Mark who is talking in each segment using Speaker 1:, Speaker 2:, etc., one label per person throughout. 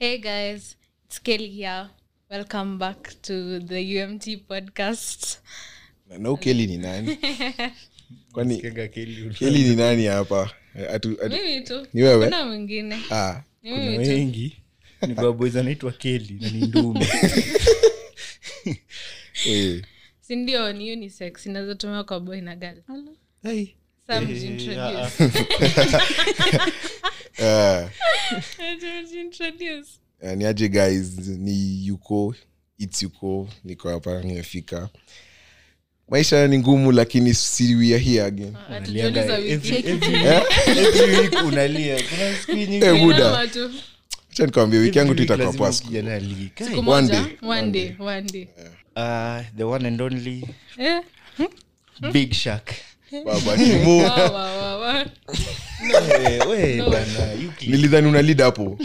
Speaker 1: guys, it's Kelly here. Welcome back to the UMT podcast.
Speaker 2: nau keli ni nani kwani
Speaker 3: Kenga Kelly, una-
Speaker 2: keli ni nani hapa Eh, atu- atu-
Speaker 1: Mimi tu.
Speaker 2: Ni wewe?
Speaker 1: Kuna mwingine.
Speaker 2: ah,
Speaker 1: Ni
Speaker 3: kuna
Speaker 1: mimi tu.
Speaker 3: wengi Mm, ni kwa boys anaitwa keli na ni ndume
Speaker 2: eh,
Speaker 1: Si ndio ni unisex inazotumiwa kwa boy na girl.
Speaker 3: Ai.
Speaker 1: Sam
Speaker 3: Eh,
Speaker 1: introduce.
Speaker 3: ah, ah.
Speaker 2: ah,
Speaker 1: introduce.
Speaker 2: eh, ni aje guys ni yuko its yuko niko hapa nimefika maisha ni ngumu lakini si we are here again
Speaker 1: Atujauliza
Speaker 3: Unalia,
Speaker 1: wiki.
Speaker 3: every- every- every week unalia kuna siku nyingi-
Speaker 2: Eh, buda.
Speaker 1: Inama tu.
Speaker 2: acha nikawambia wiki yangu tu
Speaker 3: Every week
Speaker 2: itakuwa
Speaker 3: lazima
Speaker 2: pasku
Speaker 3: ukijana alie. Kai.
Speaker 1: Siku
Speaker 2: One
Speaker 1: moja,
Speaker 2: day.
Speaker 1: one day, one day.
Speaker 3: Ah, the one and only
Speaker 1: Eh? Hmm?
Speaker 3: big shark
Speaker 2: baba kimo
Speaker 1: Wa, wa, wa, wa.
Speaker 3: Eh, we, bana, Yuki.
Speaker 2: nilidhani una lead hapo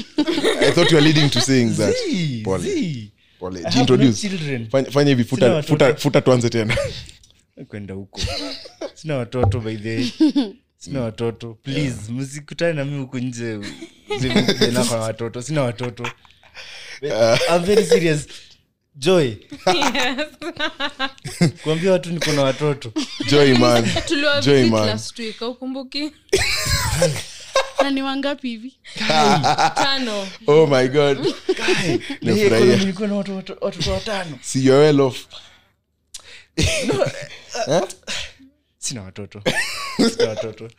Speaker 2: i thought you are leading to saying that
Speaker 3: Zii,
Speaker 2: Pole.
Speaker 3: zii.
Speaker 2: pole
Speaker 3: I have
Speaker 2: jiintroduce
Speaker 3: no children.
Speaker 2: Fanya- fanya hivi futa-
Speaker 3: Sina watoto.
Speaker 2: futa- futa tuanze tena
Speaker 3: kwenda huko sina watoto by the way. sina watoto please msikutane na mi huku nje zenakona watoto sina watoto
Speaker 2: Uh,
Speaker 3: I'm very serious joy
Speaker 1: Yes.
Speaker 3: kuambia watu niko na watoto
Speaker 2: joy man
Speaker 1: Tuliwa
Speaker 2: Joy,
Speaker 1: visit
Speaker 2: man.
Speaker 1: last week, haukumbuki?
Speaker 4: na ni wangapi hivi
Speaker 1: Tano.
Speaker 2: oh my god
Speaker 3: Na hii
Speaker 2: Nafurahia.
Speaker 3: economy niko na watu- watu- watoto watano
Speaker 2: see you are well off
Speaker 3: sina watoto sina watoto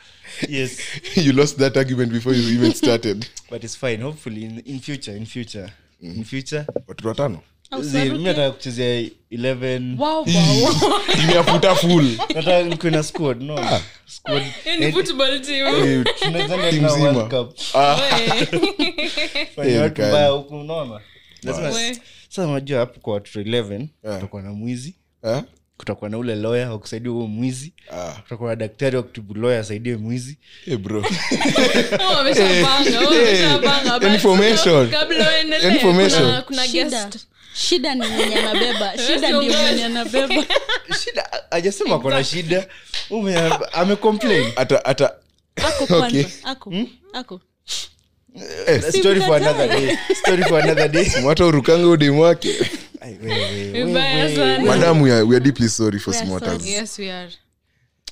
Speaker 3: yes
Speaker 2: you lost that argument before you even started
Speaker 3: but it's fine hopefully in, in future in future in future
Speaker 2: watoto watano
Speaker 3: Zi- mi nataka kuchezea 11
Speaker 1: Wow, wow, wow.
Speaker 2: imeafuta full
Speaker 3: nataka nikuwe na squad
Speaker 2: Ah.
Speaker 3: no squad
Speaker 1: Hiyo
Speaker 2: Eh,
Speaker 1: ni football team.
Speaker 3: tunaenda
Speaker 2: Team
Speaker 3: na
Speaker 2: zima.
Speaker 3: World Cup.
Speaker 2: Eh,
Speaker 3: Fanya watu
Speaker 2: kali.
Speaker 3: mbaya huku, unaona? Lazima-
Speaker 1: We.
Speaker 3: sasa unajua hapo kwa watoto 11
Speaker 2: Yeah.
Speaker 3: kutakuwa na mwizi
Speaker 2: Ah,
Speaker 3: kutakuwa na ule lawyer wa kusaidia huo mwizi
Speaker 2: ah,
Speaker 3: kutakuwa na daktari wa kutibu lawyer asaidie mwizi
Speaker 2: eh, bro.
Speaker 1: Oh, wameshapanga, oh, wameshapanga. But
Speaker 2: Eh, Information.
Speaker 1: kabla uendelee,
Speaker 2: Information.
Speaker 1: kuna- kuna
Speaker 4: shida
Speaker 1: guest.
Speaker 4: shida ni mwenye anabeba
Speaker 1: Sio
Speaker 4: shida ndio
Speaker 1: wewe.
Speaker 4: mwenye anabeba
Speaker 3: shida ajasema kona shida Ume- amecomplain.
Speaker 2: Ata- ata-
Speaker 4: ako
Speaker 2: Okay. Hmm?
Speaker 4: kwanza ako ako
Speaker 2: eh,
Speaker 3: Story for another day. Story for another day.
Speaker 2: simwata urukanga udemu wake
Speaker 3: Ai, wewe, wewe,
Speaker 1: Vibaya
Speaker 3: wewe.
Speaker 1: sana.
Speaker 2: madam we are, we are deeply sorry for
Speaker 4: We are
Speaker 2: simotas
Speaker 4: sorry.
Speaker 1: Yes, we are.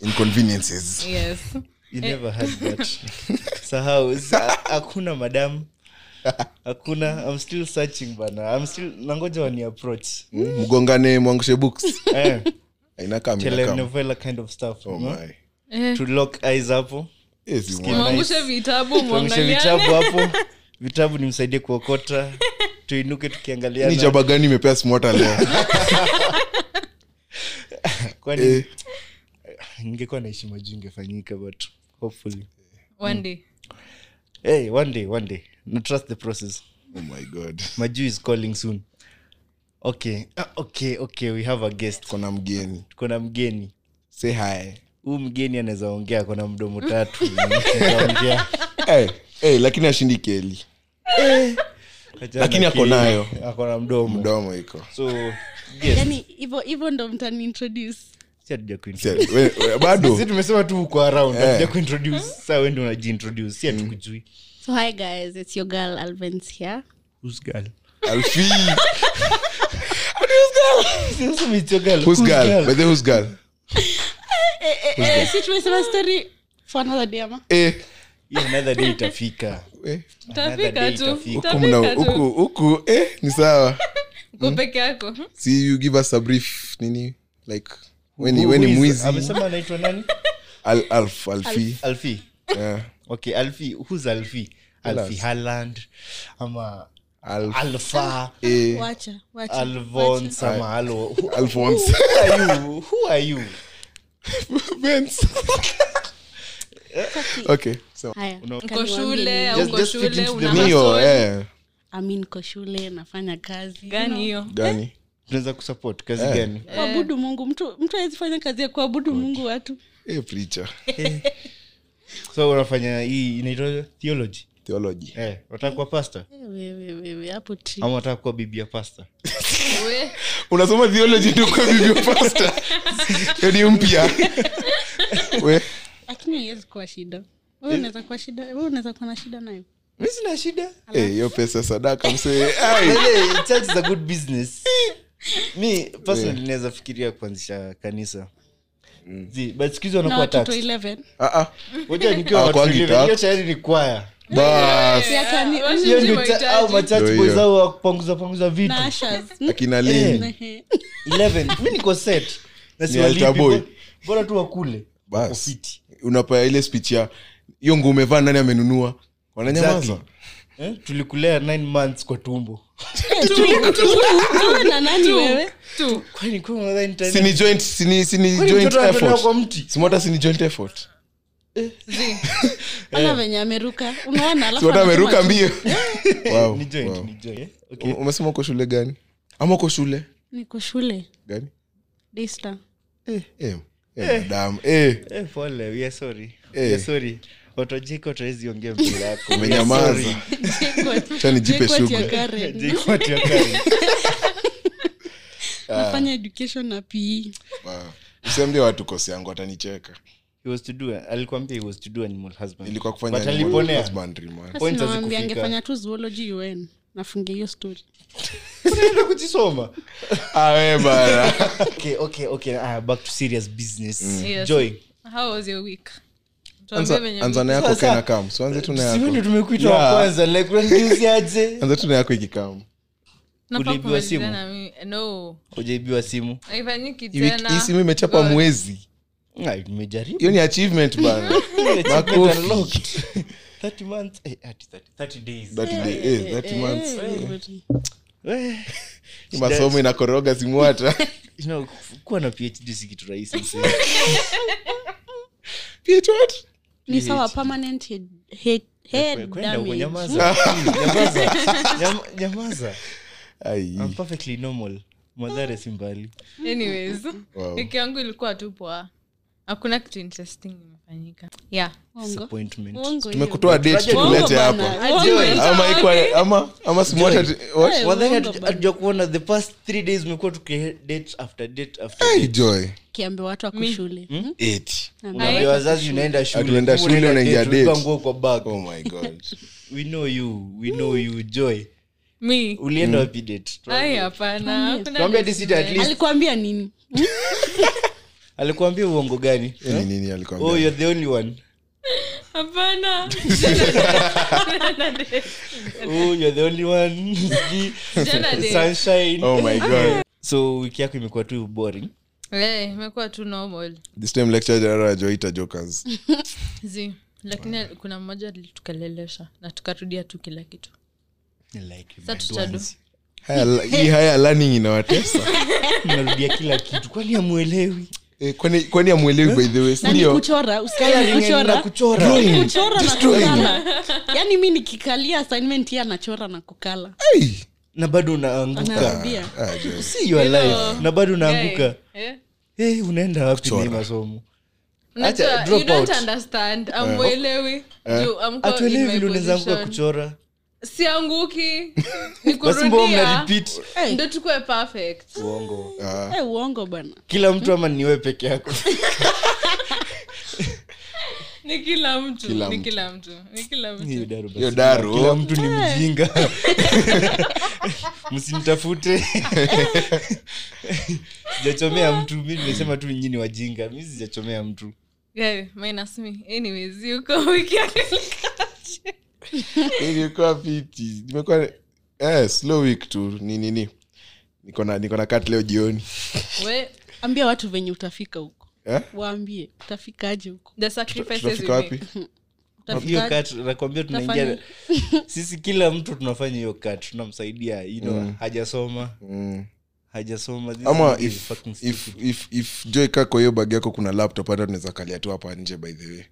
Speaker 2: inconveniences
Speaker 1: Yes.
Speaker 3: You
Speaker 2: Eh.
Speaker 3: never had that. Sahau, sa- hakuna madam hakuna I'm still searching bana I'm still nangoja wani approach
Speaker 2: Mm, mgongane mwangushe books
Speaker 3: eh,
Speaker 2: ainakam
Speaker 3: telenovela kind of stuff
Speaker 2: oh
Speaker 3: you know?
Speaker 2: my
Speaker 1: Eh,
Speaker 3: to lock eyes hapo
Speaker 2: Yes, you
Speaker 3: Skin.
Speaker 2: want-
Speaker 1: mwangushe vitabu
Speaker 3: tuangushe
Speaker 1: mwangaliane
Speaker 3: vitabu hapo vitabu nimsaidie kuokota tuinuke
Speaker 2: ni
Speaker 3: tukiangaliana
Speaker 2: jaba gani imepea simota leo
Speaker 3: kwani
Speaker 2: Eh,
Speaker 3: ningekuwa na heshima juu ingefanyika but hopefully
Speaker 1: One day.
Speaker 3: hey, one day one day no trust the process
Speaker 2: oh my god
Speaker 3: maju is calling soon okay Ah, okay okay we have a guest
Speaker 2: kona mgeni
Speaker 3: kuna mgeni
Speaker 2: say hi
Speaker 3: huu mgeni anaweza ongea kuna mdomo tatu Anaweza ongea.
Speaker 2: Eh, eh, lakini ashindi keli
Speaker 3: Acha
Speaker 2: Lakini ako
Speaker 3: akili.
Speaker 2: nayo.
Speaker 3: ako na mdomo
Speaker 2: mdomo iko
Speaker 3: so yes
Speaker 4: yani hivo hivo ndo mtanintroduce
Speaker 3: si hatuja kuintroduce.
Speaker 2: Se- we- we- bado
Speaker 3: Si tumesema tu uko around
Speaker 2: Eh.
Speaker 3: yeah. kuintroduce saa wende unajiintroduce si hatukujui
Speaker 4: so hi guys it's your girl alvens here
Speaker 3: Who's girl?
Speaker 2: alfi
Speaker 3: Si useme it's your girl,
Speaker 2: whose
Speaker 3: who's
Speaker 2: girl
Speaker 3: girl?
Speaker 2: by the whose girl
Speaker 4: eh, eh, si tumesema story for another day ama
Speaker 2: eh
Speaker 3: Yeah, another day itafika
Speaker 2: eh.
Speaker 3: Another
Speaker 1: Tafika
Speaker 3: day
Speaker 1: tu,
Speaker 3: itafika.
Speaker 2: huku mna
Speaker 1: tafika tu.
Speaker 2: huku huku eh ni sawa
Speaker 1: Uko
Speaker 2: Hmm?
Speaker 1: peke yako.
Speaker 2: si you give us a brief nini like weni
Speaker 3: Who-
Speaker 2: weni
Speaker 3: who is-
Speaker 2: mwizi
Speaker 3: amesema anaitwa nani
Speaker 2: al, alf alfi
Speaker 3: alfi
Speaker 2: yeah.
Speaker 3: okay alfi who's alfi alfi
Speaker 2: Halas.
Speaker 3: haland ama
Speaker 2: alf
Speaker 3: alfa
Speaker 2: eh,
Speaker 4: wacha wacha wacha.
Speaker 3: alvons ama alo who
Speaker 2: alphonse
Speaker 3: are you who are you
Speaker 2: Vince. okay so
Speaker 4: haya
Speaker 1: Uko shule,
Speaker 4: Kaniwaambie,
Speaker 2: Just-
Speaker 1: uko
Speaker 2: just fit
Speaker 1: shule,
Speaker 2: into the
Speaker 1: una
Speaker 2: neo
Speaker 1: masomo.
Speaker 2: eh
Speaker 4: amin niko shule nafanya kazi
Speaker 1: Gani
Speaker 4: you
Speaker 1: hiyo?
Speaker 2: gani
Speaker 3: tunaweza kusupport kazi
Speaker 2: Eh.
Speaker 3: gani
Speaker 4: know, kuabudu mungu mtu mtu awezi fanya kazi ya kuabudu mungu watu
Speaker 2: eh preacher
Speaker 3: so unafanya hii inaitwa theology
Speaker 2: theology
Speaker 3: eh, wataka kuwa pastor
Speaker 4: Eh, wewe wewe hapo tri
Speaker 3: ama wataka kuwa bibi ya pastor
Speaker 1: We.
Speaker 2: unasoma theology ndio kwa biblia pastor hiyo ni mpya we
Speaker 4: lakini iwezi kuwa shida Wewe unaweza kuwa shida wewe unaweza kuwa na shida nayo
Speaker 3: mi sina shida
Speaker 2: Eh, hiyo pesa sadaka msee Ah, Ai.
Speaker 3: Ile church is a good business Eh. mi personally naweza fikiria kuanzisha kanisa Zi, but siku hizi
Speaker 4: na
Speaker 3: wanakuwa
Speaker 4: watoto
Speaker 3: tax
Speaker 4: 11
Speaker 2: Ah, ah.
Speaker 3: Wacha nikiwa watu
Speaker 2: Hawakuangi
Speaker 3: wengine,
Speaker 2: tax.
Speaker 3: hiyo tayari ni kwaya
Speaker 2: Bas.
Speaker 4: Pia kani-
Speaker 3: hiyo
Speaker 1: Ndio
Speaker 3: ndio cha-
Speaker 1: mahitaji.
Speaker 3: au machurch
Speaker 2: Ndio
Speaker 3: boys
Speaker 2: hiyo.
Speaker 3: au wakupanguza panguza vitu
Speaker 4: na ushers.
Speaker 2: akina
Speaker 3: Eh.
Speaker 2: lini
Speaker 3: 11 mi niko set na siwalipi,
Speaker 2: altar boy.
Speaker 3: bo- bora tu wakule
Speaker 2: Bas.
Speaker 3: wako fiti.
Speaker 2: unapaya ile speech ya hiyo nguo umevaa nani amenunua wananyamaza
Speaker 3: Exactly. Eh, tulikulea 9 months kwa tumbo
Speaker 4: Wewe na nani wewe
Speaker 1: tu
Speaker 3: kwani kwa mother internet-
Speaker 2: sini joint sini sini
Speaker 3: Kwani
Speaker 2: joint
Speaker 3: mtoto anatolewa
Speaker 2: effort
Speaker 3: kwa mti
Speaker 2: simwata sini joint effort
Speaker 4: ona venye ameruka unaona alafu
Speaker 2: siwata
Speaker 4: anasema
Speaker 2: ameruka
Speaker 4: tu-
Speaker 2: mbio wow,
Speaker 3: Ni joint,
Speaker 2: wow.
Speaker 3: ni joint. Eh, okay.
Speaker 2: Um- umesema uko shule gani ama uko shule
Speaker 4: niko shule
Speaker 2: gani
Speaker 4: dista
Speaker 2: eh, eh, madam eh,
Speaker 3: Eh, pole, we are sorry.
Speaker 2: Eh.
Speaker 3: We are sorry. Watu wa JKUT hawezi ongea mbele yako. We are sorry.
Speaker 2: umenyamaza Acha nijipe shughuli.
Speaker 3: JKUT ya Karen.
Speaker 4: nafanya education na E. pe
Speaker 2: Wow. usiambie watu kosi yangu watanicheka
Speaker 3: He was to do- alikuambia he was to do animal husbandry.
Speaker 2: nilikuwa kufanya
Speaker 3: But
Speaker 2: animal
Speaker 3: aliponea.
Speaker 2: husbandry, man.
Speaker 3: Points
Speaker 4: naambia
Speaker 3: hazikufika.
Speaker 4: angefanya tu zoology un nafungia hiyo story
Speaker 3: Unaenda kujisoma.
Speaker 2: Ah, we bana.
Speaker 3: Okay, okay, okay. Ah, back to Mm. serious business.
Speaker 1: Yes.
Speaker 3: Joy,
Speaker 1: how was your week Tuambie venye
Speaker 2: Anza- anza na yako
Speaker 3: Sasa-
Speaker 2: kena kam sianze tu na
Speaker 3: si wewe ndio
Speaker 2: yako
Speaker 3: tumekuita
Speaker 2: Yeah.
Speaker 3: wa kwanza, like, unanijuziaje?
Speaker 2: anza tu na yako ikikam
Speaker 1: Nafaa
Speaker 3: Uliibiwa
Speaker 1: kumalizana
Speaker 3: simu?
Speaker 1: na mimi. no
Speaker 3: Hujaibiwa simu
Speaker 1: haifanyiki tena
Speaker 2: isimu imechapa
Speaker 1: God.
Speaker 2: mwezi
Speaker 3: Ah, nimejaribu.
Speaker 2: hiyo ni achievement bana
Speaker 3: Achievement unlocked. 30 months. Eh, ati 30 30 days.
Speaker 2: That day, eh, that month.
Speaker 3: Eh,
Speaker 2: Ni masomo inakoroga simwata
Speaker 3: you know, kuwa na phd si kitu rahisi msee.
Speaker 4: ni sawa permanent head, head, head
Speaker 3: kwenda huko
Speaker 4: damage
Speaker 3: nyamaza Please, nyamaza. Nyama- nyamaza
Speaker 2: Ai,
Speaker 3: I'm perfectly normal madhare si mbali
Speaker 1: anyways
Speaker 3: Oh.
Speaker 2: Wow.
Speaker 1: wiki yangu ilikuwa tu poa hakuna kitu interesting imefanyika yeah
Speaker 4: Uongo.
Speaker 3: Disappointment.
Speaker 4: Uongo hiyo.
Speaker 2: tumekutoa date
Speaker 3: Tunajua
Speaker 2: tukulete
Speaker 4: Uongo bana.
Speaker 2: hapa
Speaker 4: Uongo.
Speaker 1: Joy.
Speaker 2: ama iko- ama ama simwata
Speaker 3: Joy.
Speaker 2: tu- what?
Speaker 4: Eh,
Speaker 3: Wadhani
Speaker 4: uongo
Speaker 3: hatu-
Speaker 4: bana.
Speaker 3: hatuja kuona the past three days umekuwa tukidate after date after
Speaker 2: Ai,
Speaker 3: date.
Speaker 2: joy
Speaker 4: kiambia watu ako shule Hmm?
Speaker 2: Eti.
Speaker 4: Naambia
Speaker 3: Unaambia wazazi unaenda shule,
Speaker 2: Hatuenda
Speaker 3: kumbe
Speaker 2: shule, unaingia
Speaker 3: date, unabeba
Speaker 2: date.
Speaker 3: nguo kwa bag.
Speaker 2: Oh my God.
Speaker 3: we know you we know you joy
Speaker 1: mi
Speaker 3: ulienda
Speaker 2: Mm.
Speaker 3: wapi date
Speaker 1: ai hapana hakuna
Speaker 3: Tuambie hadi sita at least.
Speaker 4: alikuambia nini
Speaker 3: alikuambia uongo gani
Speaker 2: Hiyo ni Yaani nini alikwambia?
Speaker 3: oh you're the only one
Speaker 1: hapana
Speaker 3: oh you're the only one Sijui.
Speaker 1: Jana day.
Speaker 3: sunshine
Speaker 2: Oh my God.
Speaker 3: so wiki yako imekuwa tu boring
Speaker 1: Eh, imekuwa tu normal
Speaker 2: This time lecture general ajoita jokers.
Speaker 1: zi lakini kuna mmoja alitukelelesha na tukarudia tu kila kitu
Speaker 3: like
Speaker 1: Sasa tutadu.
Speaker 2: Haya- hii haya learning inawatesa
Speaker 3: narudia kila kitu kwani amwelewi
Speaker 2: Eh, kwani- kwani amwelewi by the way
Speaker 4: Na
Speaker 2: sindio
Speaker 4: nikuchora, usikali nikuchora.
Speaker 3: Yaani, kuchora
Speaker 4: Nikuchora na
Speaker 2: Destroying.
Speaker 4: kukala yaani mi nikikalia assignment hii anachora na kukala
Speaker 2: Ai.
Speaker 3: na bado unaanguka
Speaker 4: anarudia
Speaker 2: Ah, joy.
Speaker 3: see your life na bado unaanguka
Speaker 1: Guy, eh?
Speaker 3: hey, unaenda wapi na hii
Speaker 2: Kuchora.
Speaker 3: masomo
Speaker 1: Unajua,
Speaker 3: Acha, drop
Speaker 1: you don't
Speaker 3: out. Eh.
Speaker 1: understand amwelewi Juu I'm caught in
Speaker 3: atuelewi
Speaker 1: my
Speaker 3: vile unaweza anguka
Speaker 1: position.
Speaker 3: kuchora
Speaker 1: sianguki
Speaker 3: basi mbona
Speaker 1: nikurudia
Speaker 3: mna repeat
Speaker 4: Eh,
Speaker 1: ndo tukue perfect
Speaker 3: uongo
Speaker 2: Ah,
Speaker 4: eh, uongo bana
Speaker 3: kila mtu ama niwe peke yako
Speaker 1: ni kila mtu
Speaker 2: Kila
Speaker 1: ni
Speaker 2: mtu.
Speaker 1: kila mtu ni kila
Speaker 3: Hiyo
Speaker 1: mtu
Speaker 3: daru basi.
Speaker 2: Hiyo daru.
Speaker 3: kila mtu ni mjinga msinitafute sijachomea mtu mi nimesema tu nyinyi ni wajinga mi sijachomea mtu
Speaker 1: yeah, minus me anyways yuko wiki yake
Speaker 2: ilikuwa fiti nimekuwa eh, slow week tu ni nini niko na niko na kat leo jioni
Speaker 1: we
Speaker 4: ambia watu venye utafika huko
Speaker 2: Eh?
Speaker 4: waambie utafikaje huko
Speaker 1: the sacrifices
Speaker 2: tutafika
Speaker 1: we
Speaker 2: wapi
Speaker 1: make
Speaker 3: hiyo
Speaker 4: Utafikaje?
Speaker 3: kat nakwambia tunaingia sisi kila mtu tunafanya hiyo kat tunamsaidia you know, hajasoma
Speaker 2: Mm.
Speaker 3: hajasoma This
Speaker 2: ama
Speaker 3: nigga is
Speaker 2: if,
Speaker 3: fucking stupid.
Speaker 2: if, if, if joy kako hiyo bagi yako kuna laptop hata tunaweza kalia tu hapa nje by the way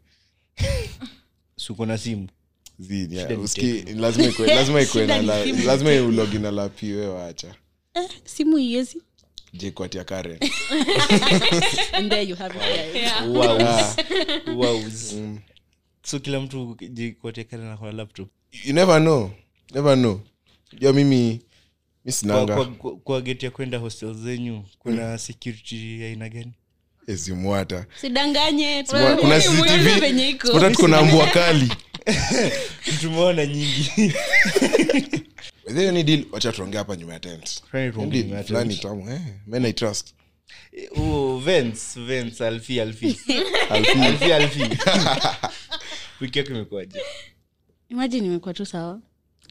Speaker 3: Si uko na simu
Speaker 2: Zini,
Speaker 3: Shida
Speaker 2: yeah.
Speaker 3: ni
Speaker 2: Uski, lazima ikue- lazima ikue na la-
Speaker 4: Shida ni
Speaker 2: lazima iulogi na lapi we wacha
Speaker 4: Eh, simu iezi
Speaker 2: jekwatia karen
Speaker 4: and there you have it guys.
Speaker 1: yeah.
Speaker 2: Ah.
Speaker 3: Wows. Wows.
Speaker 2: Mm.
Speaker 3: so kila mtu jikotekana na kwa laptop
Speaker 2: you never know never know jo mimi mi
Speaker 3: kwa,
Speaker 2: sinanga
Speaker 3: kwa, kwa, kwa geti ya kwenda hostel zenyu
Speaker 2: Mm.
Speaker 3: kuna security ya aina gani
Speaker 2: ezimwata
Speaker 4: sidanganye
Speaker 1: Wewe
Speaker 2: Eh, kuna
Speaker 1: ni mwenyewe
Speaker 2: CCTV.
Speaker 1: venye iko.
Speaker 2: hata tuko na mbwa kali
Speaker 3: tumeona nyingi
Speaker 2: With hiyo ni deal wacha tuongea hapa nyuma ya tent
Speaker 3: Kwani tuongee
Speaker 2: Deal
Speaker 3: nyuma ya
Speaker 2: fulani
Speaker 3: tent.
Speaker 2: tamu eh men i trust
Speaker 3: Oh, Vance, Vance, alfi alfi
Speaker 2: Alfie,
Speaker 3: alfi alfi wiki yako imekuwaje
Speaker 4: imajini imekuwa tu sawa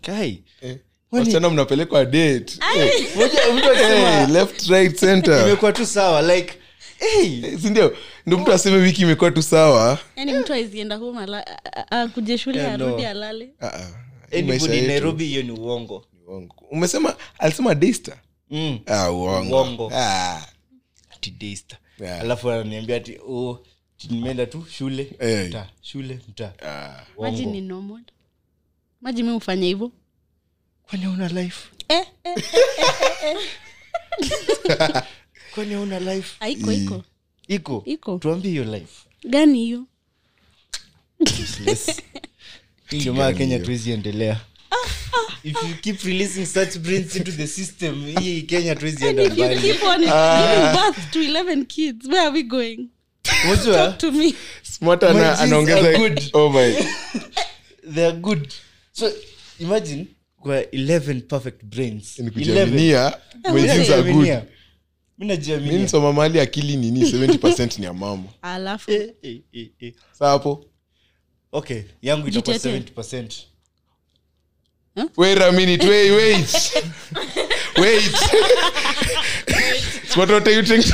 Speaker 3: kai
Speaker 2: eh.
Speaker 3: Wale-
Speaker 2: wasichana mnapelekwa date Eh,
Speaker 3: moja mtu
Speaker 2: eh,
Speaker 3: akisema
Speaker 2: left right center
Speaker 3: imekuwa tu sawa like hey,
Speaker 2: Eh, sindio ndo mtu aseme wiki imekuwa tu sawa
Speaker 4: yaani mtu aizienda humakuje shule
Speaker 3: Yeah, no.
Speaker 4: arudi alale
Speaker 2: Ah, ah. Hii maisha
Speaker 3: anybody in
Speaker 2: yetu
Speaker 3: nairobi hiyo ni uongo
Speaker 2: ni uongo. umesema alisema dasta
Speaker 3: mm.
Speaker 2: ah, uongo.
Speaker 3: Uongo.
Speaker 2: Ah,
Speaker 3: ati dasta
Speaker 2: Yeah.
Speaker 3: alafu ananiambia ati oh, ati nimeenda tu shule
Speaker 2: Eh.
Speaker 3: mtaa shule mtaa
Speaker 2: ah.
Speaker 3: Uongo.
Speaker 4: maji ni normal maji mi hufanya hivyo
Speaker 3: kwani una life
Speaker 4: eh, eh,
Speaker 3: kwani una life
Speaker 4: aiko
Speaker 2: Ii.
Speaker 4: iko
Speaker 3: iko
Speaker 4: Iko.
Speaker 3: tuambie hiyo life
Speaker 4: gani hiyo
Speaker 3: Useless. Hii ndio maana kenya tuwezi endelea if you keep releasing such brains into the system hii kenya tuwezi
Speaker 4: And
Speaker 3: enda
Speaker 4: if you
Speaker 3: mbali
Speaker 4: keep on giving birth to 11 kids where are we going
Speaker 3: Unajua,
Speaker 4: to me
Speaker 2: Smart ana-
Speaker 3: Marriages
Speaker 2: anaongeza
Speaker 3: are good.
Speaker 2: oh my
Speaker 3: they are good so imagine kwa 11 perfect brains
Speaker 2: ni
Speaker 3: 11
Speaker 2: kujiaminia
Speaker 4: we
Speaker 2: wenziu za good
Speaker 3: Najiaminia. mi najiaminia.
Speaker 2: mi nisoma mahali akili nini 70 ni ya mama
Speaker 4: alafu
Speaker 3: Eh, eh, eh, eh.
Speaker 2: sa hapo
Speaker 3: okay yangu itakuwa
Speaker 4: Jitetee.
Speaker 3: 70
Speaker 2: wait a minute wait wait wait what what are you thinking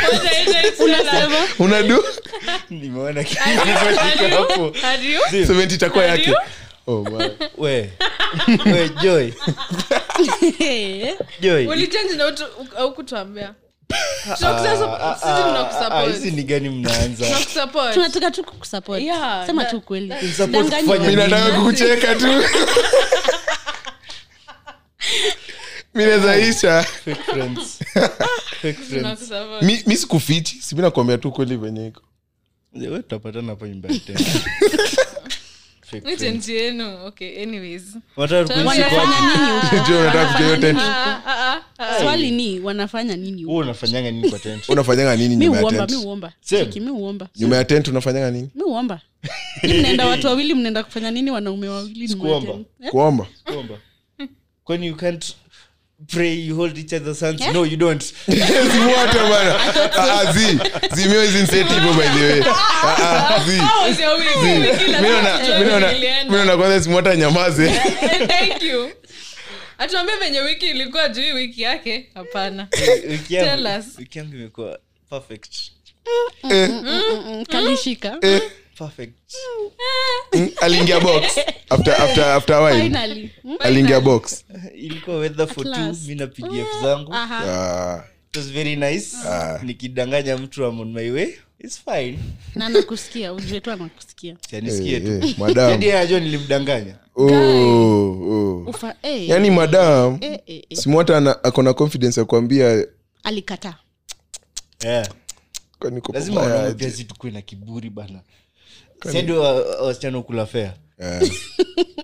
Speaker 1: Unasema?
Speaker 2: unadu
Speaker 3: nimeona ki-
Speaker 1: Are you? Are you?
Speaker 2: 70 itakuwa yake
Speaker 1: you?
Speaker 2: oh my
Speaker 3: we we joy joy
Speaker 1: Ulichange na utu- uk- haukutuambia.
Speaker 3: Ah,
Speaker 1: Tunakusa-
Speaker 3: ah,
Speaker 1: sisi
Speaker 3: ah,
Speaker 1: tunakusupport.
Speaker 3: hizi ni gani mnaanza
Speaker 1: Tunakusupport.
Speaker 4: tunataka tu kukusupport
Speaker 1: Yeah,
Speaker 4: sema
Speaker 1: na-
Speaker 4: tu kweli
Speaker 3: Kusupport
Speaker 4: Danganya
Speaker 3: kufanya
Speaker 4: watu.
Speaker 2: mi nataka kukucheka tu mi nazaisha
Speaker 3: fake friends fake friends
Speaker 1: Tunakusupport.
Speaker 2: mi mi sikufichi simi nakwambia tu kweli venye iko
Speaker 3: we tutapatana hapa nyumbani tena Fake
Speaker 1: Ni
Speaker 3: friends.
Speaker 1: tenti yenu. Okay, anyways.
Speaker 3: Wanataka kuishi
Speaker 1: Wanafanya
Speaker 3: kwaje?
Speaker 4: nini huko?
Speaker 2: jo unataka kuja hiyo tent
Speaker 1: Ah, ah, ah, ah.
Speaker 4: swali ni wanafanya nini huko?
Speaker 3: Wewe unafanyanga nini kwa tent
Speaker 2: unafanyanga nini
Speaker 4: mi
Speaker 2: nyuma ya
Speaker 4: uomba mi
Speaker 2: tent
Speaker 4: uomba
Speaker 3: Same.
Speaker 4: cheki mi uomba
Speaker 2: nyuma ya tent unafanyanga nini
Speaker 4: mi uomba Ni mnaenda watu wawili mnaenda kufanya nini wanaume wawili nyuma ya
Speaker 3: Sikuomba.
Speaker 4: tent? Eh?
Speaker 2: kuomba
Speaker 3: Kuomba. kwani you can't pray you hold each other's hands no you don't
Speaker 2: zimuata bana Ah, ah, zi zimio hizi nsetivo by the way Ah, ah, zi
Speaker 1: How was your week? Kila kitu kilienda.
Speaker 2: minaona kwanza simuata nyamaze
Speaker 1: Thank you. atuambie venye wiki ilikuwa juu hii wiki yake hapana
Speaker 3: wiki
Speaker 1: Tell
Speaker 3: yangu
Speaker 1: us.
Speaker 3: wiki yangu Eh, imekuwa perfect
Speaker 4: Mm, kalishika
Speaker 2: Eh.
Speaker 3: perfect
Speaker 2: Mm, aliingia box after after after a while
Speaker 4: finally Mm,
Speaker 2: aliingia box
Speaker 3: ilikuwa weather for two
Speaker 4: last.
Speaker 3: mi na pdf zangu
Speaker 4: aha
Speaker 2: Ah,
Speaker 3: it was very nice
Speaker 2: Ah.
Speaker 3: nikidanganya mtu am on my way its fine
Speaker 4: na nakusikia ujue tu anakusikia
Speaker 3: sianisikie
Speaker 2: eh,
Speaker 3: tu
Speaker 2: eh, madam
Speaker 3: Hadi yeye anajua nilimdanganya
Speaker 2: Oh, oh.
Speaker 4: Ufa, eh,
Speaker 2: yaani madam
Speaker 4: eh, eh, eh.
Speaker 2: simuata akona confidence ya kuambia
Speaker 4: alikataa
Speaker 3: yeah.
Speaker 2: "Kwa niko
Speaker 3: lazima
Speaker 2: pabaya
Speaker 3: wanaume
Speaker 2: aje."
Speaker 3: pia zitukue na kiburi bana sendo wasichana ukula fea
Speaker 2: Eh,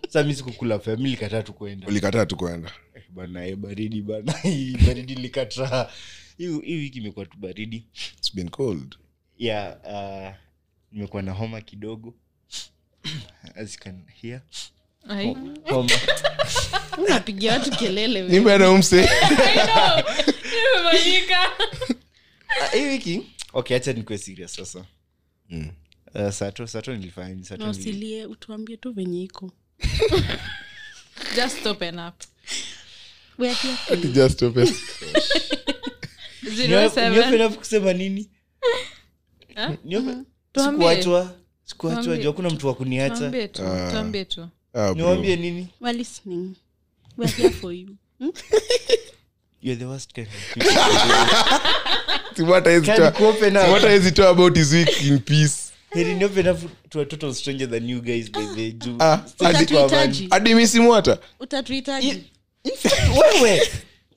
Speaker 3: sa mi sikukula fea mi likataa tu kuenda
Speaker 2: ulikataa tu kuenda
Speaker 3: Eh, bana eh, baridi bana Hii baridi likataa hii hii wiki imekuwa tu baridi
Speaker 2: It's been cold.
Speaker 3: ya yeah, uh, nimekuwa na homa kidogo as you can hear
Speaker 1: Ai.
Speaker 3: homa
Speaker 4: unapigia watu kelele we.
Speaker 2: nimeana umse
Speaker 1: imefanyika
Speaker 3: Ah, hii wiki okay acha nikuwe serious sasa uh, sato sato nilifanya nini? sato
Speaker 4: na
Speaker 3: nili-
Speaker 4: usilie utuambie tu venye iko
Speaker 1: just open up
Speaker 4: We are here for you.
Speaker 2: just open
Speaker 1: Zero
Speaker 3: Niwape- niwape
Speaker 1: seven.
Speaker 3: nafu kusema nini
Speaker 1: Ah?
Speaker 3: Niwape-
Speaker 1: Tuambie.
Speaker 3: sikuachwa sikuachwa
Speaker 1: Tuambie.
Speaker 3: juu hakuna mtu wa kuniacha
Speaker 1: Tuambie tu,
Speaker 2: Ah.
Speaker 1: tuambie tu
Speaker 2: Ah, bro.
Speaker 3: niwambie nini
Speaker 4: We are listening. We are here for you. Mm?
Speaker 3: You're the worst kind of people.
Speaker 2: Timothy is
Speaker 3: Can
Speaker 2: ta-
Speaker 3: you open up?
Speaker 2: Timothy is ta about his week in peace.
Speaker 3: Heri niwape nafu to a total stranger than you guys by the way, juu
Speaker 2: Ah,
Speaker 3: sitaki
Speaker 2: hadi-
Speaker 3: kwa amani.
Speaker 4: Utatuhitaji.
Speaker 2: Hadi mi si mwata.
Speaker 4: utatuhitaji
Speaker 3: In fact, wewe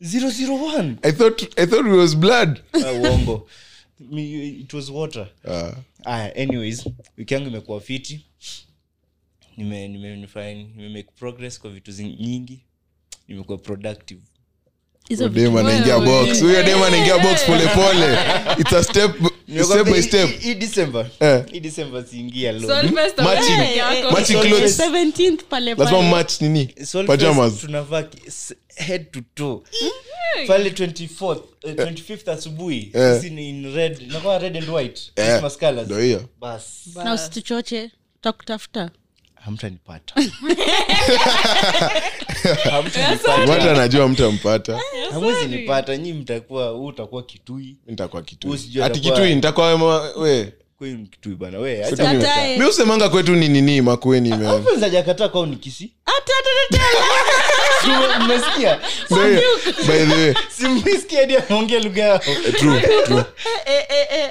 Speaker 3: 001
Speaker 2: I thought I thought we was blood.
Speaker 3: Ah, uongo Mi- it was water
Speaker 2: Ah,
Speaker 3: aya anyways wiki yangu imekuwa fiti nime nime nime, nime make progress kwa vitu zing- nyingi nimekuwa productive
Speaker 4: hizo
Speaker 2: dem anaingia
Speaker 1: Wewe.
Speaker 2: box huyo dem anaingia box polepole its a step step by step Eh.
Speaker 3: december siingia
Speaker 1: Solfest of
Speaker 2: Matching.
Speaker 1: wewe yako.
Speaker 2: Matching clothes
Speaker 3: Solfest.
Speaker 4: 17th pale
Speaker 2: lazima
Speaker 4: pale.
Speaker 2: match nini pajamas
Speaker 3: tunavaa ki- s- head to toe pale 24th, eh, 25th asubuhi
Speaker 2: Eh.
Speaker 3: sisi ni in red inakuwa red and white
Speaker 2: Eh,
Speaker 3: Christmas colours.
Speaker 2: ndo hiyo
Speaker 3: bas
Speaker 4: na usituchoche tutakutafuta
Speaker 3: hamtanipata Hamtanipata.
Speaker 2: mtu anajua mtu ampata
Speaker 3: hamwezi nipata nyi mtakuwa huu utakuwa kitui
Speaker 2: nitakuwa
Speaker 3: Huyu
Speaker 2: kitui
Speaker 3: sijui
Speaker 2: ati
Speaker 3: atakuwa-
Speaker 2: kitui nitakuwa wema- we
Speaker 3: kwenu kitui bana we acha
Speaker 2: Kwetu ni-
Speaker 4: Katae.
Speaker 2: mi usemanga kwetu ni nini makweni man.
Speaker 3: Hapo nzajakataa kwao ni kisi Sio, mmesikia
Speaker 2: Ndo hiyo. by the way
Speaker 3: simisikia hadi ameongea lugha yao
Speaker 2: true true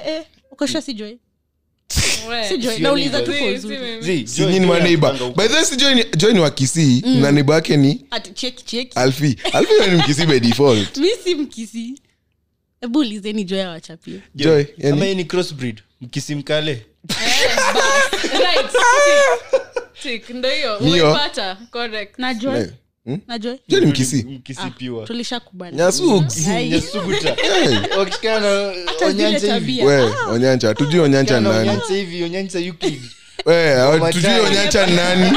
Speaker 1: Eh,
Speaker 4: ukosha sijoi
Speaker 1: Wewe.
Speaker 4: sijoi
Speaker 3: Sijui
Speaker 4: nauliza
Speaker 3: nini.
Speaker 4: tu kwa
Speaker 1: Eh, Si- si
Speaker 4: uzuri
Speaker 1: mimi.
Speaker 3: Zii,
Speaker 2: si
Speaker 3: Joy,
Speaker 2: nyinyi
Speaker 3: Joy
Speaker 2: maneiba
Speaker 3: anapanga huko.
Speaker 2: by the way si joy ni- joy ni wa kisii na neiba wake ni
Speaker 4: ati cheki cheki
Speaker 2: alfi alfi yeye ni mkisii by default
Speaker 4: mi si mkisi hebu ulizeni jo ya wachapia
Speaker 2: joy yani-
Speaker 3: Ama yeye ni crossbreed mkisimkale
Speaker 1: Right. Ah. Tick. Tick. Ndo hiyo.
Speaker 2: Mio.
Speaker 1: Umeipata. Correct.
Speaker 4: najoi
Speaker 2: Hmm?
Speaker 4: najoi
Speaker 2: joy ni mkisii
Speaker 3: mkisi
Speaker 4: Ah,
Speaker 3: piwa
Speaker 4: tulishakubali
Speaker 2: nyasugi
Speaker 4: Ai.
Speaker 3: nyasuguta
Speaker 2: Hey.
Speaker 3: wakishikana na
Speaker 4: Ah, Hata zile
Speaker 3: onyancha hivi
Speaker 4: tabia.
Speaker 2: Eh, we onyancha hatujui onyancha
Speaker 3: Wakishikana
Speaker 2: ni
Speaker 3: na
Speaker 2: nani
Speaker 3: onyancha hivi onyancha yukid
Speaker 2: we
Speaker 3: Wamachaa.
Speaker 2: hatujui onyancha ni nani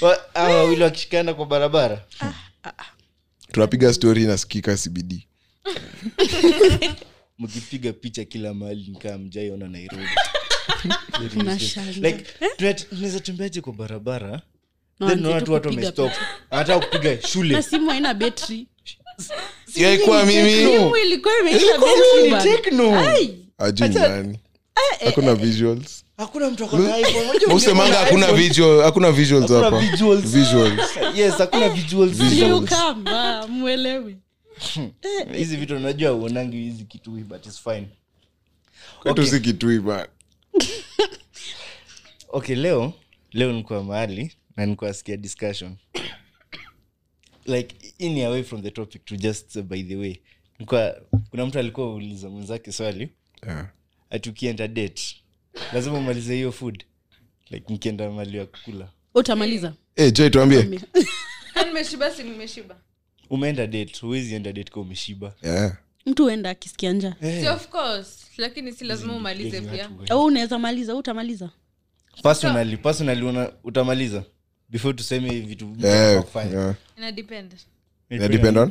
Speaker 3: Wa- hawa wawili wakishikana kwa barabara
Speaker 2: tunapiga story nasikika cbd
Speaker 3: mkipiga picha kila mahali nikaa mjaiona nairobi
Speaker 4: Unashangaa.
Speaker 3: like tuna- tunaweza tembeaje kwa barabara
Speaker 4: Na
Speaker 3: then
Speaker 4: wanzi
Speaker 3: naona
Speaker 4: tu
Speaker 3: tu watu
Speaker 4: kupiga
Speaker 3: wamestop anataka kupiga
Speaker 4: na
Speaker 3: shule
Speaker 4: simu haina betri
Speaker 2: yaikuwa mimi
Speaker 4: simu ilikuwa imeisha
Speaker 3: Ilikuwa ni
Speaker 4: betri bana.
Speaker 3: techno.
Speaker 4: Ai,
Speaker 2: ajui ni nani
Speaker 3: Eh,
Speaker 2: hakuna visuals
Speaker 3: hakuna mtu ako na iPhone. Unajua
Speaker 2: usemanga
Speaker 3: ungekuwa
Speaker 2: hakuna
Speaker 3: na iPhone-
Speaker 2: visual hakuna visuals
Speaker 3: Hakuna
Speaker 2: hapa
Speaker 3: visuals.
Speaker 2: visuals
Speaker 3: yes hakuna visuals.
Speaker 4: mliukamba mwelewe
Speaker 3: hizi vitu unajua uonangi hizi kitu hii, but it's fine
Speaker 2: kwetu
Speaker 3: Okay.
Speaker 2: si kitui bana
Speaker 3: okay leo leo nikuwa mahali na nikuwa sikia discussion like in away from the topic to just uh, by the way nikuwa kuna mtu alikuwa uliza mwenzake swali
Speaker 2: Yeah.
Speaker 3: ati ukienda date lazima umalize hiyo food like mkienda mali ya kukula
Speaker 4: utamaliza
Speaker 2: Eh, Joy, tuambie
Speaker 1: Ah, nimeshiba si nimeshiba.
Speaker 3: umeenda date huwezi enda date ka umeshiba
Speaker 2: Yeah.
Speaker 4: mtu uenda akisikia njaa
Speaker 2: Eh.
Speaker 1: Si of course, lakini si lazima umalize
Speaker 3: Yaani
Speaker 1: pia.
Speaker 4: au unaweza maliza au utamaliza
Speaker 3: personally personally una, utamaliza before tuseme vitu mtu anafaa
Speaker 2: Eh, Yeah.
Speaker 3: kufanya.
Speaker 2: Yeah.
Speaker 1: Ina depend.
Speaker 2: Yeah, depend on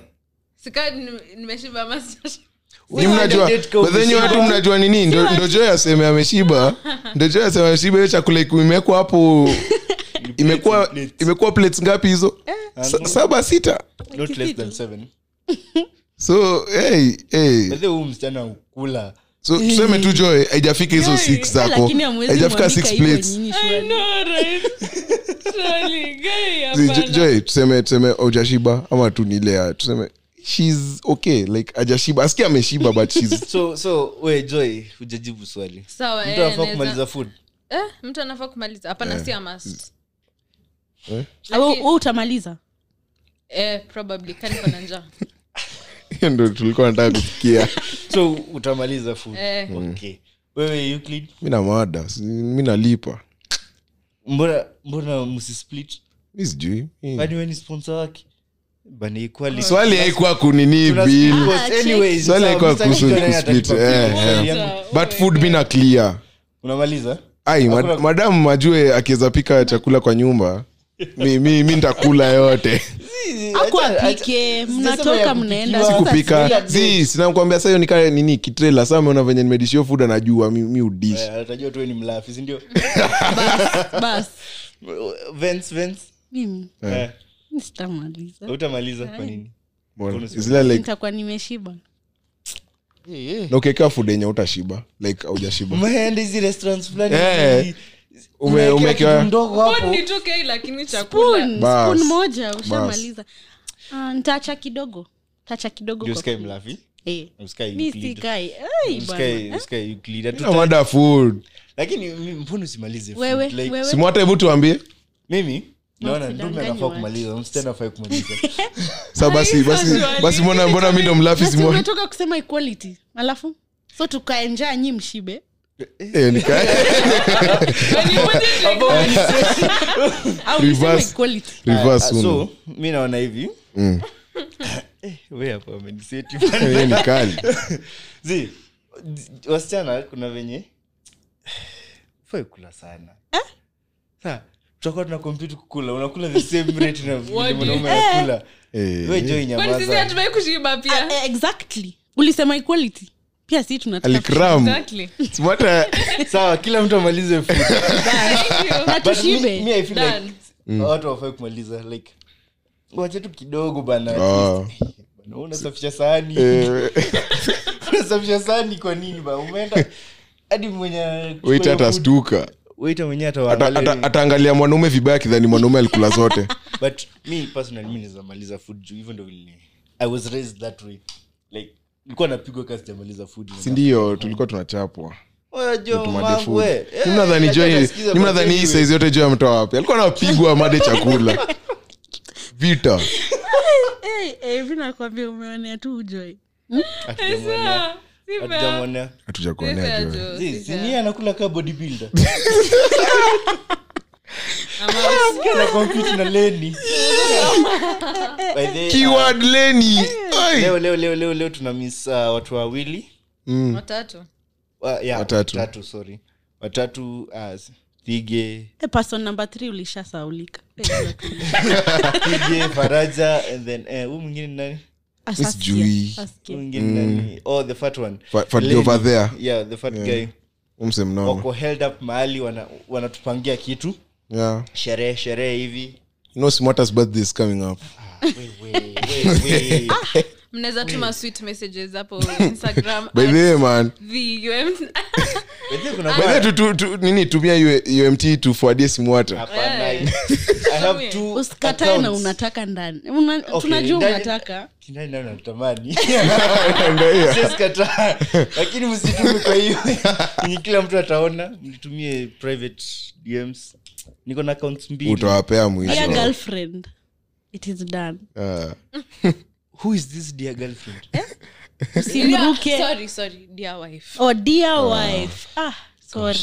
Speaker 1: Sikaa ni- nimeshiba ama sijashiba.
Speaker 2: ni mnajua
Speaker 3: Date ka
Speaker 2: but then you
Speaker 3: umeshiba.
Speaker 2: watu mnajua nini Ndo- ndo joy aseme ameshiba ndo joy aseme ameshiba hiyo chakula iku- imekuwa hapo imekuwa
Speaker 3: Plates, plates.
Speaker 2: imekuwa plates ngapi hizo
Speaker 3: Eh.
Speaker 2: Sa- saba sita
Speaker 3: Not less than seven.
Speaker 2: so hey, hey.
Speaker 3: By the way, huyu msichana ukula
Speaker 2: so tuseme tu joy haijafika hizo six zako
Speaker 4: Eh, lakini amwezi
Speaker 2: haijafika six plates See, Jo- joy tuseme tuseme ujashiba ama tu ni ile ya tuseme shes okay like ajashiba asikia ameshiba but shes
Speaker 3: so so we joy hujajibu swali
Speaker 1: Sawa,
Speaker 3: mtu
Speaker 1: eh,
Speaker 3: anafaa
Speaker 1: naeza-
Speaker 3: kumaliza food
Speaker 1: Eh, mtu anafaa kumaliza hapana si a must
Speaker 4: we utamaliza
Speaker 1: eh, probably ka niko na njaa
Speaker 2: hiyo ndo tulikuwa nataka kusikia
Speaker 3: so utamaliza food
Speaker 1: Eh.
Speaker 3: okay wewe Euclid,
Speaker 2: mi na mada si- mi nalipa
Speaker 3: mbona mbona msisplit
Speaker 2: mi sijui Hmm.
Speaker 3: kwani wewe ni sponsor wake bana equality
Speaker 2: swali haikuwa kunini
Speaker 3: Tuna-
Speaker 2: bil
Speaker 1: Ah,
Speaker 3: because anyways,
Speaker 2: Swali
Speaker 3: sawa,
Speaker 2: haikuwa
Speaker 3: Mr.
Speaker 2: kuhusu
Speaker 3: Kichwa naye
Speaker 2: kusplit,
Speaker 3: atatupa
Speaker 2: eh,
Speaker 3: picha.
Speaker 2: eh.
Speaker 3: Swali yangu.
Speaker 2: but food mi na clear
Speaker 3: unamaliza
Speaker 2: ai
Speaker 3: Hakuna-
Speaker 2: mad- madamu majue akiweza pika chakula kwa nyumba mi, mi, mi ntakula yote
Speaker 4: aku apike mnatoka mnaenda
Speaker 3: Sasa
Speaker 2: kupika
Speaker 3: sila-
Speaker 2: si sinakwambia sa hiyo nikaa nini kitrela saa ameona venye nimedishio food anajua mi, mi udish
Speaker 3: Eh, atajua tu wewe ni mlafi sindio
Speaker 4: bas
Speaker 3: Vance, Vance.
Speaker 4: mimi
Speaker 3: Eh,
Speaker 4: sitamaliza
Speaker 3: utamaliza kwa
Speaker 4: Eh.
Speaker 3: nini
Speaker 2: Mbona? Zile like
Speaker 4: nitakuwa nimeshiba
Speaker 2: na ukiwekewa food yenye utashiba like haujashiba
Speaker 3: umeenda hizi restaurants fulani
Speaker 2: Eh.
Speaker 3: hivi,
Speaker 2: Ume-
Speaker 3: unawekewa
Speaker 2: umewekewa-
Speaker 3: kitu ndogo hapo
Speaker 1: nitoke lakini chakula
Speaker 4: spoon
Speaker 2: Bas.
Speaker 4: spoon moja ushamaliza Ah, nitaacha kidogo tacha kidogo
Speaker 3: Ndio
Speaker 4: kwa
Speaker 3: usikae
Speaker 4: food.
Speaker 3: mlafi
Speaker 4: Eh,
Speaker 3: usikae
Speaker 4: mi
Speaker 3: Euclid.
Speaker 4: sikae Ai, Eh, bwana.
Speaker 3: Usikae- usikae Euclid. Hatu-
Speaker 2: na mada food
Speaker 3: lakini mi- mbona usimalize food?
Speaker 4: Wewe,
Speaker 3: Like,
Speaker 4: wewe.
Speaker 2: simwata hebu tuambie
Speaker 3: mimi naona ndume
Speaker 4: usidanganye
Speaker 3: anafaa
Speaker 4: watu.
Speaker 3: kumaliza msichana afai kumaliza
Speaker 2: sa basi basi basi mbona mbona mi ndo mlafi
Speaker 4: Basi
Speaker 2: simwa
Speaker 4: umetoka kusema equality alafu so tukae njaa nyi mshibe
Speaker 2: Eh, nika-
Speaker 4: au niseme
Speaker 2: Reverse.
Speaker 4: equality
Speaker 2: reverse Mm.
Speaker 3: Ah,
Speaker 2: uno.
Speaker 3: so mi naona hivi eh, we hapo ameniseti bana.
Speaker 2: Hiyo Eh, ni kali
Speaker 3: Zi, zi- wasichana kuna venye fai kula sana
Speaker 1: Eh?
Speaker 3: Sa, tutakuwa tuna compete kukula unakula the same rate na vile
Speaker 1: What do you-
Speaker 3: mwanaume anakula
Speaker 2: Eh,
Speaker 3: we joi
Speaker 1: kwani sisi
Speaker 3: nyamaza
Speaker 1: hatumai kushiba
Speaker 4: Ah,
Speaker 1: pia
Speaker 4: eh, exactly ulisema equality pia si tunataka
Speaker 2: alikram
Speaker 1: exactly
Speaker 2: simata
Speaker 3: sawa kila mtu amalize food.
Speaker 1: Thank you.
Speaker 4: Na
Speaker 3: But me-
Speaker 4: tushibe.
Speaker 3: me I feel like
Speaker 1: Done.
Speaker 2: Mm.
Speaker 3: watu wafai kumaliza like wache tu kidogo bana At
Speaker 2: Ah. Eh.
Speaker 3: least, eh, bana, wewe unasafisha sahani unasafisha sahani kwa nini ba umeenda hadi mwenye anachukua
Speaker 2: wait
Speaker 3: hiyo
Speaker 2: hata
Speaker 3: food,
Speaker 2: stuka
Speaker 3: waiter mwenyewe
Speaker 2: Ata-
Speaker 3: atawaangalia
Speaker 2: ata- ataangalia mwanaume vibaya kidhani mwanaume alikula zote
Speaker 3: but mi personally mi nizamaliza food juu hivyo ndo vile i was raised that way like nilikuwa napigwa kazi jamaliza food
Speaker 2: sindio tulikuwa tunachapwa
Speaker 3: Oya, jo,
Speaker 2: Tumade
Speaker 3: mangu,
Speaker 2: food.
Speaker 3: we. Eh,
Speaker 2: Ni mnadhani jo-
Speaker 3: najua nasikiza
Speaker 2: ni mnadhani
Speaker 3: but
Speaker 2: hii
Speaker 3: anyway.
Speaker 2: saizi yote juu amtoa wapi alikuwa anapigwa made chakula vita
Speaker 4: Eh, eh, hivi nakwambia umeonea tu ujoi
Speaker 3: Hatujamuonea. Hatujamuonea.
Speaker 2: hatujakuonea jo
Speaker 3: Zi, si yeye anakula kaa bodybuilder Sikia na compete na leni By the way, ah,
Speaker 2: keyword leni Ai!
Speaker 3: leo leo leo leo leo tuna miss ah, watu wawili
Speaker 2: Mm.
Speaker 3: Wa- yeah,
Speaker 2: Watatu.
Speaker 3: watatu sorry watatu ah, thige
Speaker 4: Eh, person number three ulishasaulika Eh, Exactly.
Speaker 3: thige faraja and then eh, huyu mwingine ni nani
Speaker 4: Asasikia,
Speaker 2: Jui.
Speaker 4: asasikia.
Speaker 3: mwingine nani oh the fat one
Speaker 2: Mm. Fa- fat
Speaker 3: Lady.
Speaker 2: over there. Oh.
Speaker 3: yeah the fat guy
Speaker 2: Umse mnono.
Speaker 3: wako held up mahali wana- wanatupangia kitu
Speaker 2: Yeah.
Speaker 3: sherehe sherehe hivi
Speaker 2: You know, Smarta's birthday is coming up.
Speaker 1: mnaweza tuma sweet messages hapo instagram
Speaker 2: By the way, man.
Speaker 1: the UM
Speaker 3: By the way, kuna
Speaker 2: By the way,
Speaker 3: bwana-
Speaker 2: tu, tu, tu, nini tumia U- UMT tufuadie Simwata.
Speaker 3: Hapana,
Speaker 1: Eh.
Speaker 3: I have two
Speaker 4: usikatae na
Speaker 3: accounts.
Speaker 4: unataka ndani Una-
Speaker 3: Okay,
Speaker 4: tunajua
Speaker 3: ndani-
Speaker 4: unataka
Speaker 3: Kindani nayo natamani.
Speaker 2: Ndio hiyo.
Speaker 3: Siwezi kataa. lakini msitume kwa hiyo yenye kila mtu ataona mnitumie private dms niko na accounts mbili
Speaker 2: Utawapea
Speaker 4: Dear
Speaker 2: mwisho.
Speaker 4: girlfriend it is done
Speaker 2: Ah.
Speaker 3: who is this dear girlfriend
Speaker 4: usimruke
Speaker 1: sorry sorry dear wife
Speaker 4: oh dear wife ah sorry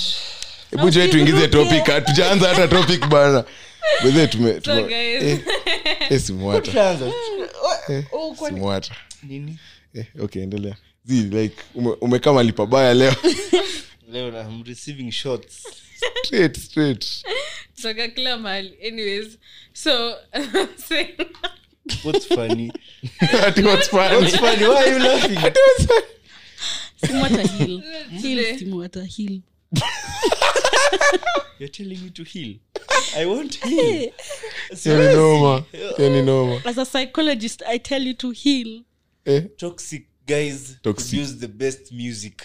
Speaker 2: Hebu je tuingize topic. Hatujaanza hata topic bana. By the way, tume
Speaker 1: so
Speaker 2: tume-
Speaker 1: guys
Speaker 2: eh, Simwata.
Speaker 3: Tutaanza.
Speaker 2: Eh, Simwata.
Speaker 3: nini
Speaker 2: Eh, okay, endelea. Zi like ume, umekaa mahali pabaya leo.
Speaker 3: leo na- I'm receiving shots
Speaker 2: straight straight.
Speaker 1: toka kila mahali anyways so say-
Speaker 3: what's funny
Speaker 2: Ati what's funny?
Speaker 3: what's funny why are you laughing
Speaker 4: simwata hill hill
Speaker 1: Today.
Speaker 4: simwata hill
Speaker 3: You're telling me to heal. I won't heal.
Speaker 2: Hiyo ni noma. Hiyo ni noma.
Speaker 4: as a psychologist i tell you to heal
Speaker 2: Eh,
Speaker 3: Toxic guys
Speaker 2: Toxic.
Speaker 3: produce the best music.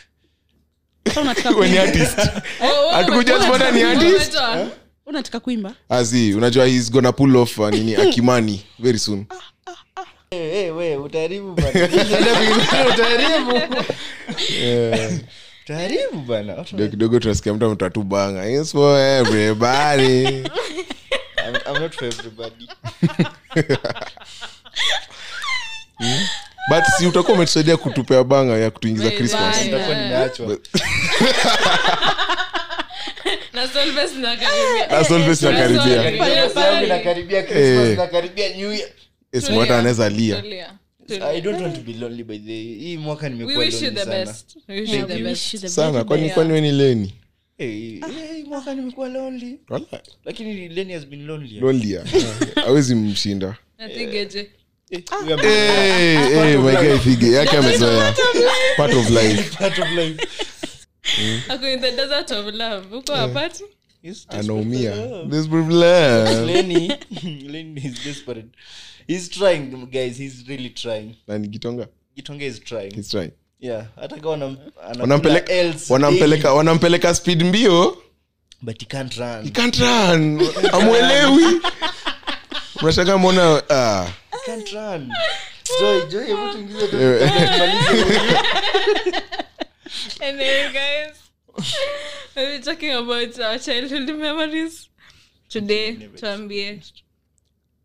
Speaker 4: Sasa unataka
Speaker 2: wewe ni
Speaker 4: kuimba?
Speaker 2: artist.
Speaker 1: Oh, oh,
Speaker 2: Hatukuja
Speaker 1: umetoa-
Speaker 2: Smarta ni artist?
Speaker 1: umetoa.
Speaker 4: unataka kuimba
Speaker 2: azi Ah, unajua he's gonna pull off uh, nini akimani very soon
Speaker 3: Ah. Hey, hey, we, utaharibu bana. utaharibu.
Speaker 2: Eh,
Speaker 3: Utaharibu bana. Watu
Speaker 2: kidogo kidogo tunasikia mtu ametoa tu banga It's for everybody
Speaker 3: wana- I'm, I'm not for everybody.
Speaker 2: Hmm? but si utakuwa umetusaidia kutupea banga ya kutuingiza
Speaker 1: Bye,
Speaker 2: christmas
Speaker 1: bye.
Speaker 3: Nitakuwa nimeachwa.
Speaker 1: na Solves na Karibia.
Speaker 2: Na Solves na Karibia.
Speaker 1: Sorry. Sorry.
Speaker 3: Karibia birthday Yaani yangu inakaribia Christmas,
Speaker 2: Eh.
Speaker 3: inakaribia New Year.
Speaker 2: Yes, mwata anaweza lia
Speaker 1: Tulia.
Speaker 3: I
Speaker 1: Tulia.
Speaker 3: don't want to be lonely by the hii mwaka
Speaker 1: we
Speaker 3: nimekuwa
Speaker 1: wish you
Speaker 3: lonely
Speaker 1: the
Speaker 3: sana.
Speaker 1: best we wish you the best
Speaker 2: sana kwani kwani weni leni
Speaker 3: Hey, hey, Eh, mwaka nimekuwa lonely.
Speaker 2: Wala,
Speaker 3: Lakini Lenny has been lonely.
Speaker 2: lonely ya. awezi mshinda
Speaker 1: natigeje
Speaker 3: Eh, we are-
Speaker 2: Eh, eh, my guy fige yake amezoea part of life
Speaker 3: part of life.
Speaker 1: ako in the desert of love uko apati
Speaker 3: Yes, that's
Speaker 2: anaumia
Speaker 3: what I love.
Speaker 2: This problem.
Speaker 3: Lenny, Lenny is desperate. He's trying, guys. He's really trying.
Speaker 2: Na ni Gitonga?
Speaker 3: Gitonga is trying.
Speaker 2: He's trying.
Speaker 3: Yeah, hata kama anam- anakula
Speaker 2: Wanampeleka-
Speaker 3: else
Speaker 2: wanampeleka wanampeleka speed mbio
Speaker 3: daily, but he can't run.
Speaker 2: He can't run. amwelewi mnashanga mwona ah.
Speaker 3: He can't run. Joy, Joy, hebu tuingize tu-
Speaker 2: Eh,
Speaker 1: anyway guys we're talking about our childhood memories today tuambie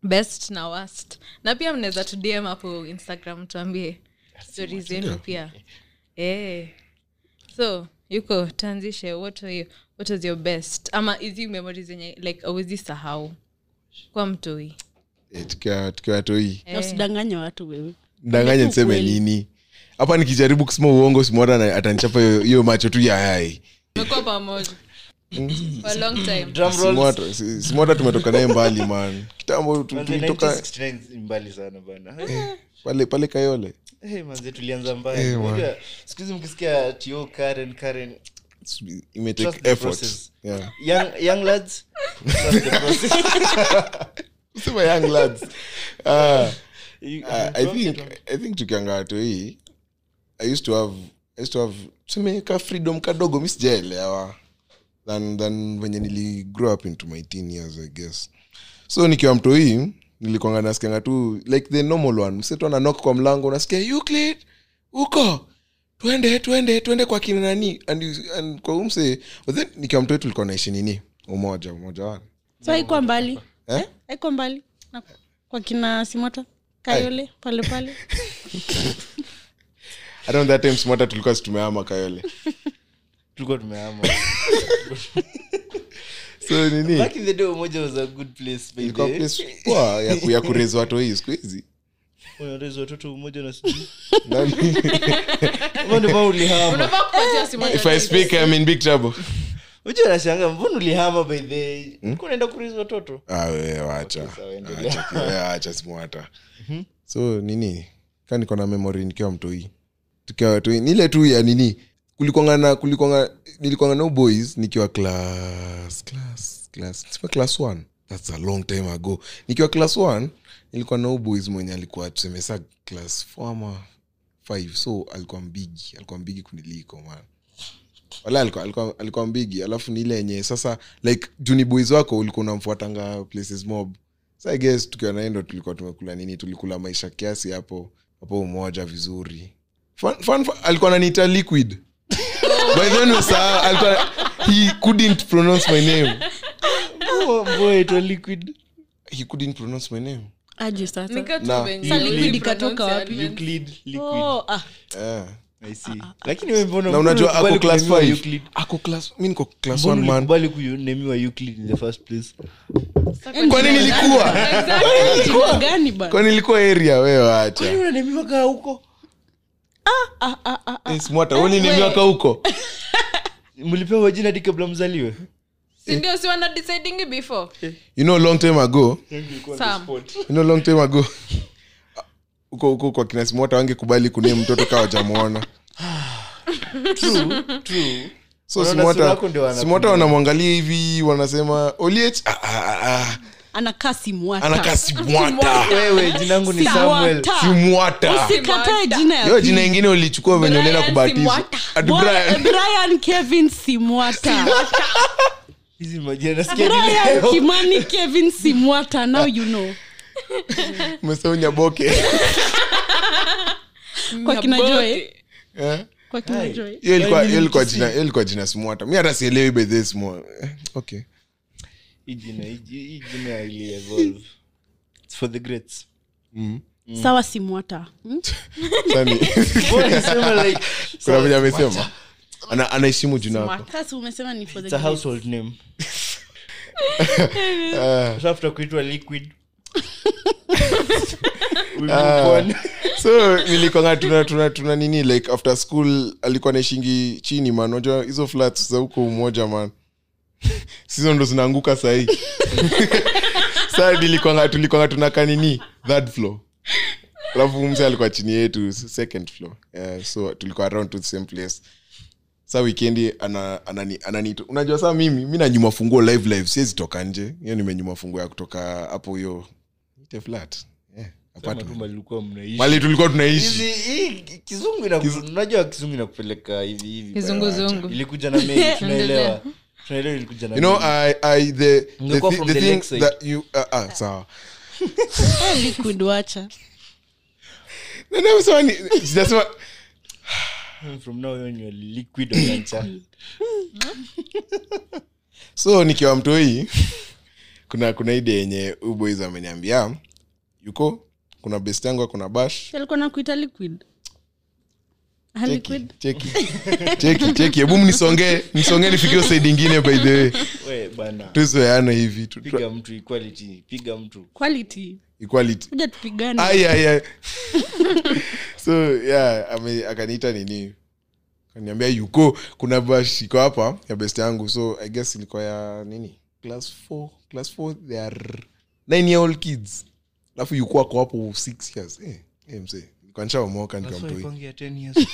Speaker 1: best na worst na pia mnaweza tudm hapo instagram tuambie stori zenu pia eh so yuko tanzishe what are you, what was your best ama hizi memories zenye like awezi sahau kwa mtoi
Speaker 2: eh, tukiwa tukiwa watoi
Speaker 4: Na usidanganye watu wewe
Speaker 2: mdanganye
Speaker 4: Ni
Speaker 2: niseme
Speaker 4: ukweli.
Speaker 2: nini hapa nikijaribu kusema uongo simwata na- atanichapa hiyo- hiyo macho tu yayai
Speaker 1: tumekuwa pamoja for a long time
Speaker 3: Drum rolls.
Speaker 2: simwata tumetoka naye mbali man kitambo tu-
Speaker 3: Manze,
Speaker 2: tulitoka
Speaker 3: 1969 ni mbali sana bana
Speaker 2: Eh. pale pale kayole
Speaker 3: Eh, manze tulianza mbali
Speaker 2: Eh, man.
Speaker 3: Unajua, siku hizi mkisikia tio karen karen
Speaker 2: It's- imetake
Speaker 3: Trust the
Speaker 2: effort
Speaker 3: process.
Speaker 2: Yeah.
Speaker 3: young, young lads trust the process.
Speaker 2: Sema young lads Ah.
Speaker 3: You-
Speaker 2: I- I
Speaker 3: you
Speaker 2: think
Speaker 3: talk it
Speaker 2: I think tukiangaa to hii i used to have i used to have tuseme ka freedom kadogo mi sijaelewa than than venye nili grow up into my teen years i guess so nikiwa mto hii nilikwanga nasikianga tu like the normal one msetu ananok kwa mlango unasikia euclid huko twende twende twende kwa kina nani and, you- and kwa umse but then nikiwa mtoi tulikuwa naishi nini umoja umoja wana
Speaker 4: so haikuwa mbali
Speaker 2: eh?
Speaker 4: haikuwa mbali na kwa kina simota kayole pale pale
Speaker 2: around that time smata tulikuwa situmeama kayole
Speaker 3: on. tulikuwa tumehama
Speaker 2: so nini
Speaker 3: back in the day umoja was a good place by
Speaker 2: Ilikuwa
Speaker 3: the-
Speaker 2: place poa ya ku- ya kurezi watu hii siku hizi
Speaker 3: unarezi watoto umoja na sijui
Speaker 2: Nani-
Speaker 3: Ama ndio maana ulihama
Speaker 1: unafaa kupatia simu
Speaker 2: if i speak i'm in big trouble
Speaker 3: unajua nashanga mbona ulihama by the
Speaker 2: Hmm?
Speaker 3: ulikuwa unaenda kurezi watoto
Speaker 2: ah wewe wacha
Speaker 3: sawa, endelea.
Speaker 2: Acha ki- wewe acha simwata so nini ka niko na memory nikiwa mtoi tukiwa watoi nile tu ya nini kulikwanga na kulikwanga nilikwanga no boys nikiwa class class class sema class one that's a long time ago nikiwa class one nilikuwa no boys mwenye alikuwa tuseme sa class four ama five so alikuwa mbigi alikuwa mbigi kuniliko man wala alikuwa, alikuwa, alikuwa mbigi alafu ni ile yenye sasa like juni boys wako ulikuwa unamfuatanga places mob so i guess tukiwa naendo tulikuwa tumekula nini tulikula maisha kiasi hapo hapo umoja vizuri fun, fun, fun, alikuwa ananiita liquid by then umesahau, alikuwa he couldn't pronounce my name
Speaker 3: mboaitwa liquid
Speaker 2: he couldn't pronounce my name
Speaker 4: aje sasa
Speaker 1: Nikatubenya.
Speaker 3: Sa liquid
Speaker 4: ikatoka wapi?
Speaker 1: Admin.
Speaker 3: euclid liquid
Speaker 4: Oh, ah,
Speaker 2: yeah.
Speaker 3: i see Ah, lakini we mbona
Speaker 2: na unajua
Speaker 3: mbona
Speaker 2: ako
Speaker 3: ulikubali
Speaker 2: class
Speaker 3: kunamiwa
Speaker 2: 5
Speaker 3: Euclid?
Speaker 2: ako class mi niko class
Speaker 3: Mbona
Speaker 2: 1 man
Speaker 3: ulikubali kunamiwa euclid in the first place
Speaker 2: kwa nini nilikuwa
Speaker 1: Exactly.
Speaker 4: kitu gani bana
Speaker 2: kwa nini nilikuwa area wewe
Speaker 3: Kwani
Speaker 2: acha
Speaker 3: unanamiwa kaa huko
Speaker 4: Ah, ah, ah, ah.
Speaker 2: smwata uni nimiaka huko
Speaker 3: mlipewa jina hadi kabla mzaliwe
Speaker 1: Si ndio, si wana deciding before
Speaker 2: you know long time ago
Speaker 1: Sam.
Speaker 2: you know long time ago huko huko kwa kinasimota wangekubali kunie mtoto kawa jamwona
Speaker 3: True, true.
Speaker 2: so
Speaker 3: Wanaona sura
Speaker 2: simota
Speaker 3: yako ndio wanapenda.
Speaker 2: simota wanamwangalia hivi wanasema oliech ah, ah, ah,
Speaker 4: anakaa simwata.
Speaker 2: ah, anakaa simwata
Speaker 3: wewe jinangu ni samuel
Speaker 4: Simwata.
Speaker 2: simwata
Speaker 4: Usikatae jina ya
Speaker 2: yo jina ingine ulichukua venye ulienda
Speaker 1: Brian
Speaker 2: kubatiza
Speaker 1: Simwata.
Speaker 2: Ati Brian.
Speaker 4: Brian. Brian Kevin Simwata.
Speaker 3: hizi majina nasikia ni
Speaker 4: Brian
Speaker 3: leo.
Speaker 4: Kimani Kevin Simwata. Now you know.
Speaker 2: umesahau nyaboke
Speaker 4: Kwa kina
Speaker 1: Nyabote.
Speaker 4: Joy.
Speaker 2: Eh?
Speaker 4: Kwa kina Joy.
Speaker 2: Hiyo ilikuwa-
Speaker 3: Why
Speaker 2: hiyo ilikuwa
Speaker 3: didn't you
Speaker 2: jina- hiyo ilikuwa jina simwata mi hata sielewi bedhe simo eh, okay
Speaker 3: Hii jina- hii- hii jina ili evolve. It's for the greats. Mm.
Speaker 4: Sawa Simwata. Hmm?
Speaker 2: Sani.
Speaker 3: Mbona unasema like,
Speaker 2: kuna venye
Speaker 3: sawa,
Speaker 2: amesema Ana- anaheshimu jina yako
Speaker 4: Sasa umesema ni for the
Speaker 3: it's a
Speaker 4: girls.
Speaker 3: household name.
Speaker 2: Eh.
Speaker 3: Sasa after kuitwa liquid we move
Speaker 2: Ah.
Speaker 3: on.
Speaker 2: so nilikwanga tuna, tuna, tuna nini like after school alikuwa naishingi chini man unajua hizo flats za huko umoja man sizo ndo zinaanguka sahii saa nilikwanga tulikwanga tunaka nini third floor alafu mse alikuwa chini yetu second floor yeah, so tulikuwa around to the same place sa wikendi ana, anani, anani, unajua saa mimi mi nanyuma funguo live live siwezi toka nje hiyo nimenyuma funguo ya kutoka hapo hiyo ite flat yeah,
Speaker 3: Sema
Speaker 2: apartment
Speaker 3: tu mahali ulikuwa mnaishi.
Speaker 2: mali tulikuwa tunaishi
Speaker 3: Hizi- hii kizungu inaku- unajua kizungu inakupeleka hivi hivi.
Speaker 1: Kizunguzungu.
Speaker 3: ilikuja na mengi tunaelewa tunaelewa ilikuja na
Speaker 2: you know
Speaker 3: mengi.
Speaker 2: i i the the,
Speaker 3: Ungekuwa
Speaker 2: thi-
Speaker 3: from
Speaker 2: the
Speaker 3: the
Speaker 2: thing
Speaker 3: lakeside.
Speaker 2: that you uh, uh, sawa
Speaker 4: Eh, liquid wacha.
Speaker 2: Na- na sema ni- sijasema
Speaker 3: Mm, from now on you're liquid or cancer.
Speaker 2: so nikiwa mtoi kuna kuna ide yenye uboys ameniambia yuko kuna best yangu kuna bash
Speaker 4: Si alikuwa nakuita liquid. Ah, liquid
Speaker 2: cheki cheki cheki hebu mnisongee mnisongee nifikie saidi ingine by the way
Speaker 3: we bana
Speaker 2: tuzoeana hivi tu- tu-
Speaker 3: piga mtu equality piga mtu
Speaker 4: quality
Speaker 2: equality
Speaker 4: kuja tupigane
Speaker 2: Ai, ai, ai. so yeah ame- akaniita nini kaniambia yuko kuna bash iko hapa ya best yangu so i guess ilikuwa ya nini class 4 class 4 they are 9 year old kids alafu yuko ako hapo 6 years eh eh mzee nilikuwa nishaomoka nikamtoi
Speaker 3: Kwangia 10 years.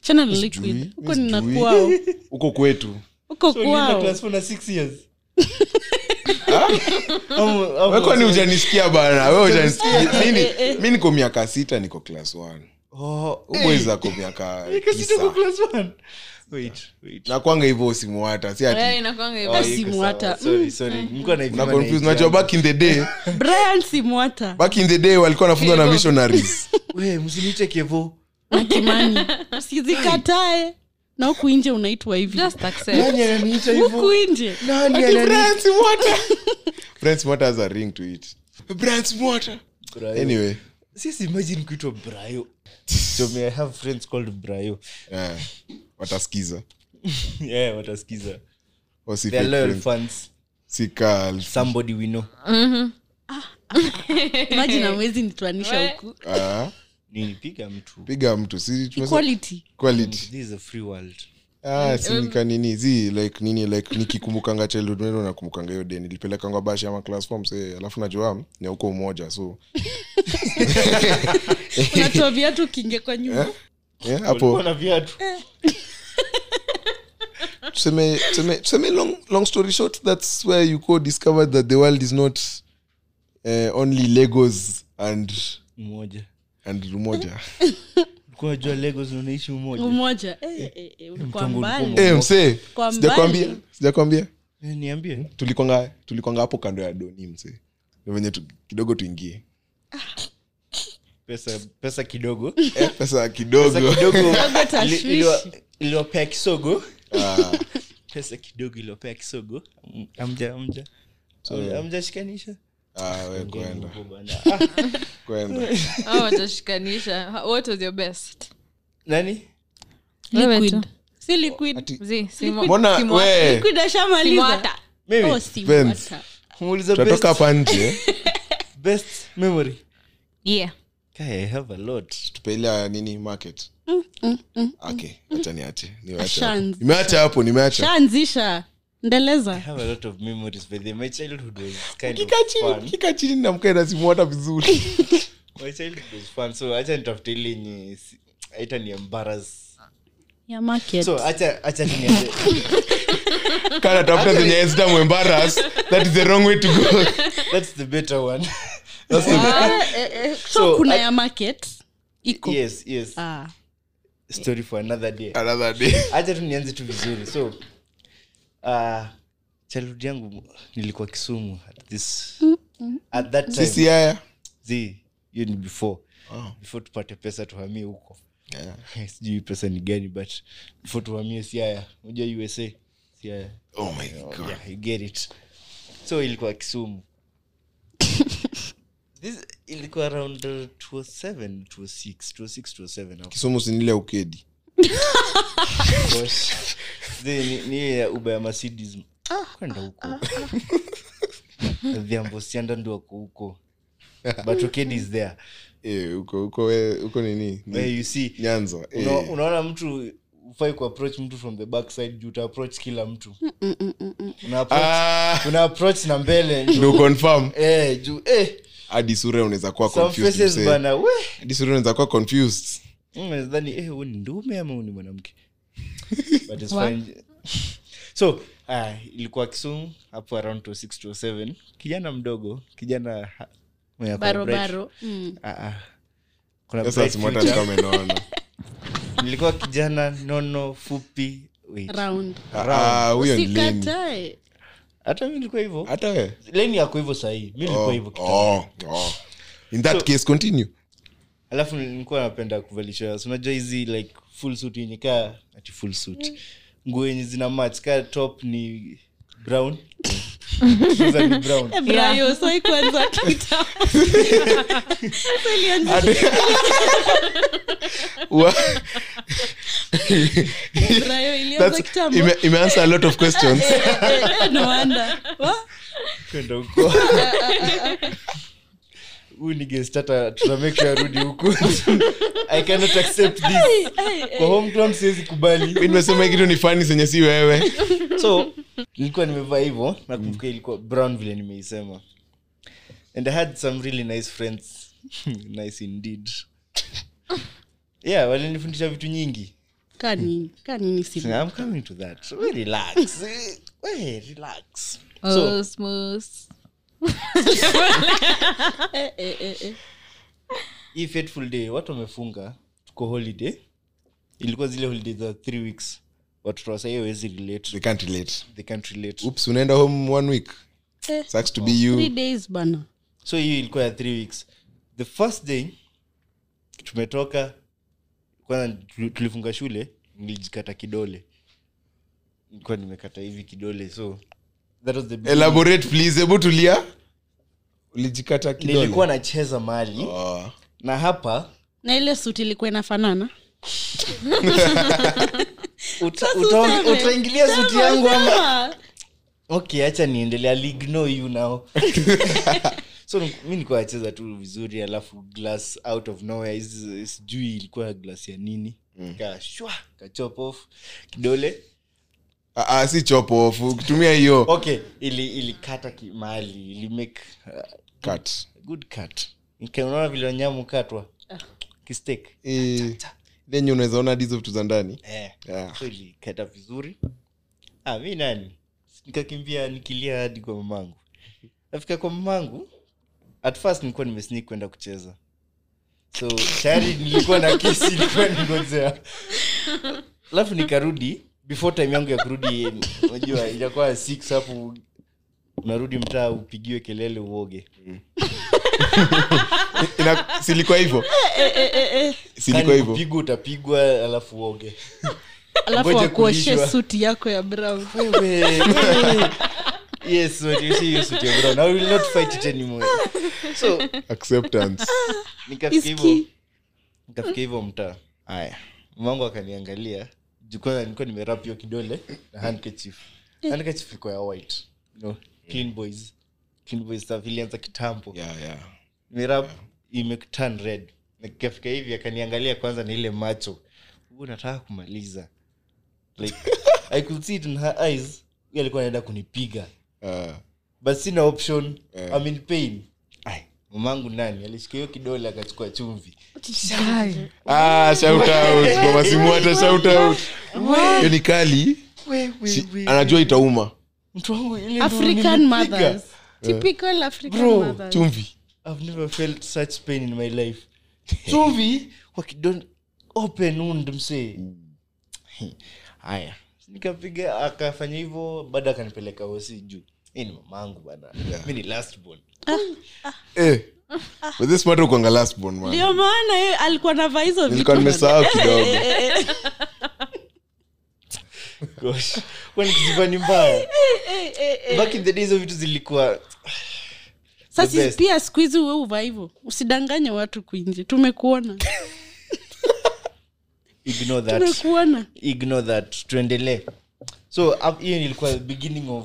Speaker 4: channel liquid
Speaker 2: Sijui,
Speaker 4: huko
Speaker 2: sijui.
Speaker 4: ninakwao
Speaker 2: huko kwetu
Speaker 4: huko
Speaker 3: So ulienda
Speaker 4: kwao
Speaker 3: class four na six years? Au- au-
Speaker 2: wekwani hujanisikia bana we hujanisikia
Speaker 4: Eh,
Speaker 2: Mimi-
Speaker 4: eh, eh.
Speaker 2: mi niko miaka sita niko class 1
Speaker 3: Oh,
Speaker 2: umwezi ako miaka
Speaker 3: Because you don't go
Speaker 2: tisa
Speaker 3: class one. Wait, wait.
Speaker 2: nakwanga hivyo simuata si ati
Speaker 1: Eh, inakuanga hivyo.
Speaker 3: Oh,
Speaker 4: si
Speaker 3: iko
Speaker 4: mwata.
Speaker 3: sawa. Sorry, sorry. Mko anaipima
Speaker 2: na
Speaker 3: na
Speaker 2: confuse
Speaker 3: age
Speaker 2: unajua
Speaker 3: yangu.
Speaker 2: back in the day
Speaker 4: brian simwata
Speaker 2: back in the day walikuwa wanafunzwa na missionaries
Speaker 3: We, msiniite kevo
Speaker 4: na kimani usizikatae na huku nje unaitwa hivi
Speaker 1: Just accept.
Speaker 3: nani ananiita hivo
Speaker 4: huku nje
Speaker 3: nani
Speaker 2: Ati
Speaker 3: anani
Speaker 2: Brands Mwata. Brands Mwata has a ring to it Brands Mwata.
Speaker 3: Brayo.
Speaker 2: anyway
Speaker 3: Sisi imagine kuitwa brayo Chome, i have friends called brayo
Speaker 2: yeah. watasikiza
Speaker 3: yeah watasikiza
Speaker 2: Wasi
Speaker 3: They are
Speaker 2: fake
Speaker 3: loyal
Speaker 2: friends.
Speaker 3: fans
Speaker 2: Si Carl.
Speaker 3: somebody we know
Speaker 4: imajina amwezi nitwanisha
Speaker 1: We-
Speaker 4: huku
Speaker 2: Ah,
Speaker 3: nilipiga mtu
Speaker 2: piga mtu si tumesema-
Speaker 4: equality
Speaker 2: Quality.
Speaker 3: this is a free world
Speaker 2: Ah, si
Speaker 3: Um,
Speaker 2: nika nini zi like nini like nikikumbukanga childhood meno nakumbukanga hiyo day nilipelekangwa bashi ama class form say alafu najua ni huko umoja so
Speaker 4: unatoa viatu ukiingia kwa nyumba
Speaker 2: yeah, hapo
Speaker 3: na viatu
Speaker 2: tuseme tuseme tuseme long, long story short that's where yuko discovered that the world is not uh, only legos and
Speaker 3: mmoja
Speaker 2: and rumoja
Speaker 3: ulikuwa unajua legos na unaishi umoja
Speaker 4: umoja eh, eh, eh, ulikuwa
Speaker 3: Mtongo
Speaker 4: mbali.
Speaker 3: ulikuwa
Speaker 2: Eh, msee
Speaker 4: Kwa
Speaker 2: sijakwambia
Speaker 4: mbali.
Speaker 2: sijakwambia
Speaker 3: Eh, niambie
Speaker 2: tulikwanga tulikwanga hapo kando ya doni msee Ndio venye tu, kidogo tuingie
Speaker 3: pesa pesa kidogo
Speaker 2: eh, pesa kidogo
Speaker 3: pesa kidogo
Speaker 4: tashwishi.
Speaker 3: ili- iliwa- iliwapea kisogo
Speaker 2: Ah,
Speaker 3: pesa kidogo iliwapea kisogo Mm, amja amja
Speaker 2: Sorry.
Speaker 3: amja shikanisha
Speaker 2: ah, we kwenda
Speaker 3: Mungu bwana. Ah,
Speaker 2: kwenda
Speaker 1: Hao watashikanisha Ha- Oh, what was your best
Speaker 3: nani
Speaker 1: Wewe
Speaker 4: Liquid.
Speaker 1: tu.
Speaker 4: si liquid
Speaker 2: Ati-
Speaker 1: Zi, simo-
Speaker 2: mbona
Speaker 1: simo-
Speaker 2: we
Speaker 4: Liquid ashamaliza
Speaker 1: simoata.
Speaker 3: mimi
Speaker 4: Oh,
Speaker 2: Depends.
Speaker 4: simwata.
Speaker 3: Muuliza best-
Speaker 2: tunatoka hapa nje
Speaker 3: best memory
Speaker 1: Yeah.
Speaker 3: Guy, I have a lot
Speaker 2: tupeila uh, nini market
Speaker 4: Mm,
Speaker 2: okay acha niache niwache
Speaker 4: Shans.
Speaker 2: hapo. nimeacha hapo nimeacha
Speaker 4: shaanzisha
Speaker 3: I
Speaker 4: endeleza
Speaker 3: have a lot of memories by the my childhood was kind of
Speaker 2: kika chini
Speaker 3: fun.
Speaker 2: kika chini namkaenda simuata vizuri
Speaker 3: My childhood was fun. So acha nitafute ile yenye si- haita ni embarrass.
Speaker 4: ya market
Speaker 3: So acha acha nianze.
Speaker 2: kana tafuta zenye ezita mwembaras that is the wrong way to go
Speaker 3: That's the better one.
Speaker 4: Ah, eh, eh, so
Speaker 3: So,
Speaker 4: kuna
Speaker 3: I-
Speaker 4: ya market iko
Speaker 3: yes, yes.
Speaker 4: ah.
Speaker 3: Story for another day.
Speaker 2: another day
Speaker 3: acha tu nianze tu vizuri so uh, childhood yangu nilikuwa kisumu at this at that time
Speaker 2: sisi haya
Speaker 3: zi hiyo ni before
Speaker 2: Oh.
Speaker 3: before tupate pesa tuhamie huko sijui pesa ni gani but before tuhamie siaya unajua usa siaya
Speaker 2: oh my god
Speaker 3: yeah, you get it so ilikuwa kisumu this ilikuwa around uh, 207 206 206 207 hapo
Speaker 2: kisumu sinile ukedi
Speaker 3: Gosh. Zi, ni- ni hiyo ya uba ya mercedes kwenda huko dhiambosianda ndio wako huko but okedi is there
Speaker 2: Eh, huko huko we- huko nini Ni-
Speaker 3: Where you see
Speaker 2: nyanza eh.
Speaker 3: una, unaona mtu ufai kuapproach mtu from the back side juu utaapproach kila mtu una approach,
Speaker 2: Ah,
Speaker 3: una approach na mbele juu
Speaker 2: ndo confirm
Speaker 3: eh, juu eh,
Speaker 2: hadi sura unaweza kuwa
Speaker 3: some
Speaker 2: confused
Speaker 3: faces
Speaker 2: msee.
Speaker 3: bana we
Speaker 2: hadi sura unaweza kuwa confused
Speaker 3: Mm, nadhani eh, huyu ni ndume ama huyu ni mwanamke but it's fine so ah, ilikuwa kisumu hapo around oh to 6 to 7 kijana mdogo kijana ha- mwenye ako na bright-
Speaker 4: barobaro mm.
Speaker 3: Ah, ah. Kuna
Speaker 2: sasa
Speaker 3: bright
Speaker 2: simwata
Speaker 3: future.
Speaker 2: alikuwa amenona
Speaker 3: nilikuwa kijana nono fupi wait.
Speaker 4: round
Speaker 2: Ah, ah, huyo ni leni
Speaker 4: sikatae
Speaker 3: hata mi nilikuwa hivyo
Speaker 2: hata we
Speaker 3: leni yako hivyo sahii mi nilikuwa hivyo
Speaker 2: Ah. oh,
Speaker 3: kitambo.
Speaker 2: oh, oh. in that case continue
Speaker 3: alafu nilikuwa napenda kuvalisha si unajua hizi like full suit yenye kaa ati full suit nguo yenye zina match kaa top ni brown trouser ni brown
Speaker 4: Eh, brayo sai kwanza kita Sasa ilianza-
Speaker 2: Ati- Wa-
Speaker 4: Rayo ilianza
Speaker 2: That's-
Speaker 4: kitambo.
Speaker 2: ime- imeanswer a lot of questions
Speaker 4: Eh, eh, no wonder. Wa?
Speaker 3: kwenda huko huu ni guest hata tutamake arudi huko i cannot accept this kwa home ground siwezi
Speaker 2: Mi
Speaker 3: kubali
Speaker 2: nimesema hii kitu ni fani zenye si wewe
Speaker 3: so nilikuwa nimevaa hivyo nakumbuka ilikuwa brown vile nimeisema and i had some really nice friends nice indeed yeah walinifundisha vitu nyingi
Speaker 4: Kaa nini? Kaa nini simu?
Speaker 3: i'm coming to that we relax we relax
Speaker 1: Uh.
Speaker 3: so
Speaker 1: Osmos.
Speaker 4: Eh, eh, eh, eh.
Speaker 3: hii fateful day watu wamefunga tuko holiday ilikuwa zile holiday za three weeks watoto wasahii awezi relate
Speaker 2: They can't relate.
Speaker 3: they can't relate
Speaker 2: Oops, unaenda home one week
Speaker 4: Eh.
Speaker 2: sucks to be you
Speaker 4: Three days bana.
Speaker 3: so hiyo ilikuwa ya three weeks the first day tumetoka kwanza tu- tulifunga shule nilijikata kidole nilikuwa nimekata hivi kidole so that was the beginning.
Speaker 2: elaborate please hebu tulia ulijikata
Speaker 3: nilikuwa
Speaker 2: kidole
Speaker 3: nacheza mali
Speaker 2: Oh.
Speaker 3: na hapa
Speaker 4: na ile suti ilikuwa inafanana
Speaker 3: uta, uta,
Speaker 4: useme.
Speaker 3: utaingilia suti yangu ama
Speaker 4: Sema.
Speaker 3: okay hacha niendelea ligno you now so ni- mi nilikuwa nacheza tu vizuri alafu glass out of nowhere hizi- sijui ilikuwa glass ya nini ka shwa ka chop off kidole
Speaker 2: Ah, ah, si chop off ukitumia hiyo
Speaker 3: okay ili ilikata ki- mahali ili make uh,
Speaker 2: cut
Speaker 3: good cut Nika- unaona vile wanyamu katwa
Speaker 4: Ah.
Speaker 3: kistek
Speaker 2: Eh, lenye unaweza ona hadi hizo vitu za ndani
Speaker 3: eh.
Speaker 2: Yeah.
Speaker 3: so ilikata vizuri ah, mi nani nikakimbia nikilia hadi kwa mamangu nafika kwa mamangu at first nilikuwa nimesnik kwenda kucheza so tayari nilikuwa na kesi ilikuwa ningojea alafu nikarudi before time yangu ya kurudi unajua itakuwa six hapo unarudi mtaa upigiwe kelele uoge
Speaker 2: Ina- silikuwa hivyo silikuwa hivyo
Speaker 3: Kani Yaani kupigwa utapigwa alafu uoge
Speaker 4: alafu
Speaker 3: Ngoja
Speaker 4: wakuoshe
Speaker 3: kulishwa.
Speaker 4: suti yako ya brown
Speaker 3: Wewe, wewe. yes but you see, you suit your brown. I will not fight it anymore. so
Speaker 2: acceptance
Speaker 3: nikafika
Speaker 4: Is
Speaker 3: hivyo
Speaker 4: key.
Speaker 3: nikafika hivyo mtaa haya mangu akaniangalia juu kwanza nilikuwa nimerap hiyo kidole na handkerchief handkerchief ilikuwa ya white no, clean boys clean boys stuff ilianza kitambo
Speaker 2: yeah, yeah.
Speaker 3: mirab imeturn red nikafika hivi akaniangalia kwanza na ile macho huu nataka kumaliza like i could see it in her eyes Huyu alikuwa anaenda kunipiga
Speaker 2: Ah,
Speaker 3: but sina option I'm in pain Eh. Ai, mamangu nani alishika hiyo kidole akachukua chumvi
Speaker 2: ah, shout out kwa masimu hata shout out hiyo ni kali
Speaker 3: We, we,
Speaker 2: Si-
Speaker 3: we.
Speaker 2: anajua itauma
Speaker 3: Mtu wangu ile ndio
Speaker 4: african
Speaker 3: ulinipiga.
Speaker 4: mothers typical african
Speaker 3: Eh. Bro,
Speaker 4: mothers
Speaker 2: chumvi
Speaker 3: I've never felt such pain in my life chumvi kwa kidole open wound msee Mm. haya nikapiga akafanya hivyo baada akanipeleka hosi juu hii ni mamangu bana mi ni last born.
Speaker 2: eh. But this matter ukwanga last born man
Speaker 4: ndio maana yeye alikuwa na vaa hizo vitu
Speaker 2: nilikuwa nimesahau kidogo
Speaker 3: Gosh, kwani kiziba ni
Speaker 4: Eh,
Speaker 3: mbaya back in the days hizo vitu zilikuwa The
Speaker 4: sasa
Speaker 3: best.
Speaker 4: pia siku hizi we uva hivyo usidanganye watu kwinji tumekuona
Speaker 3: ignore that
Speaker 4: tumekuona
Speaker 3: ignore that tuendelee so up- hiyo ilikuwa the beginning of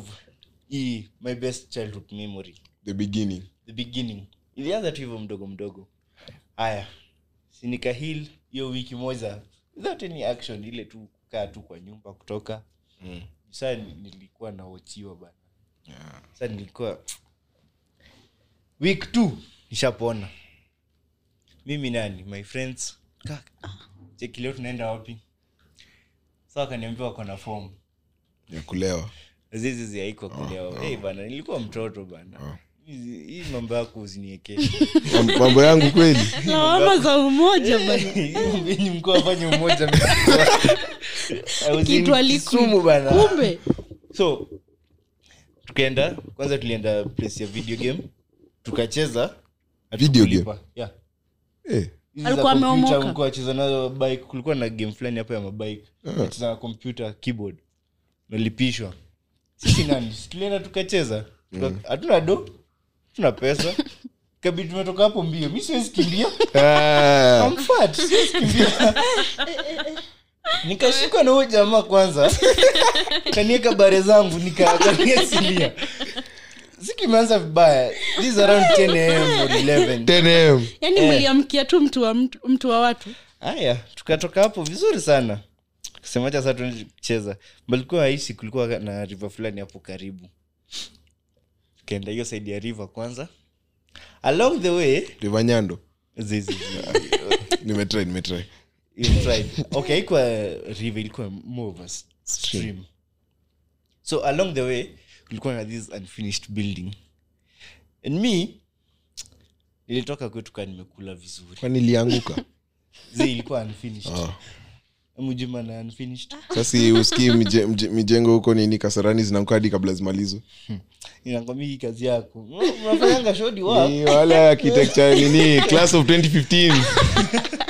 Speaker 3: hii my best childhood memory
Speaker 2: the beginning
Speaker 3: the beginning ilianza tu hivyo mdogo mdogo haya sinika hil hiyo wiki moja without any action ile tu kukaa tu kwa nyumba kutoka mm. saa ni- nilikuwa naochiwa bana yeah. saa nilikuwa week two nishapona mimi nani my friends "Kaka, cheki leo tunaenda wapi sa wakaniambia wako na form
Speaker 2: ya kulewa
Speaker 3: zizizi haiko kulewa hey, bana nilikuwa mtoto bana Hizi- hii mambo yako usiniekee
Speaker 2: Mam- mambo yangu kweli
Speaker 4: lawama za umoja bana
Speaker 3: Nyinyi mko afanye umoja mimi- I was in
Speaker 4: Kitu alikui.
Speaker 3: Kisumu bana
Speaker 4: kumbe
Speaker 3: so tukaenda kwanza tulienda place ya video game tukacheza
Speaker 2: Video
Speaker 3: hatukulipa. yeah.
Speaker 2: eh.
Speaker 3: Hizi za
Speaker 4: Alikuwa
Speaker 3: computer
Speaker 4: ameomoka.
Speaker 3: mlikuwa wacheza nazo bike kulikuwa na game fulani hapo ya mabike nacheza na computer keyboard nalipishwa sisi nani tulienda tukacheza Tuka- hatuna do tuna pesa kabidi tumetoka hapo mbio mi siwezi kimbia
Speaker 2: Ah,
Speaker 3: I'm fat, siwezi kimbia. nikashikwa na huyo jamaa kwanza kanieka bare zangu nika- kaniasilia siku imeanza vibaya this is around 10 am or 11
Speaker 2: 10
Speaker 4: yaani
Speaker 3: Eh.
Speaker 4: mliamkia tu mtu wa mtu, mtu wa watu
Speaker 3: haya tukatoka hapo vizuri sana semacha saa tunacheza malikuwa aishi kulikuwa na riva fulani hapo karibu tukaenda hiyo saidi ya riva kwanza along the way
Speaker 2: rivanyando
Speaker 3: zizi
Speaker 2: nimetrai nimetrai
Speaker 3: you tried. okay haikuwa river ilikuwa more of a s- stream so along the way kulikuwa na this unfinished building and me nilitoka kwetu kaa nimekula vizuri
Speaker 2: kwani ilianguka
Speaker 3: zi ilikuwa unfinished
Speaker 2: Ah.
Speaker 3: mjuma na unfinished
Speaker 2: sasa hii usikii mje- mje- mijengo huko nini kasarani zinaanguka hadi kabla zimalizwe
Speaker 3: inakwambia hii kazi yako Mm, unafanyanga shodi wa
Speaker 2: Ni wale architecture nini class of 2015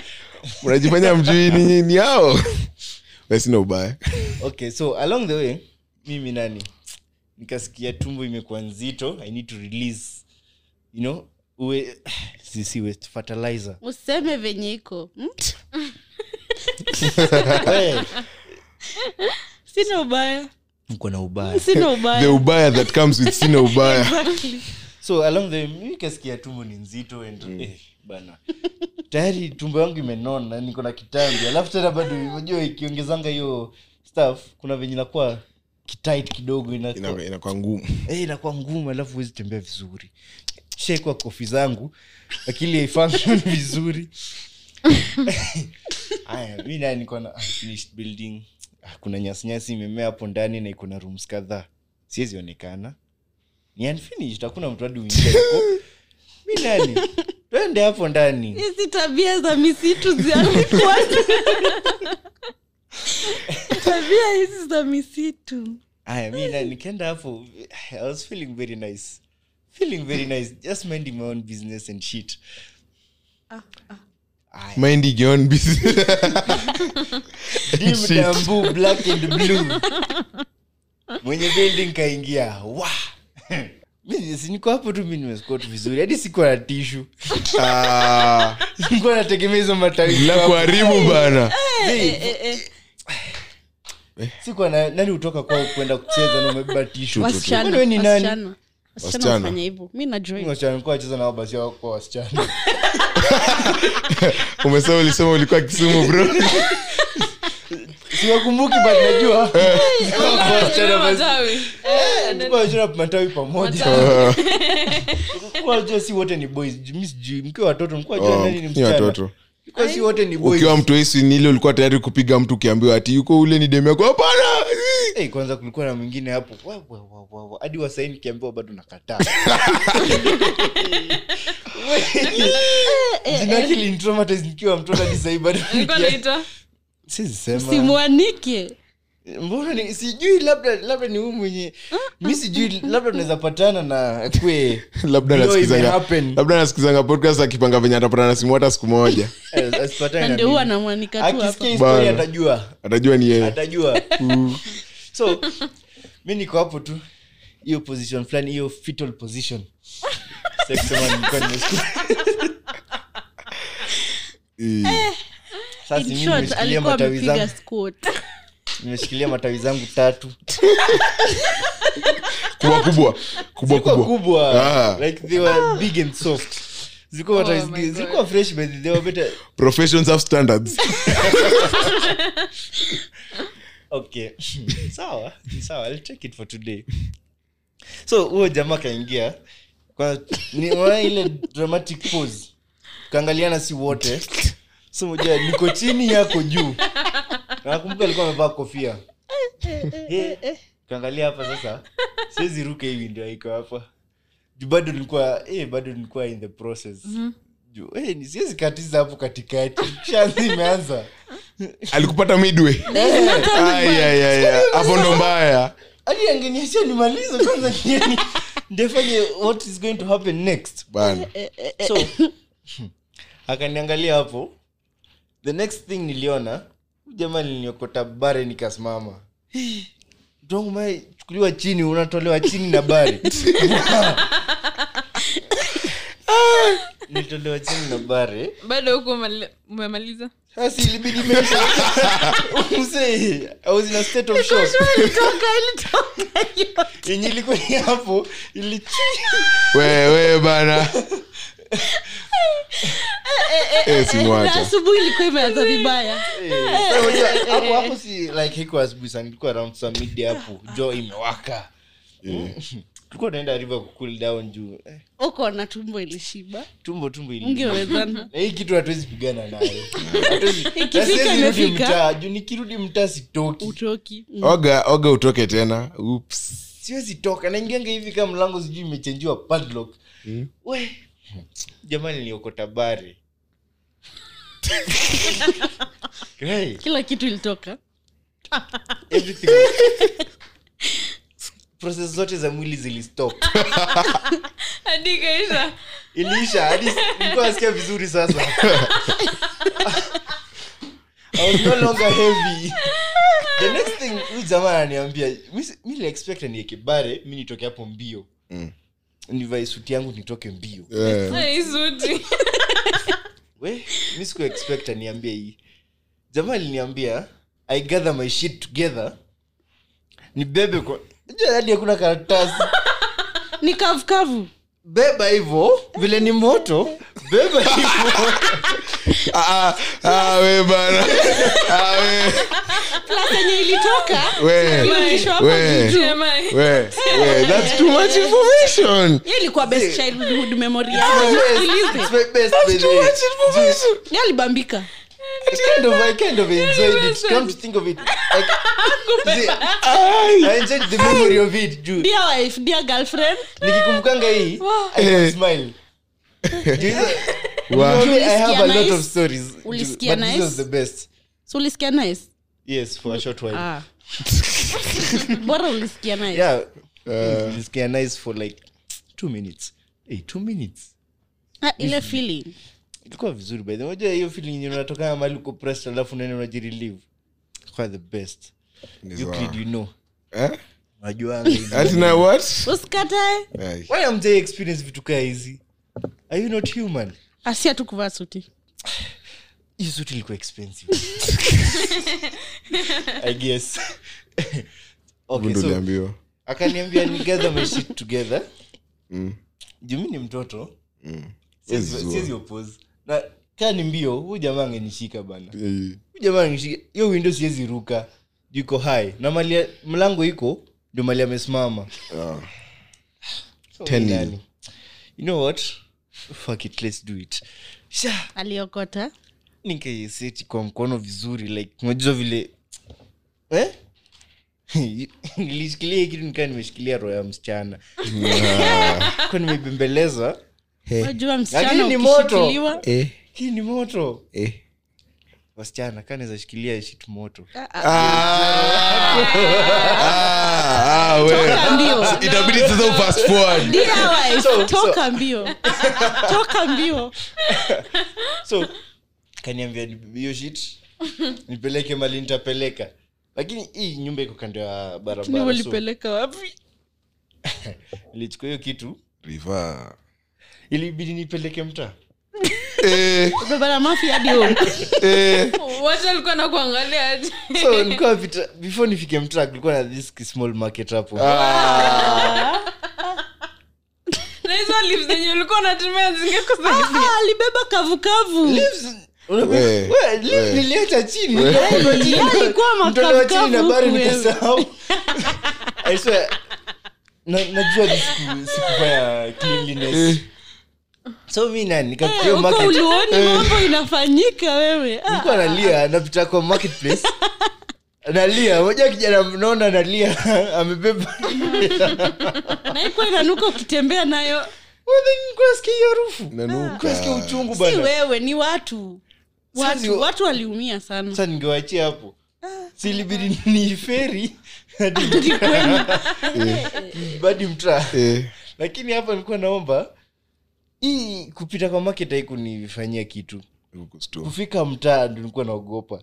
Speaker 2: mnajifanya mjui ni, ni hao sina ubaya
Speaker 3: okay so along the way mimi nani nikasikia tumbo imekuwa nzito i need to release you know uwe sisi waste fertilizer
Speaker 4: useme venye iko hmm?
Speaker 3: Hey.
Speaker 4: sina ubaya
Speaker 3: mko na ubaya
Speaker 4: sina
Speaker 2: the
Speaker 4: ubaya
Speaker 2: ubaya that comes with sina ubaya
Speaker 4: Exactly.
Speaker 3: so along the mi kasikia tumbo ni nzito and eh, bana tayari tumbo yangu imenona niko na kitambi alafu tena bado unajua ikiongezanga hiyo staff kuna venye inakuwa kitit kidogo inakuwa
Speaker 2: Ina- inakuwa ngumu
Speaker 3: eh, inakuwa ngumu alafu huwezi tembea vizuri shekwa kofi zangu akili haifunction vizuri aya mi naye niko na unfinished building Ah, kuna nyasinyasi imemea hapo ndani na iko na rooms kadhaa siwezionekana ni unfinished hakuna mtu hadi uingia huko mi nani twende hapo ndani
Speaker 4: hizi tabia za misitu zialikwa tabia hizi za misitu
Speaker 3: aya mi nani nikaenda hapo i was feeling very nice feeling very nice just minding my own business and shit aya
Speaker 2: mind your own business
Speaker 3: Dim
Speaker 2: Shit.
Speaker 3: dambu, black and blue mwenye building kaingia wa Mi si niko hapo tu mi nimesukua tu vizuri hadi sikuwa na tishu
Speaker 2: Ah,
Speaker 3: nikuwa nategemea hizo matawi
Speaker 2: la kuharibu bana
Speaker 3: Hey, sikuwa na nani hutoka kwao kwenda kucheza na umebeba tishu
Speaker 4: wasichana
Speaker 3: Wewe ni nani?
Speaker 4: wasichana wasichana
Speaker 2: Wasichana.
Speaker 4: wafanya hivyo mi najua
Speaker 3: wasichana nikuwa wacheza nao basi wao kwa wasichana
Speaker 2: umesema ulisema ulikuwa kisumu bro
Speaker 3: siwakumbuki but najua
Speaker 2: Eh. Oh,
Speaker 3: Tulikuwa kwa wasichana basi.
Speaker 1: Matawi. Eh,
Speaker 3: Tulikuwa wasichana matawi pamoja
Speaker 2: Ah,
Speaker 3: Tulikuwa wajua si wote ni boys mi sijui mkiwa watoto mkiwa wajua
Speaker 2: oh,
Speaker 3: nani ni
Speaker 2: ni
Speaker 3: msichana
Speaker 2: watoto
Speaker 3: Tulikuwa si wote ni boys
Speaker 2: ukiwa mtu esinile ulikuwa tayari kupiga mtu ukiambiwa ati yuko ule ni demu yako hapana
Speaker 3: hey, kwanza kulikuwa na mwingine hapo wa, wa, wa, wa, wa. hadi wasai nikiambiwa bado nakataa zinakili traumatized nikiwa mtoto hadi sahii bado
Speaker 1: Nilikuwa
Speaker 3: nikia-
Speaker 1: naita
Speaker 3: Siwezi sema
Speaker 4: simwanike
Speaker 3: mbona ni- sijui labda labda ni huu mwenye mi sijui labda unaweza patana na kwe
Speaker 2: labda
Speaker 3: Yo, it may
Speaker 2: nasikizanga
Speaker 3: happen.
Speaker 2: labda nasikizanga podcast akipanga venye atapata na simu hata siku moja
Speaker 3: Eh, asipatane
Speaker 4: na
Speaker 3: na
Speaker 4: ndio huwa
Speaker 3: mimi.
Speaker 4: anamwanika tu
Speaker 3: akisikia
Speaker 4: hapa
Speaker 3: histori
Speaker 2: Bana. Eh.
Speaker 3: atajua
Speaker 2: atajua ni yeye
Speaker 3: atajua so mi niko hapo tu hiyo position fulani hiyo fetal position Sasa kusema nilikuwa nimesikia-
Speaker 2: Eh,
Speaker 3: Sasa
Speaker 4: In
Speaker 3: mimi
Speaker 4: short,
Speaker 3: nimeshikilia
Speaker 4: alikuwa
Speaker 3: matawi
Speaker 4: amepiga
Speaker 3: zangu-
Speaker 4: squat.
Speaker 3: nimeshikilia matawi zangu tatu
Speaker 2: kubwa kubwa kubwa
Speaker 3: zilikuwa
Speaker 2: kubwa
Speaker 3: kubwa
Speaker 2: Ah.
Speaker 3: like they were big and soft zilikuwa matawi
Speaker 1: Oh my
Speaker 3: zingine-
Speaker 1: God.
Speaker 3: zilikuwa fresh but they were uh, better
Speaker 2: professions have standards
Speaker 3: okay sawa ni sawa I'll check it for today so huo jamaa kaingia Kwa- ni wa ile dramatic pose kaangaliana si wote so moja niko chini yako juu Na nakumbuka alikuwa amevaa kofia Eh, kaangalia hapa sasa siwezi ruka hivi ndio aiko hapa juu bado nilikuwa eh, bado nilikuwa in the process juu eh, ni- siwezi katiza hapo katikati shanzi imeanza
Speaker 2: alikupata midway Ai, ai, ai, ai. hapo ndo mbaya
Speaker 3: hadi angeniachia nimalize kwanza niende- ndifanye what is going to happen next
Speaker 2: bana
Speaker 3: so akaniangalia hapo the next thing niliona huyu jamaa liniokota bare nikasimama dongma chukuliwa chini unatolewa chini na bare nitolewa Ah, chini na bare
Speaker 1: bado huko mali- umemaliza
Speaker 3: sasa ilibidi mention. Mzee, I was in a state of shock. yenye ilikuwa ni hapo ili
Speaker 2: wewe bana Eh, simwacha.
Speaker 4: na asubuhi ilikuwa imeanza vibaya
Speaker 3: Eh, Sasa unajua, hapo hapo si like haikuwa asubuhi sana ilikuwa around saa midi hapo jo imewaka Mm. tulikuwa tunaenda river ku cool down juu Eh,
Speaker 4: uko na tumbo ilishiba
Speaker 3: tumbo tumbo ili-
Speaker 4: ungewezana
Speaker 3: na hii kitu hatuwezi pigana nayo Hatuwezi- na
Speaker 4: Ikifika
Speaker 3: siwezi rudi
Speaker 4: imefika.
Speaker 3: mtaa juu nikirudi mtaa sitoki
Speaker 4: utoki
Speaker 2: oga oga utoke tena Oops.
Speaker 3: siwezi toka naingianga hivi kama mlango sijui imechenjiwa padlock we jamani niokota bare Hey,
Speaker 4: kila kitu ilitoka
Speaker 3: everything process zote za mwili zilistop
Speaker 1: hadi ikaisha
Speaker 3: iliisha hadi nilikuwa nasikia vizuri sasa I was no longer heavy the next thing huyu jamaa ananiambia mi si- mi niliexpect nieke bare mi nitoke hapo mbio
Speaker 2: Mm.
Speaker 3: nivae suti yangu nitoke mbio
Speaker 2: Eh,
Speaker 1: aisuti
Speaker 3: we mi sikuexpect aniambia hii jamaa aliniambia i gather my shit together nibebe kwa Unajua hadi hakuna karatasi
Speaker 4: ni kavukavu
Speaker 3: beba hivo vile ni moto beba hivo
Speaker 2: ah, ah, ah, we bana Ah, we,
Speaker 4: Plus yenye ilitoka
Speaker 2: we,
Speaker 4: irudishwa hapa
Speaker 2: we,
Speaker 4: juu.
Speaker 2: we, we, that's too much information
Speaker 4: Hiyo ilikuwa best childhood memory yako
Speaker 3: It's my best, by the way.
Speaker 4: Yeye alibambika
Speaker 3: It's kind of- I kind of enjoyed it. Come to think of it, like, see, I enjoyed the memory of it, juu.
Speaker 4: dear wife dear girlfriend
Speaker 3: nikikumbukanga hii I
Speaker 2: Eh.
Speaker 3: can smile. Juu hizo-
Speaker 2: Wow.
Speaker 3: Probably I have a
Speaker 4: Ulisikia
Speaker 3: lot of
Speaker 4: nice?
Speaker 3: stories, juu-
Speaker 4: Ulisikia
Speaker 3: but this
Speaker 4: nice?
Speaker 3: was the best.
Speaker 4: so ulisikia nice
Speaker 3: Yes, for a short while.
Speaker 4: ah bora ulisikia nice
Speaker 3: Yeah, ulisikia nice for like two minutes. Eh, two minutes.
Speaker 4: Ah, ile feeling
Speaker 3: ilikuwa vizuri by the way. Unajua hiyo feeling yenye unatokana mahali uko pressed alafu unaenda unajirelieve kwa the best
Speaker 2: Ni
Speaker 3: Euclid,
Speaker 2: sawa.
Speaker 3: you know
Speaker 2: Eh?
Speaker 3: Unajuanga hizi.
Speaker 2: Ati na what
Speaker 4: usikatae
Speaker 2: Ai.
Speaker 3: Why am they experience vitu kaa hizi are you not human
Speaker 4: asia tu kuvaa suti
Speaker 3: hiyo suti ilikuwa expensive i guess okay,
Speaker 2: Bundo
Speaker 3: so,
Speaker 2: uliambiwa
Speaker 3: akaniambia ni gather my shit together juu mi ni mtoto
Speaker 2: Mm.
Speaker 3: Siwezi-
Speaker 2: Wezi zua.
Speaker 3: siwezi oppose na kaa ni mbio huyu jamaa angenishika bana
Speaker 2: Eh,
Speaker 3: jamaa nishike hiyo window siwezi ruka Juu iko hai na mali ya- mlango iko ndio mali amesimama
Speaker 2: ah.
Speaker 3: So
Speaker 2: Ten
Speaker 3: ni
Speaker 2: in.
Speaker 3: nani? you know what fuck it let's do it sha
Speaker 4: aliokota
Speaker 3: nikaiseti kwa mkono vizuri like unajua vile eh nilishikilia hii kitu nikaa nimeshikilia roho ya msichana kwa nimebembeleza
Speaker 4: najua
Speaker 3: Lakini
Speaker 4: msichana
Speaker 3: ni moto.
Speaker 4: ukishikiliwa
Speaker 2: Eh,
Speaker 3: hii ni moto
Speaker 2: eh.
Speaker 3: wasichana kaa naweza shikilia shit moto
Speaker 2: Ah, ah, we.
Speaker 4: Toka mbio.
Speaker 2: Si- itabidi sasa ufast forward.
Speaker 4: Dear wife,
Speaker 3: So-
Speaker 4: eh, toka mbio toka mbio
Speaker 3: so kaniambia nibebe hiyo shit nipeleke mali nitapeleka lakini hii nyumba iko kando ya barabara so,
Speaker 4: niulipeleka wapi
Speaker 3: nilichukua hiyo kitu
Speaker 2: River.
Speaker 3: ilibidi nipeleke mtaa
Speaker 2: Eh,
Speaker 4: baba na mafi hadi home
Speaker 2: eh.
Speaker 1: watu alikuwa na kuangalia aje
Speaker 3: so nilikuwa vita, before nifike mtaa kulikuwa na this small market hapo
Speaker 1: na hizo lips zenye ulikuwa unatumia zingekusaidia
Speaker 4: Ah, alibeba kavukavu
Speaker 2: We,
Speaker 3: We, li-
Speaker 2: we.
Speaker 3: niliacha chini nikaekwa chini.
Speaker 4: Yalikuwa
Speaker 3: Mtoto wa chini na
Speaker 4: makavu
Speaker 3: bari
Speaker 4: Yaani huku wewe.
Speaker 3: nikasahau I swear, na- najua ni siku- sikufanya cleanliness so mi nani
Speaker 4: Eh,
Speaker 3: nikapitia
Speaker 4: uko
Speaker 3: market Eh.
Speaker 4: ulioni mambo inafanyika wewe Ah,
Speaker 3: nilikuwa nalia napita kwa marketplace nalia moja kijana mnaona nalia amebeba
Speaker 4: na ikuwa inanuka ukitembea nayo
Speaker 3: nikuasikia hiyo harufu kuasikia
Speaker 2: Nanuka.
Speaker 3: uchungu
Speaker 4: si
Speaker 3: bana
Speaker 4: wewe ni watu
Speaker 3: Sisi
Speaker 4: watu
Speaker 3: wa-
Speaker 4: watu waliumia sana
Speaker 3: sasa ningewachia hapo
Speaker 4: Ah,
Speaker 3: silibidi ni feri hadi
Speaker 4: Ni kweli.
Speaker 3: hadi mtaa
Speaker 2: Eh,
Speaker 3: lakini hapa nilikuwa naomba hii kupita kwa market haikunifanyia kitu
Speaker 2: huku store.
Speaker 3: kufika mtaa ndo nilikuwa naogopa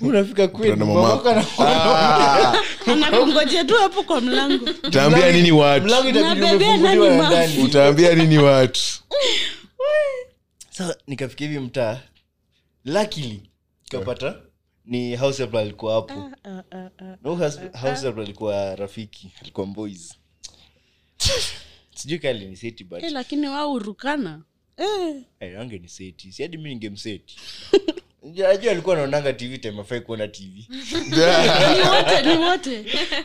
Speaker 3: unafika
Speaker 2: Kuna
Speaker 3: kwenu
Speaker 2: mama
Speaker 3: mamako
Speaker 2: Ah,
Speaker 4: anakungojea tu hapo kwa mlango
Speaker 2: utaambia nini watu
Speaker 3: mlango itabidi
Speaker 4: Unabebea nani
Speaker 3: umefunguliwa na
Speaker 4: mafi?
Speaker 3: ndani
Speaker 2: utaambia nini watu
Speaker 3: so nikafika hivi mtaa luckily kapata ni househelp alikuwa hapo no hous- househelp alikuwa rafiki alikuwa mboys sijui kali ni seti but
Speaker 4: Eh, lakini wao hurukana Eh,
Speaker 3: ange ni seti si hadi mi ningemseti najua alikuwa anaonanga tv time afai kuona tv
Speaker 4: ni wote ni wote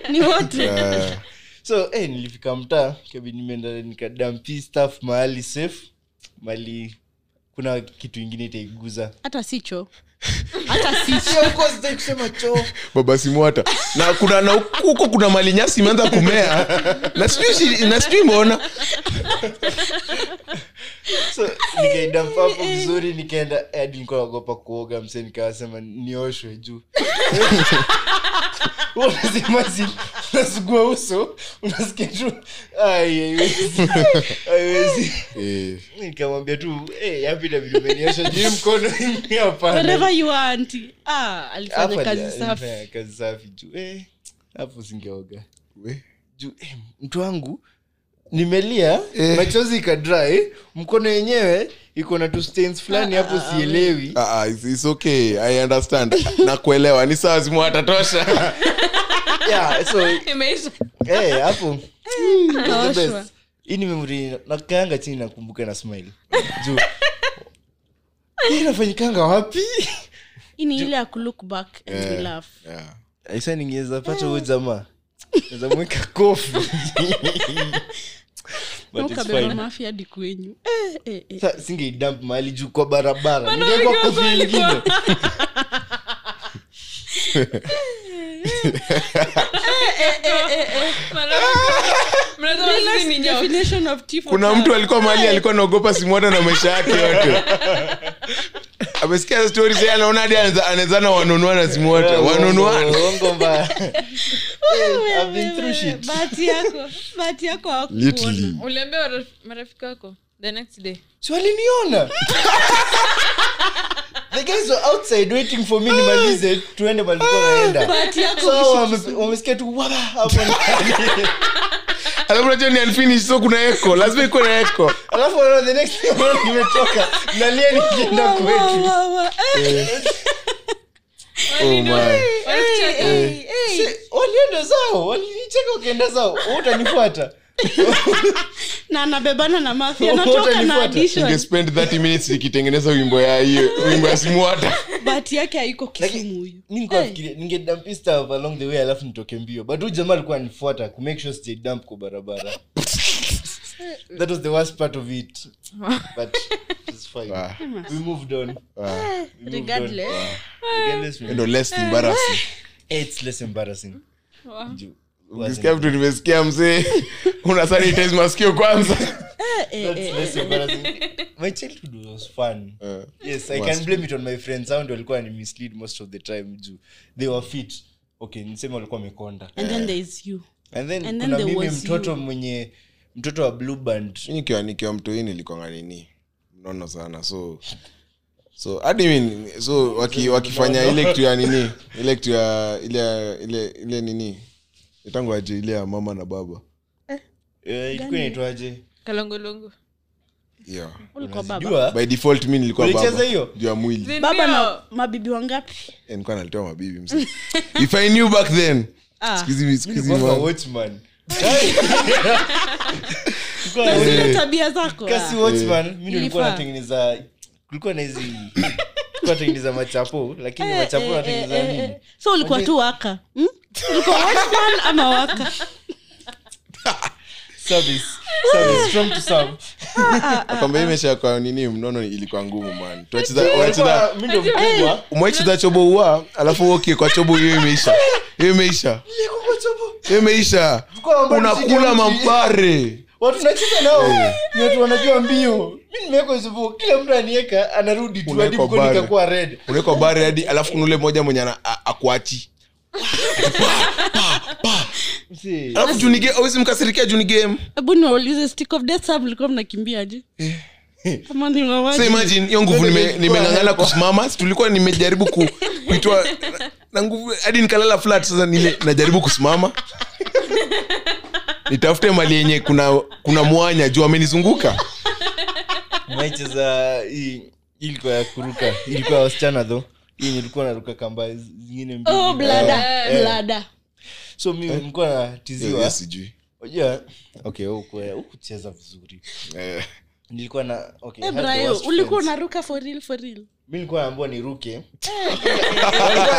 Speaker 4: ni wote
Speaker 2: Eh,
Speaker 3: so eh, nilifika mtaa kabidi nimeenda nikadampi staff mahali safe mahali kuna kitu ingine itaiguza
Speaker 4: hata sicho hata sicho
Speaker 3: Sio, of course, sitaki kusema choo
Speaker 2: baba simwata na kuna na huko kuna mali nyasi imeanza kumea na sijui shi- na sijui mbona
Speaker 3: so nikaenda mpapo vizuri nikaenda hadi nilikuwa naogopa kuoga mse nikawasema nioshwe juu unasema zi- unasugua uso unasikia tu "Ai, haiwezi, haiwezi."
Speaker 2: Eh,
Speaker 3: nikamwambia tu "Eh, yapi itabidi umeniosha juu mkono Hii hapana
Speaker 4: wherever you are auntie ah alifanya
Speaker 3: Ah, Hapo
Speaker 4: kazi
Speaker 3: ali-
Speaker 4: safi
Speaker 3: alifanya kazi safi juu "Eh, hapo singeoga
Speaker 2: we.
Speaker 3: juu eh, mtu wangu nimelia
Speaker 2: Eh.
Speaker 3: machozi ikadry mkono yenyewe iko na tu stains fulani hapo sielewi
Speaker 2: Ah, ah, it's- it's okay i understand nakuelewa ni sawa simwata tosha
Speaker 3: Yeah, so
Speaker 1: Imeisha.
Speaker 3: eh, hapo it was the
Speaker 1: Naoshwa.
Speaker 3: best. hii ni memori nakaanga chini nakumbuka na smile juu hii inafanyikanga wapi
Speaker 4: hii ni ile ya kulook back and we laugh
Speaker 2: Yeah.
Speaker 3: aisa ningeweza
Speaker 2: Eh.
Speaker 3: pata huyo jamaa nazamweka kofi But it's
Speaker 4: ukabeba
Speaker 3: fine.
Speaker 4: mafia hadi kwenyu Eh, eh, eh.
Speaker 3: Sa- singeidump mahali juu kwa barabara ningewekwa kofi ingine
Speaker 1: Mnaweza wasisi ni nyoka.
Speaker 4: Definition of tea for
Speaker 2: kuna
Speaker 4: tongue.
Speaker 2: mtu alikuwa mali alikuwa naogopa simwata na maisha yake yote amesikia stori sai anaona hadi anaeza- anaezana wanonua na simwata wanonua
Speaker 3: Uongo mbaya.
Speaker 4: Wewe,
Speaker 3: I've been through
Speaker 4: wewe,
Speaker 3: shit.
Speaker 4: bahati yako bahati yako hawakukuona.
Speaker 2: Literally.
Speaker 1: uliambia waraf- marafiki wako the next day
Speaker 3: Si waliniona the guys were outside waiting for me nimalize tuende palikuwa naenda
Speaker 4: bahati yako
Speaker 3: So, wame- wamesikia tu "Waba" hapo ndani.
Speaker 2: alafu najua ni unfinished so kuna eko lazima ikuwe na eko
Speaker 3: alafu wanaona the next thing wanaona nimetoka nalia nikienda kwetu
Speaker 4: Wa, wa, eh,
Speaker 2: oh my
Speaker 1: Wanakucheka.
Speaker 4: eh, eh.
Speaker 3: Si, walienda zao walinicheka wakaenda zao Wewe utanifuata
Speaker 4: na anabebana na mafia
Speaker 3: Wote
Speaker 4: natoka na
Speaker 3: walifuata.
Speaker 4: addition
Speaker 2: ningespend 30 minutes nikitengeneza wimbo ya hiyo wimbo ya simwata
Speaker 4: bahati yake haiko
Speaker 3: Lakini-
Speaker 4: kisumu huyu
Speaker 3: nilikuwa nafikiria ningedampista along the way alafu nitoke mbio but huyu jamaa alikuwa anifuata ku make sure sijaidump kwa barabara that was the worst part of it but it's fine
Speaker 2: Ah.
Speaker 3: we moved on
Speaker 2: Ah,
Speaker 3: We moved on. Regardless, we-
Speaker 2: ndo less embarrassing
Speaker 3: it's less embarrassing
Speaker 1: Wow.
Speaker 3: Ju-
Speaker 2: ukisikia vitu nimesikia mzee unasanitize masikio kwanza
Speaker 4: Eh,
Speaker 3: That's less embarrassing. my childhood was fun
Speaker 2: Eh,
Speaker 3: yes i
Speaker 2: Was
Speaker 3: can blame it on my friends hao ndio walikuwa ni mislead most of the time juu they were fit okay niseme walikuwa wamekonda
Speaker 4: and then there is you
Speaker 3: and then
Speaker 4: And then
Speaker 3: kuna
Speaker 4: there
Speaker 3: mimi
Speaker 4: was
Speaker 3: mtoto mwenye mtoto wa blue band
Speaker 2: mi nikiwa nikiwa mtoi nilikwanga nini mnono sana so so hadi mi so waki, wakifanya ile kitu ya nini ile kitu ya ile ya- ile ile nini tangu aje ile ya mama na baba
Speaker 3: Eh, ilikuwa inaitwaje
Speaker 1: kalongolongo
Speaker 2: yeah.
Speaker 4: ulikuwa baba
Speaker 3: jua
Speaker 2: by default mi nilikuwa
Speaker 3: Ulicheza
Speaker 2: baba
Speaker 3: hiyo?
Speaker 2: juu ya mwili
Speaker 4: baba na mabibi wangapi
Speaker 2: Eh, nilikuwa nalitoa mabibi mzee if i knew back then
Speaker 1: Ah.
Speaker 2: siku hizi- siku hizi
Speaker 3: Nilikuwa
Speaker 2: ma-
Speaker 3: watchman Hey! Nilikuwa
Speaker 4: Na
Speaker 3: watchman.
Speaker 4: zile tabia zako
Speaker 3: kasi watchman mi nilikuwa
Speaker 1: Nilifaa.
Speaker 3: natengeneza kulikuwa na hizi kulikuwa natengeneza machapo lakini
Speaker 4: Eh,
Speaker 3: machapo
Speaker 4: eh, eh,
Speaker 3: natengeneza
Speaker 4: eh,
Speaker 3: nini
Speaker 4: eh. so ulikuwa tu waka hmm? ulikuwa watchman ama waka
Speaker 3: service service from to serve
Speaker 2: nakwambia Ah, hii maisha ya kwa nini mnono ilikuwa ngumu man tunacheza wanacheza-
Speaker 3: Nilikuwa- mi ndio
Speaker 4: Eh,
Speaker 3: mkubwa
Speaker 2: umwaicheza chobo ua alafu uokie kwa chobo hiyo imeisha hiyo imeisha
Speaker 3: Nilikuwa chopo.
Speaker 2: hiyo imeisha
Speaker 3: Kwa mbali sija
Speaker 2: unakula
Speaker 3: mti.
Speaker 2: mambare
Speaker 3: watu nacheza nao
Speaker 2: Eh.
Speaker 3: ni watu wanajua mbio mi nimewekwa hizovo kila mtu anieka anarudi tu hadi
Speaker 2: Unawekwa
Speaker 3: mkono
Speaker 2: bare.
Speaker 3: ikakuwa red
Speaker 2: unawekwa bare hadi alafu kuna ule moja mwenye ana- a- akuachi
Speaker 3: Msee,
Speaker 2: alafu junige awezi mkasirikia juni game
Speaker 4: hebu niwaulize stick of death sababu mlikuwa mnakimbiaje kama ni wawaji.
Speaker 2: so imagine hiyo nguvu nime- nimeng'ang'ana kusimama si tulikuwa nimejaribu ku, kuitwa na nguvu hadi nikalala flat sasa nile najaribu kusimama nitafute mali yenye kuna kuna mwanya juu amenizunguka
Speaker 3: mecheza hii ilikuwa ya kuruka ilikuwa ya wasichana tho hii nilikuwa naruka kamba zingine mbili.
Speaker 4: oh blada
Speaker 3: Eh,
Speaker 4: blada
Speaker 3: so mi nilikuwa
Speaker 2: Hiyo
Speaker 3: natiziwa
Speaker 2: yes, sijui
Speaker 3: unajua okay huku- hukucheza vizuri
Speaker 2: Eh,
Speaker 3: nilikuwa na okay,
Speaker 4: Eh,
Speaker 3: had the
Speaker 4: Brayo,
Speaker 3: worst
Speaker 4: ulikuwa
Speaker 3: friends.
Speaker 4: unaruka for real for real
Speaker 3: mi nilikuwa naambiwa niruke Walikuwa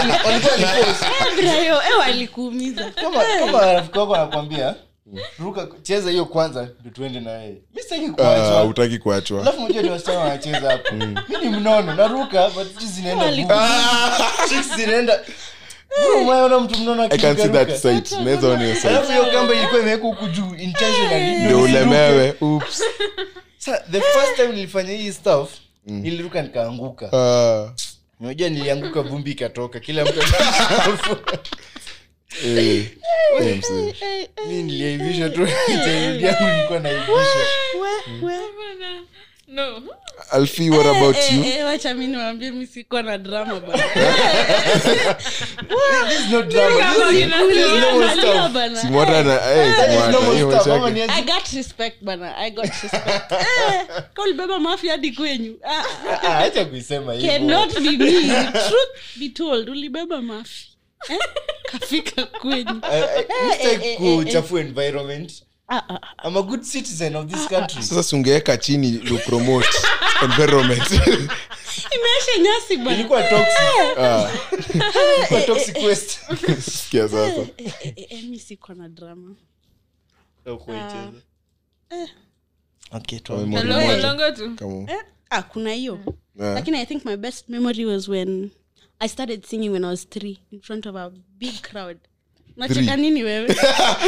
Speaker 3: ni- walikuwa ni force.
Speaker 4: Eh, Brayo, eh, walikuumiza
Speaker 3: kama kama rafiki wako anakwambia
Speaker 2: Hmm.
Speaker 3: ruka cheza hiyo kwanza ndio tuende na yeye mi sitaki
Speaker 2: ah,
Speaker 3: kuachwa
Speaker 2: hutaki kuachwa
Speaker 3: alafu mjua ni wasichana wanacheza hapo
Speaker 2: Mm.
Speaker 3: mi ni mnono naruka but sijui zinaenda
Speaker 4: Wali- Eh.
Speaker 3: huku. Chicks zinaenda Bro, umeona mtu mnono
Speaker 2: i can see that
Speaker 3: akiruka
Speaker 2: sight naweza ona hiyo sight
Speaker 3: alafu hiyo kamba ilikuwa imewekwa huku juu
Speaker 4: Eh.
Speaker 3: intentionally
Speaker 2: ndio
Speaker 3: ndio isiruke.
Speaker 2: ulemewe Oops.
Speaker 3: Sa, the first time nilifanya hii stuff
Speaker 2: Mm.
Speaker 3: niliruka nikaanguka
Speaker 2: Ah,
Speaker 3: unajua nilianguka vumbi ikatoka kila mtu
Speaker 2: eh, eh, msee.
Speaker 3: mi niliaibishwa tu challenge yangu nilikuwa naibishwa
Speaker 1: no
Speaker 2: alfie what about
Speaker 4: Eh,
Speaker 2: you
Speaker 4: wachamini waambie mi sikuwa na drama bana.
Speaker 3: This is not drama. This is- this is normal
Speaker 4: Niliangalia
Speaker 3: stuff.
Speaker 4: bana.
Speaker 2: simwata na eh,
Speaker 3: That is
Speaker 2: Simwata,
Speaker 3: normal
Speaker 2: hiyo
Speaker 3: stuff.
Speaker 2: maisha
Speaker 3: Mama
Speaker 2: yake.
Speaker 3: ni
Speaker 4: I
Speaker 3: aje-
Speaker 4: got respect bana I got respect Eh, ka ulibeba mafia hadi kwenyu Ah, ah,
Speaker 3: Ah, acha kuisema hivyo.
Speaker 4: cannot be me truth be told ulibeba mafi Eh, kafika kwenyu
Speaker 3: I- I- mistake
Speaker 4: eh, eh,
Speaker 3: kuchafua environment.
Speaker 4: Ah, ah, ah.
Speaker 3: I'm a good citizen of this country.
Speaker 2: sasa sungeweka chini ndio promote environment
Speaker 4: imeesha nyasi bana
Speaker 3: Ilikuwa
Speaker 4: Eh,
Speaker 3: toxic.
Speaker 2: Ah,
Speaker 3: Ilikuwa toxic waste.
Speaker 2: sikia sasa
Speaker 4: Eh, eh, eh, eh, mi siko na drama Ah.
Speaker 3: Kuicheza.
Speaker 4: eh.
Speaker 3: Ah. Okay, tuwa-
Speaker 2: Wame- Moto,
Speaker 1: Longo-
Speaker 2: moto.
Speaker 1: longo tu
Speaker 2: Come on.
Speaker 4: Eh, ah, kuna hiyo
Speaker 2: Ah.
Speaker 4: lakini i think my best memory was when i started singing when i was three in front of a big crowd unacheka
Speaker 2: Three.
Speaker 4: nini wewe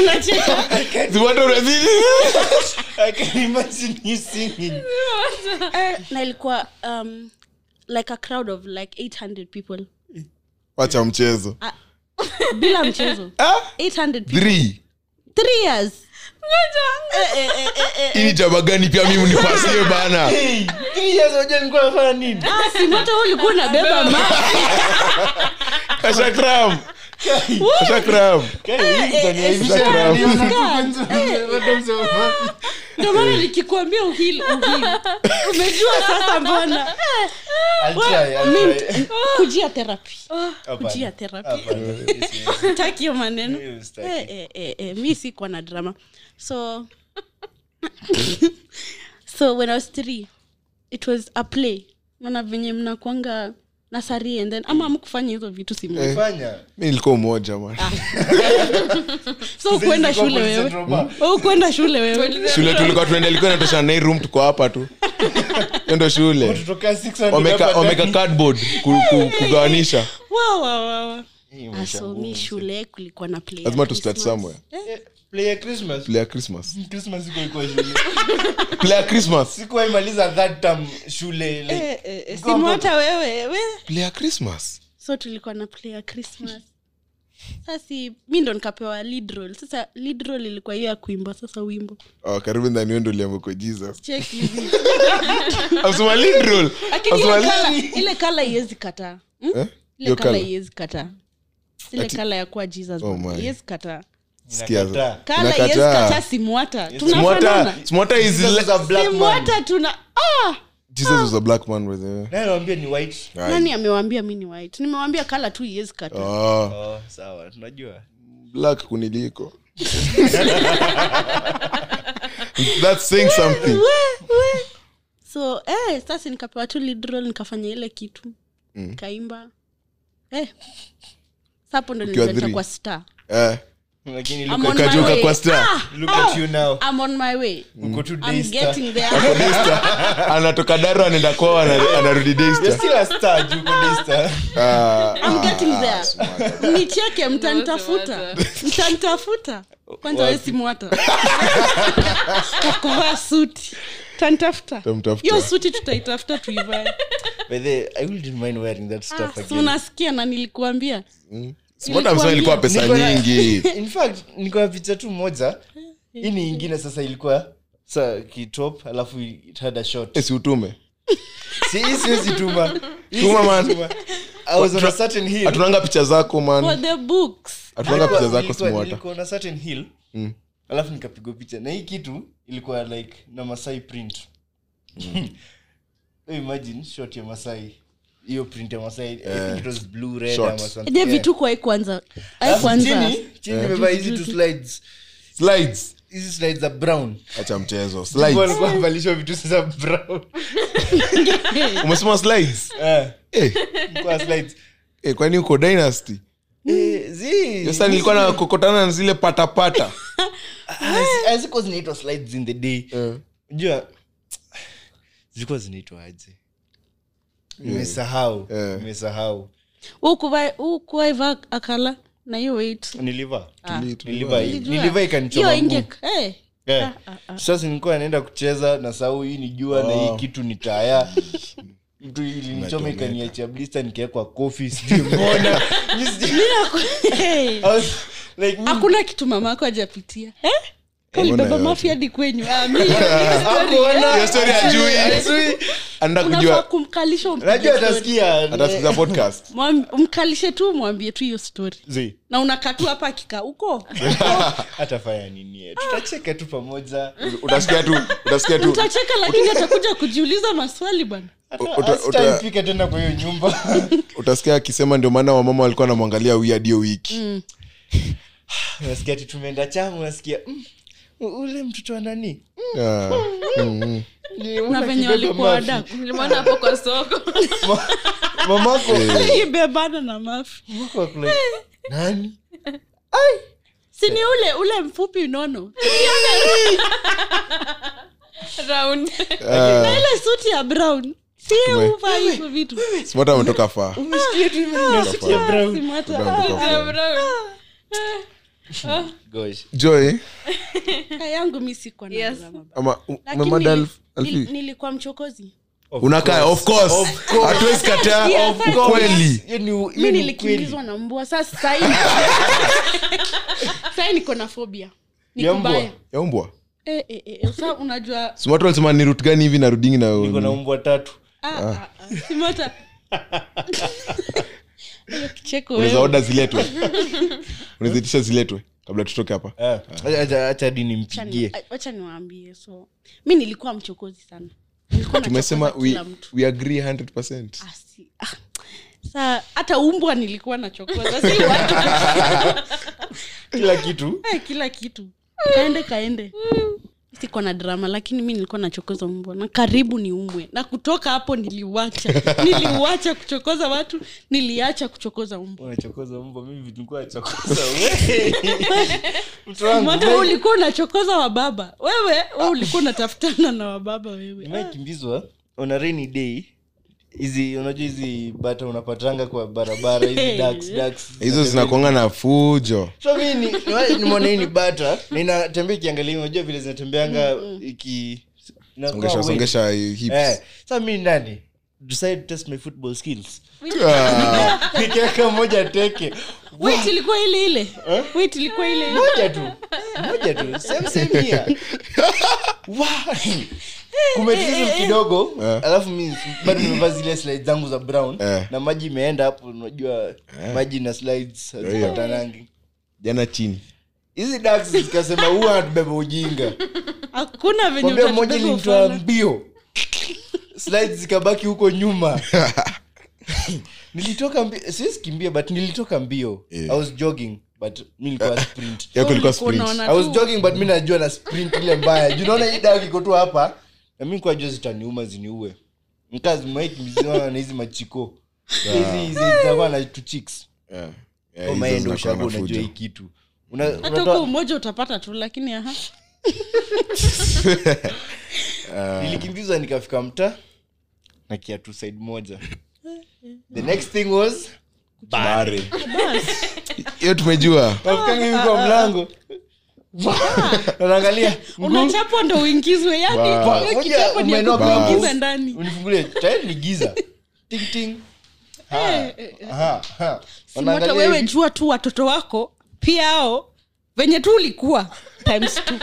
Speaker 4: unacheka
Speaker 2: Simwata unazidi.
Speaker 3: I can imagine you singing.
Speaker 4: Eh, na ilikuwa um, like a crowd of like 800 people
Speaker 2: wacha mchezo
Speaker 4: bila mchezo
Speaker 2: Ah?
Speaker 4: 800 people.
Speaker 2: Three.
Speaker 4: three years Eh,
Speaker 2: hii ni jaba gani pia mimi nipasie bana
Speaker 3: Hey, three years unajua nilikuwa nafanya nini?
Speaker 4: Ah, si moto wewe ulikuwa unabeba ma
Speaker 2: ashakram ashakram
Speaker 3: Kaya, hii itaniaibisha
Speaker 2: eh,
Speaker 3: na niona tu
Speaker 4: Oh God. Eh.
Speaker 3: kwanza watu wamesema,
Speaker 4: ndio
Speaker 3: Eh.
Speaker 4: maana nikikwambia uhili uhili umejua sasa mbona Eh,
Speaker 3: I'll try, I'll try.
Speaker 4: kujia therapy
Speaker 3: Hapana.
Speaker 4: kujia therapy
Speaker 3: Hapana. Yes, yes.
Speaker 4: taki hiyo maneno
Speaker 3: Mimi sitaki.
Speaker 4: Eh, eh, eh, eh, mi sikuwa na drama so so when i was three it was a play naona venye mnakwanga nasari and then ama amkufanya hizo vitu simu
Speaker 2: Eh.
Speaker 3: Fanya.
Speaker 2: mi nilikuwa umoja bana
Speaker 4: so ukwenda
Speaker 3: Sisi
Speaker 4: shule
Speaker 3: kwa
Speaker 4: wewe
Speaker 3: Central Park.
Speaker 4: Wewe ukuenda shule wewe
Speaker 2: shule tulikuwa tunaenda ilikuwa inatosha na hii room tuko hapa tu hiyo ndo shule
Speaker 3: Tutokea 600
Speaker 2: wameka
Speaker 3: hapa
Speaker 2: wameka
Speaker 3: ndani.
Speaker 2: cardboard ku- ku- kugawanisha
Speaker 4: Wa, wa, wa, wa.
Speaker 3: Hii
Speaker 4: Ah,
Speaker 3: maisha
Speaker 4: so
Speaker 3: ngumu.
Speaker 4: mi shule kulikuwa na play ya
Speaker 2: lazima tu start
Speaker 4: Christmas.
Speaker 2: somewhere
Speaker 3: Eh, play ya Christmas.
Speaker 2: play ya christmas
Speaker 3: Christmas sikuwa iko shule.
Speaker 2: play ya christmas
Speaker 3: Sikuwa imaliza that term shule, like,
Speaker 4: Eh, eh, eh,
Speaker 3: Go, go,
Speaker 4: simu
Speaker 3: go.
Speaker 4: hata wewe we
Speaker 2: play ya christmas
Speaker 4: so tulikuwa na play ya christmas sasi mi ndo nikapewa lead role sasa lead role ilikuwa hiyo ya kuimba sasa wimbo
Speaker 2: Oh, karibu ndani hiyo ndo liambako jesus
Speaker 4: Check.
Speaker 2: amsumalindrol
Speaker 4: Lakini ile colour- ile kala iwezi kataa Hmm? ile kala iwezi kataa ile
Speaker 2: Eh, Ati-
Speaker 4: kala ya kuwa jesus
Speaker 2: Oh my.
Speaker 4: iwezi kataa
Speaker 3: inakataa.
Speaker 4: kala iwezi kataa simwata tunafanana
Speaker 3: Jesus is a black man.
Speaker 4: simwata tuna ah!
Speaker 3: Naye anawambia ni white.
Speaker 4: nani amewambia mi ni white nimewambia kala tu iwezi kataa
Speaker 3: Oh, sawa, tunajua.
Speaker 2: Ah, black kuniliko That's saying something.
Speaker 4: We, we. so eh, sasa nikapewa tu lead role nikafanya ile kitu
Speaker 2: Mm.
Speaker 4: nikaimba eh. sapo ndo
Speaker 2: Ukiwa
Speaker 4: nilizoita
Speaker 2: three.
Speaker 4: kwa star
Speaker 2: Eh,
Speaker 3: Lakini
Speaker 4: I'm
Speaker 3: look
Speaker 4: on
Speaker 3: at-
Speaker 4: my
Speaker 2: ukajuka
Speaker 4: way.
Speaker 2: kwa star.
Speaker 4: Ah,
Speaker 3: look at you now.
Speaker 4: I'm on my way
Speaker 3: Uko tu
Speaker 4: I'm
Speaker 3: daystar.
Speaker 4: getting there
Speaker 2: anatoka daro anaenda kwao ana- anarudi
Speaker 3: You're
Speaker 2: Daystar.
Speaker 3: still a star, juu uko daystar.
Speaker 2: Ah,
Speaker 4: I'm
Speaker 2: ah,
Speaker 4: getting
Speaker 2: ah,
Speaker 4: there.
Speaker 2: smart.
Speaker 4: nicheke mtanitafuta
Speaker 1: Waza,
Speaker 4: mtanitafuta kwanza
Speaker 3: Wapi?
Speaker 4: we simwata wakuvaa suti tantafuta
Speaker 2: Utamtafuta.
Speaker 4: hiyo suti tutaitafuta tuivae
Speaker 3: By the way, I wouldn't mind wearing that stuff
Speaker 4: Ah, si
Speaker 3: again.
Speaker 4: unasikia na nilikuambia
Speaker 2: Simwata msema ilikuwa pesa
Speaker 3: Niko na-
Speaker 2: nyingi
Speaker 3: in fact niko na picha tu moja hii ni ingine sasa ilikuwa sa kitop alafu it had a shot
Speaker 2: Eh, si utume
Speaker 3: si hii siwezi tuma Hii
Speaker 2: Tuma, man.
Speaker 3: siwezi tuma. I was on a certain hill.
Speaker 2: hatunanga picha zako
Speaker 4: for
Speaker 2: man
Speaker 4: the books
Speaker 2: hatunanga picha zako Mm.
Speaker 3: Nilikuwa-
Speaker 2: simwata
Speaker 3: nilikuwa on a certain hill alafu nikapigwa picha na hii kitu ilikuwa like na masai print
Speaker 2: Mm.
Speaker 3: imagine shot ya masai hiyo print ya masai I think it was blue red
Speaker 2: Short.
Speaker 3: ama something.
Speaker 4: je vituko ai kwanza ai
Speaker 3: Alafu
Speaker 4: kwanza
Speaker 3: chini chini imevaa hizi tu slides
Speaker 2: slides
Speaker 3: hizi slides za brown
Speaker 2: acha mchezo
Speaker 3: Kwa
Speaker 2: slides
Speaker 3: alikuwa amevalishwa vitu za brown
Speaker 2: umesema slides
Speaker 3: Eh,
Speaker 2: eh,
Speaker 3: ilikuwa slides
Speaker 2: eh, kwani uko dynasty
Speaker 3: Eh, zi-
Speaker 2: sasa nilikuwa nakokotana na zile patapata
Speaker 3: Ah, zi- ah, zilikuwa zinaitwa slides in the day
Speaker 2: Eh,
Speaker 3: jua zilikuwa zinaitwa aje nimesahau
Speaker 2: Eh.
Speaker 3: nimesahau
Speaker 4: ukuwaiva akala na hiyo weit
Speaker 3: nilivaa
Speaker 2: Tuli- tuli-
Speaker 3: nilivaa nilivaa
Speaker 4: Ah. hiyo
Speaker 3: ikanichoma mguu.
Speaker 4: inge ah. eh.
Speaker 3: Eh. sasa nilikuwa naenda kucheza na sahau hii ni jua na
Speaker 2: Oh.
Speaker 3: hii kitu ni taya mtu ilinichoma ikaniachia blista nikaekwa kofi sijumona
Speaker 4: Hey. hakuna kitu mama ako ajapitia eh? kalibeba
Speaker 2: yote.
Speaker 4: mafia hadi kwenyu Ah,
Speaker 2: Hiyo story hajui. anataka
Speaker 4: unafaa
Speaker 2: kujua
Speaker 4: kumkalisha umpige
Speaker 3: najua
Speaker 4: story.
Speaker 3: atasikia
Speaker 2: atasikiza podcast
Speaker 4: Mwam- umkalishe tu mwambie tu hiyo story
Speaker 3: Zii,
Speaker 4: na unakatua hapa akikaa huko
Speaker 3: atafanya nini tutacheka tu pamoja
Speaker 2: utasikia tu utasikia tu
Speaker 4: utacheka lakini atakuja kujiuliza maswali bwana
Speaker 2: Uta- uta-
Speaker 3: asitaipika tena kwa hiyo nyumba
Speaker 2: utasikia akisema ndio maana wamama walikuwa wanamwangalia wi adio wiki
Speaker 4: Mm.
Speaker 3: unasikia ati tumeenda chama unasikia mm, ule mtoto wa nani
Speaker 2: Ah, mm, mm.
Speaker 3: Ni
Speaker 4: na
Speaker 3: ule
Speaker 4: venye
Speaker 3: kibeba
Speaker 4: walikuwa
Speaker 3: mafi.
Speaker 4: wadaku
Speaker 1: nilimwona hapo kwa soko
Speaker 3: Ma- mamako
Speaker 2: Eh,
Speaker 4: ibebana na mafi
Speaker 3: mamako akula- nani
Speaker 4: si
Speaker 3: Eh.
Speaker 4: ni ule ule mfupi nono
Speaker 1: round
Speaker 2: Ah,
Speaker 4: ile suti ya brown
Speaker 2: Tume-
Speaker 4: siuva hivyo vitu Ah,
Speaker 2: smart ametoka faa
Speaker 3: umesikia tu mimi nasikia brown
Speaker 4: Simata.
Speaker 2: Brown
Speaker 4: Ah,
Speaker 2: kutoka faa.
Speaker 1: round
Speaker 3: gosh
Speaker 2: joy
Speaker 4: kaka yangu mi sikwa na
Speaker 1: Yes.
Speaker 4: drama.
Speaker 2: ama u-
Speaker 4: Lakini
Speaker 2: umemada
Speaker 4: nili-
Speaker 2: elfu- elfu-
Speaker 4: nili- nilikuwa mchokozi
Speaker 2: unakaa of course hatuwezi kataa
Speaker 4: Yes, yes.
Speaker 2: ukweli
Speaker 3: Hiyo ni u- hiyo
Speaker 4: mi
Speaker 3: ni
Speaker 4: nilikimbizwa
Speaker 3: ukweli.
Speaker 4: na mbwa sasa sai sai niko na fobia
Speaker 3: Ya mbwa?
Speaker 4: nikubaya
Speaker 2: ya umbwa
Speaker 4: Eh, eh, eh, sa unajua
Speaker 2: smart walisema ni rut gani hivi narudingi
Speaker 3: niko na
Speaker 2: na
Speaker 3: mbwa tatu
Speaker 4: ah, ah, ah, simata Hiyo kicheko
Speaker 2: unaweza
Speaker 4: wewe.
Speaker 2: oda ziletwe unaweza itisha ziletwe kabla tutoke
Speaker 4: Eh,
Speaker 2: hapa
Speaker 3: Ah, acha- acha hadi
Speaker 4: Acha ni-
Speaker 3: nimpigie
Speaker 4: a- wacha niwaambie so mi nilikuwa mchokozi sana Nilikuwa
Speaker 2: tumesema
Speaker 4: nachokoza
Speaker 2: we,
Speaker 4: kila mtu.
Speaker 2: we agree 100
Speaker 4: Ah, si- ah, sa hata umbwa nilikuwa nachokoza si watu
Speaker 3: kila kitu
Speaker 4: Eh, kila kitu kaende kaende siko na drama lakini mi nilikuwa nachokoza mbwa na karibu ni umwe na kutoka hapo niliuacha niliuacha kuchokoza watu niliacha kuchokoza mbwa
Speaker 3: unachokoza mbwa mimi vitu nilikuwa nachokoza wewe. Mtu wangu,
Speaker 4: Mata
Speaker 3: wewe.
Speaker 4: wewe ulikuwa unachokoza wababa wewe we ulikuwa unatafutana na wababa wewe Ah,
Speaker 3: nimekimbizwa on a rainy day hizi unajua hizi bata unapatanga kwa barabara hizi ducks, ducks.
Speaker 2: hizo zinakuanga na fujo
Speaker 3: so mi ni- niwa- nimeona hii ni bata na inatembea ikiangalia unajua vile zinatembeanga iki inakuwa
Speaker 2: songesha
Speaker 3: wet.
Speaker 2: songesha hips
Speaker 3: Eh, sa mi nani decide to test my football skills
Speaker 2: Ah,
Speaker 3: nikiweka moja teke
Speaker 4: Ah. wait ilikuwa ile ile
Speaker 3: Eh?
Speaker 4: wait ilikuwa ile ile
Speaker 3: moja tu moja tu same same here Wow. kumetiliza kidogo alafu mi bado nimevaa zile slides zangu za brown
Speaker 2: Eh.
Speaker 3: na maji imeenda hapo unajua maji na slides hazipatanangi
Speaker 2: jana chini
Speaker 3: hizi ducks zikasema huwa anatubeba ujinga
Speaker 4: hakuna venye
Speaker 3: kwambia mmoja
Speaker 4: utatubeba
Speaker 3: ilimtoa
Speaker 4: ufala
Speaker 3: mbio slides zikabaki huko nyuma nilitoka mbio siwezi kimbia but nilitoka mbio
Speaker 2: Eh.
Speaker 3: i was jogging but mi nilikuwa sprint
Speaker 2: yako ilikuwa
Speaker 4: Ulikuwa
Speaker 2: sprint
Speaker 4: unaona
Speaker 3: i was
Speaker 4: tu.
Speaker 3: jogging but mi najua na sprint ile mbaya Juu unaona hii dag iko tu hapa na mi nikuwa jua zitaniuma ziniue mkazimaikimbiziana na hizi machiko hizi hizi zinakuwa na two chicks
Speaker 2: Yeah. Yeah, Eh,
Speaker 3: yeah,
Speaker 2: hizo
Speaker 3: maendo
Speaker 2: zinakuwa na
Speaker 3: ushago unajua
Speaker 2: fujo.
Speaker 3: hii kitu Una-
Speaker 4: hata uko
Speaker 3: unatoa-
Speaker 4: umoja utapata tu lakini aha
Speaker 3: nilikimbizwa nikafika mtaa na kiatu side moja the next thing was
Speaker 2: Bare. hiyo tumejua
Speaker 3: nafikanga hivi kwa mlango Na naangalia mguu
Speaker 4: unachapwa ndo uingizwe
Speaker 2: Wow.
Speaker 4: yani
Speaker 3: Moja
Speaker 4: kichapo ni ya
Speaker 3: umenoa
Speaker 4: kukuingiza
Speaker 3: gloves,
Speaker 4: ndani
Speaker 3: unifungulie tayari ni giza ting ting
Speaker 4: Eh, eh, eh.
Speaker 3: Aha, aha.
Speaker 4: simata
Speaker 3: Wanaangalia
Speaker 4: wewe
Speaker 3: hivi.
Speaker 4: jua tu watoto wako pia ao venye tu ulikuwa times two.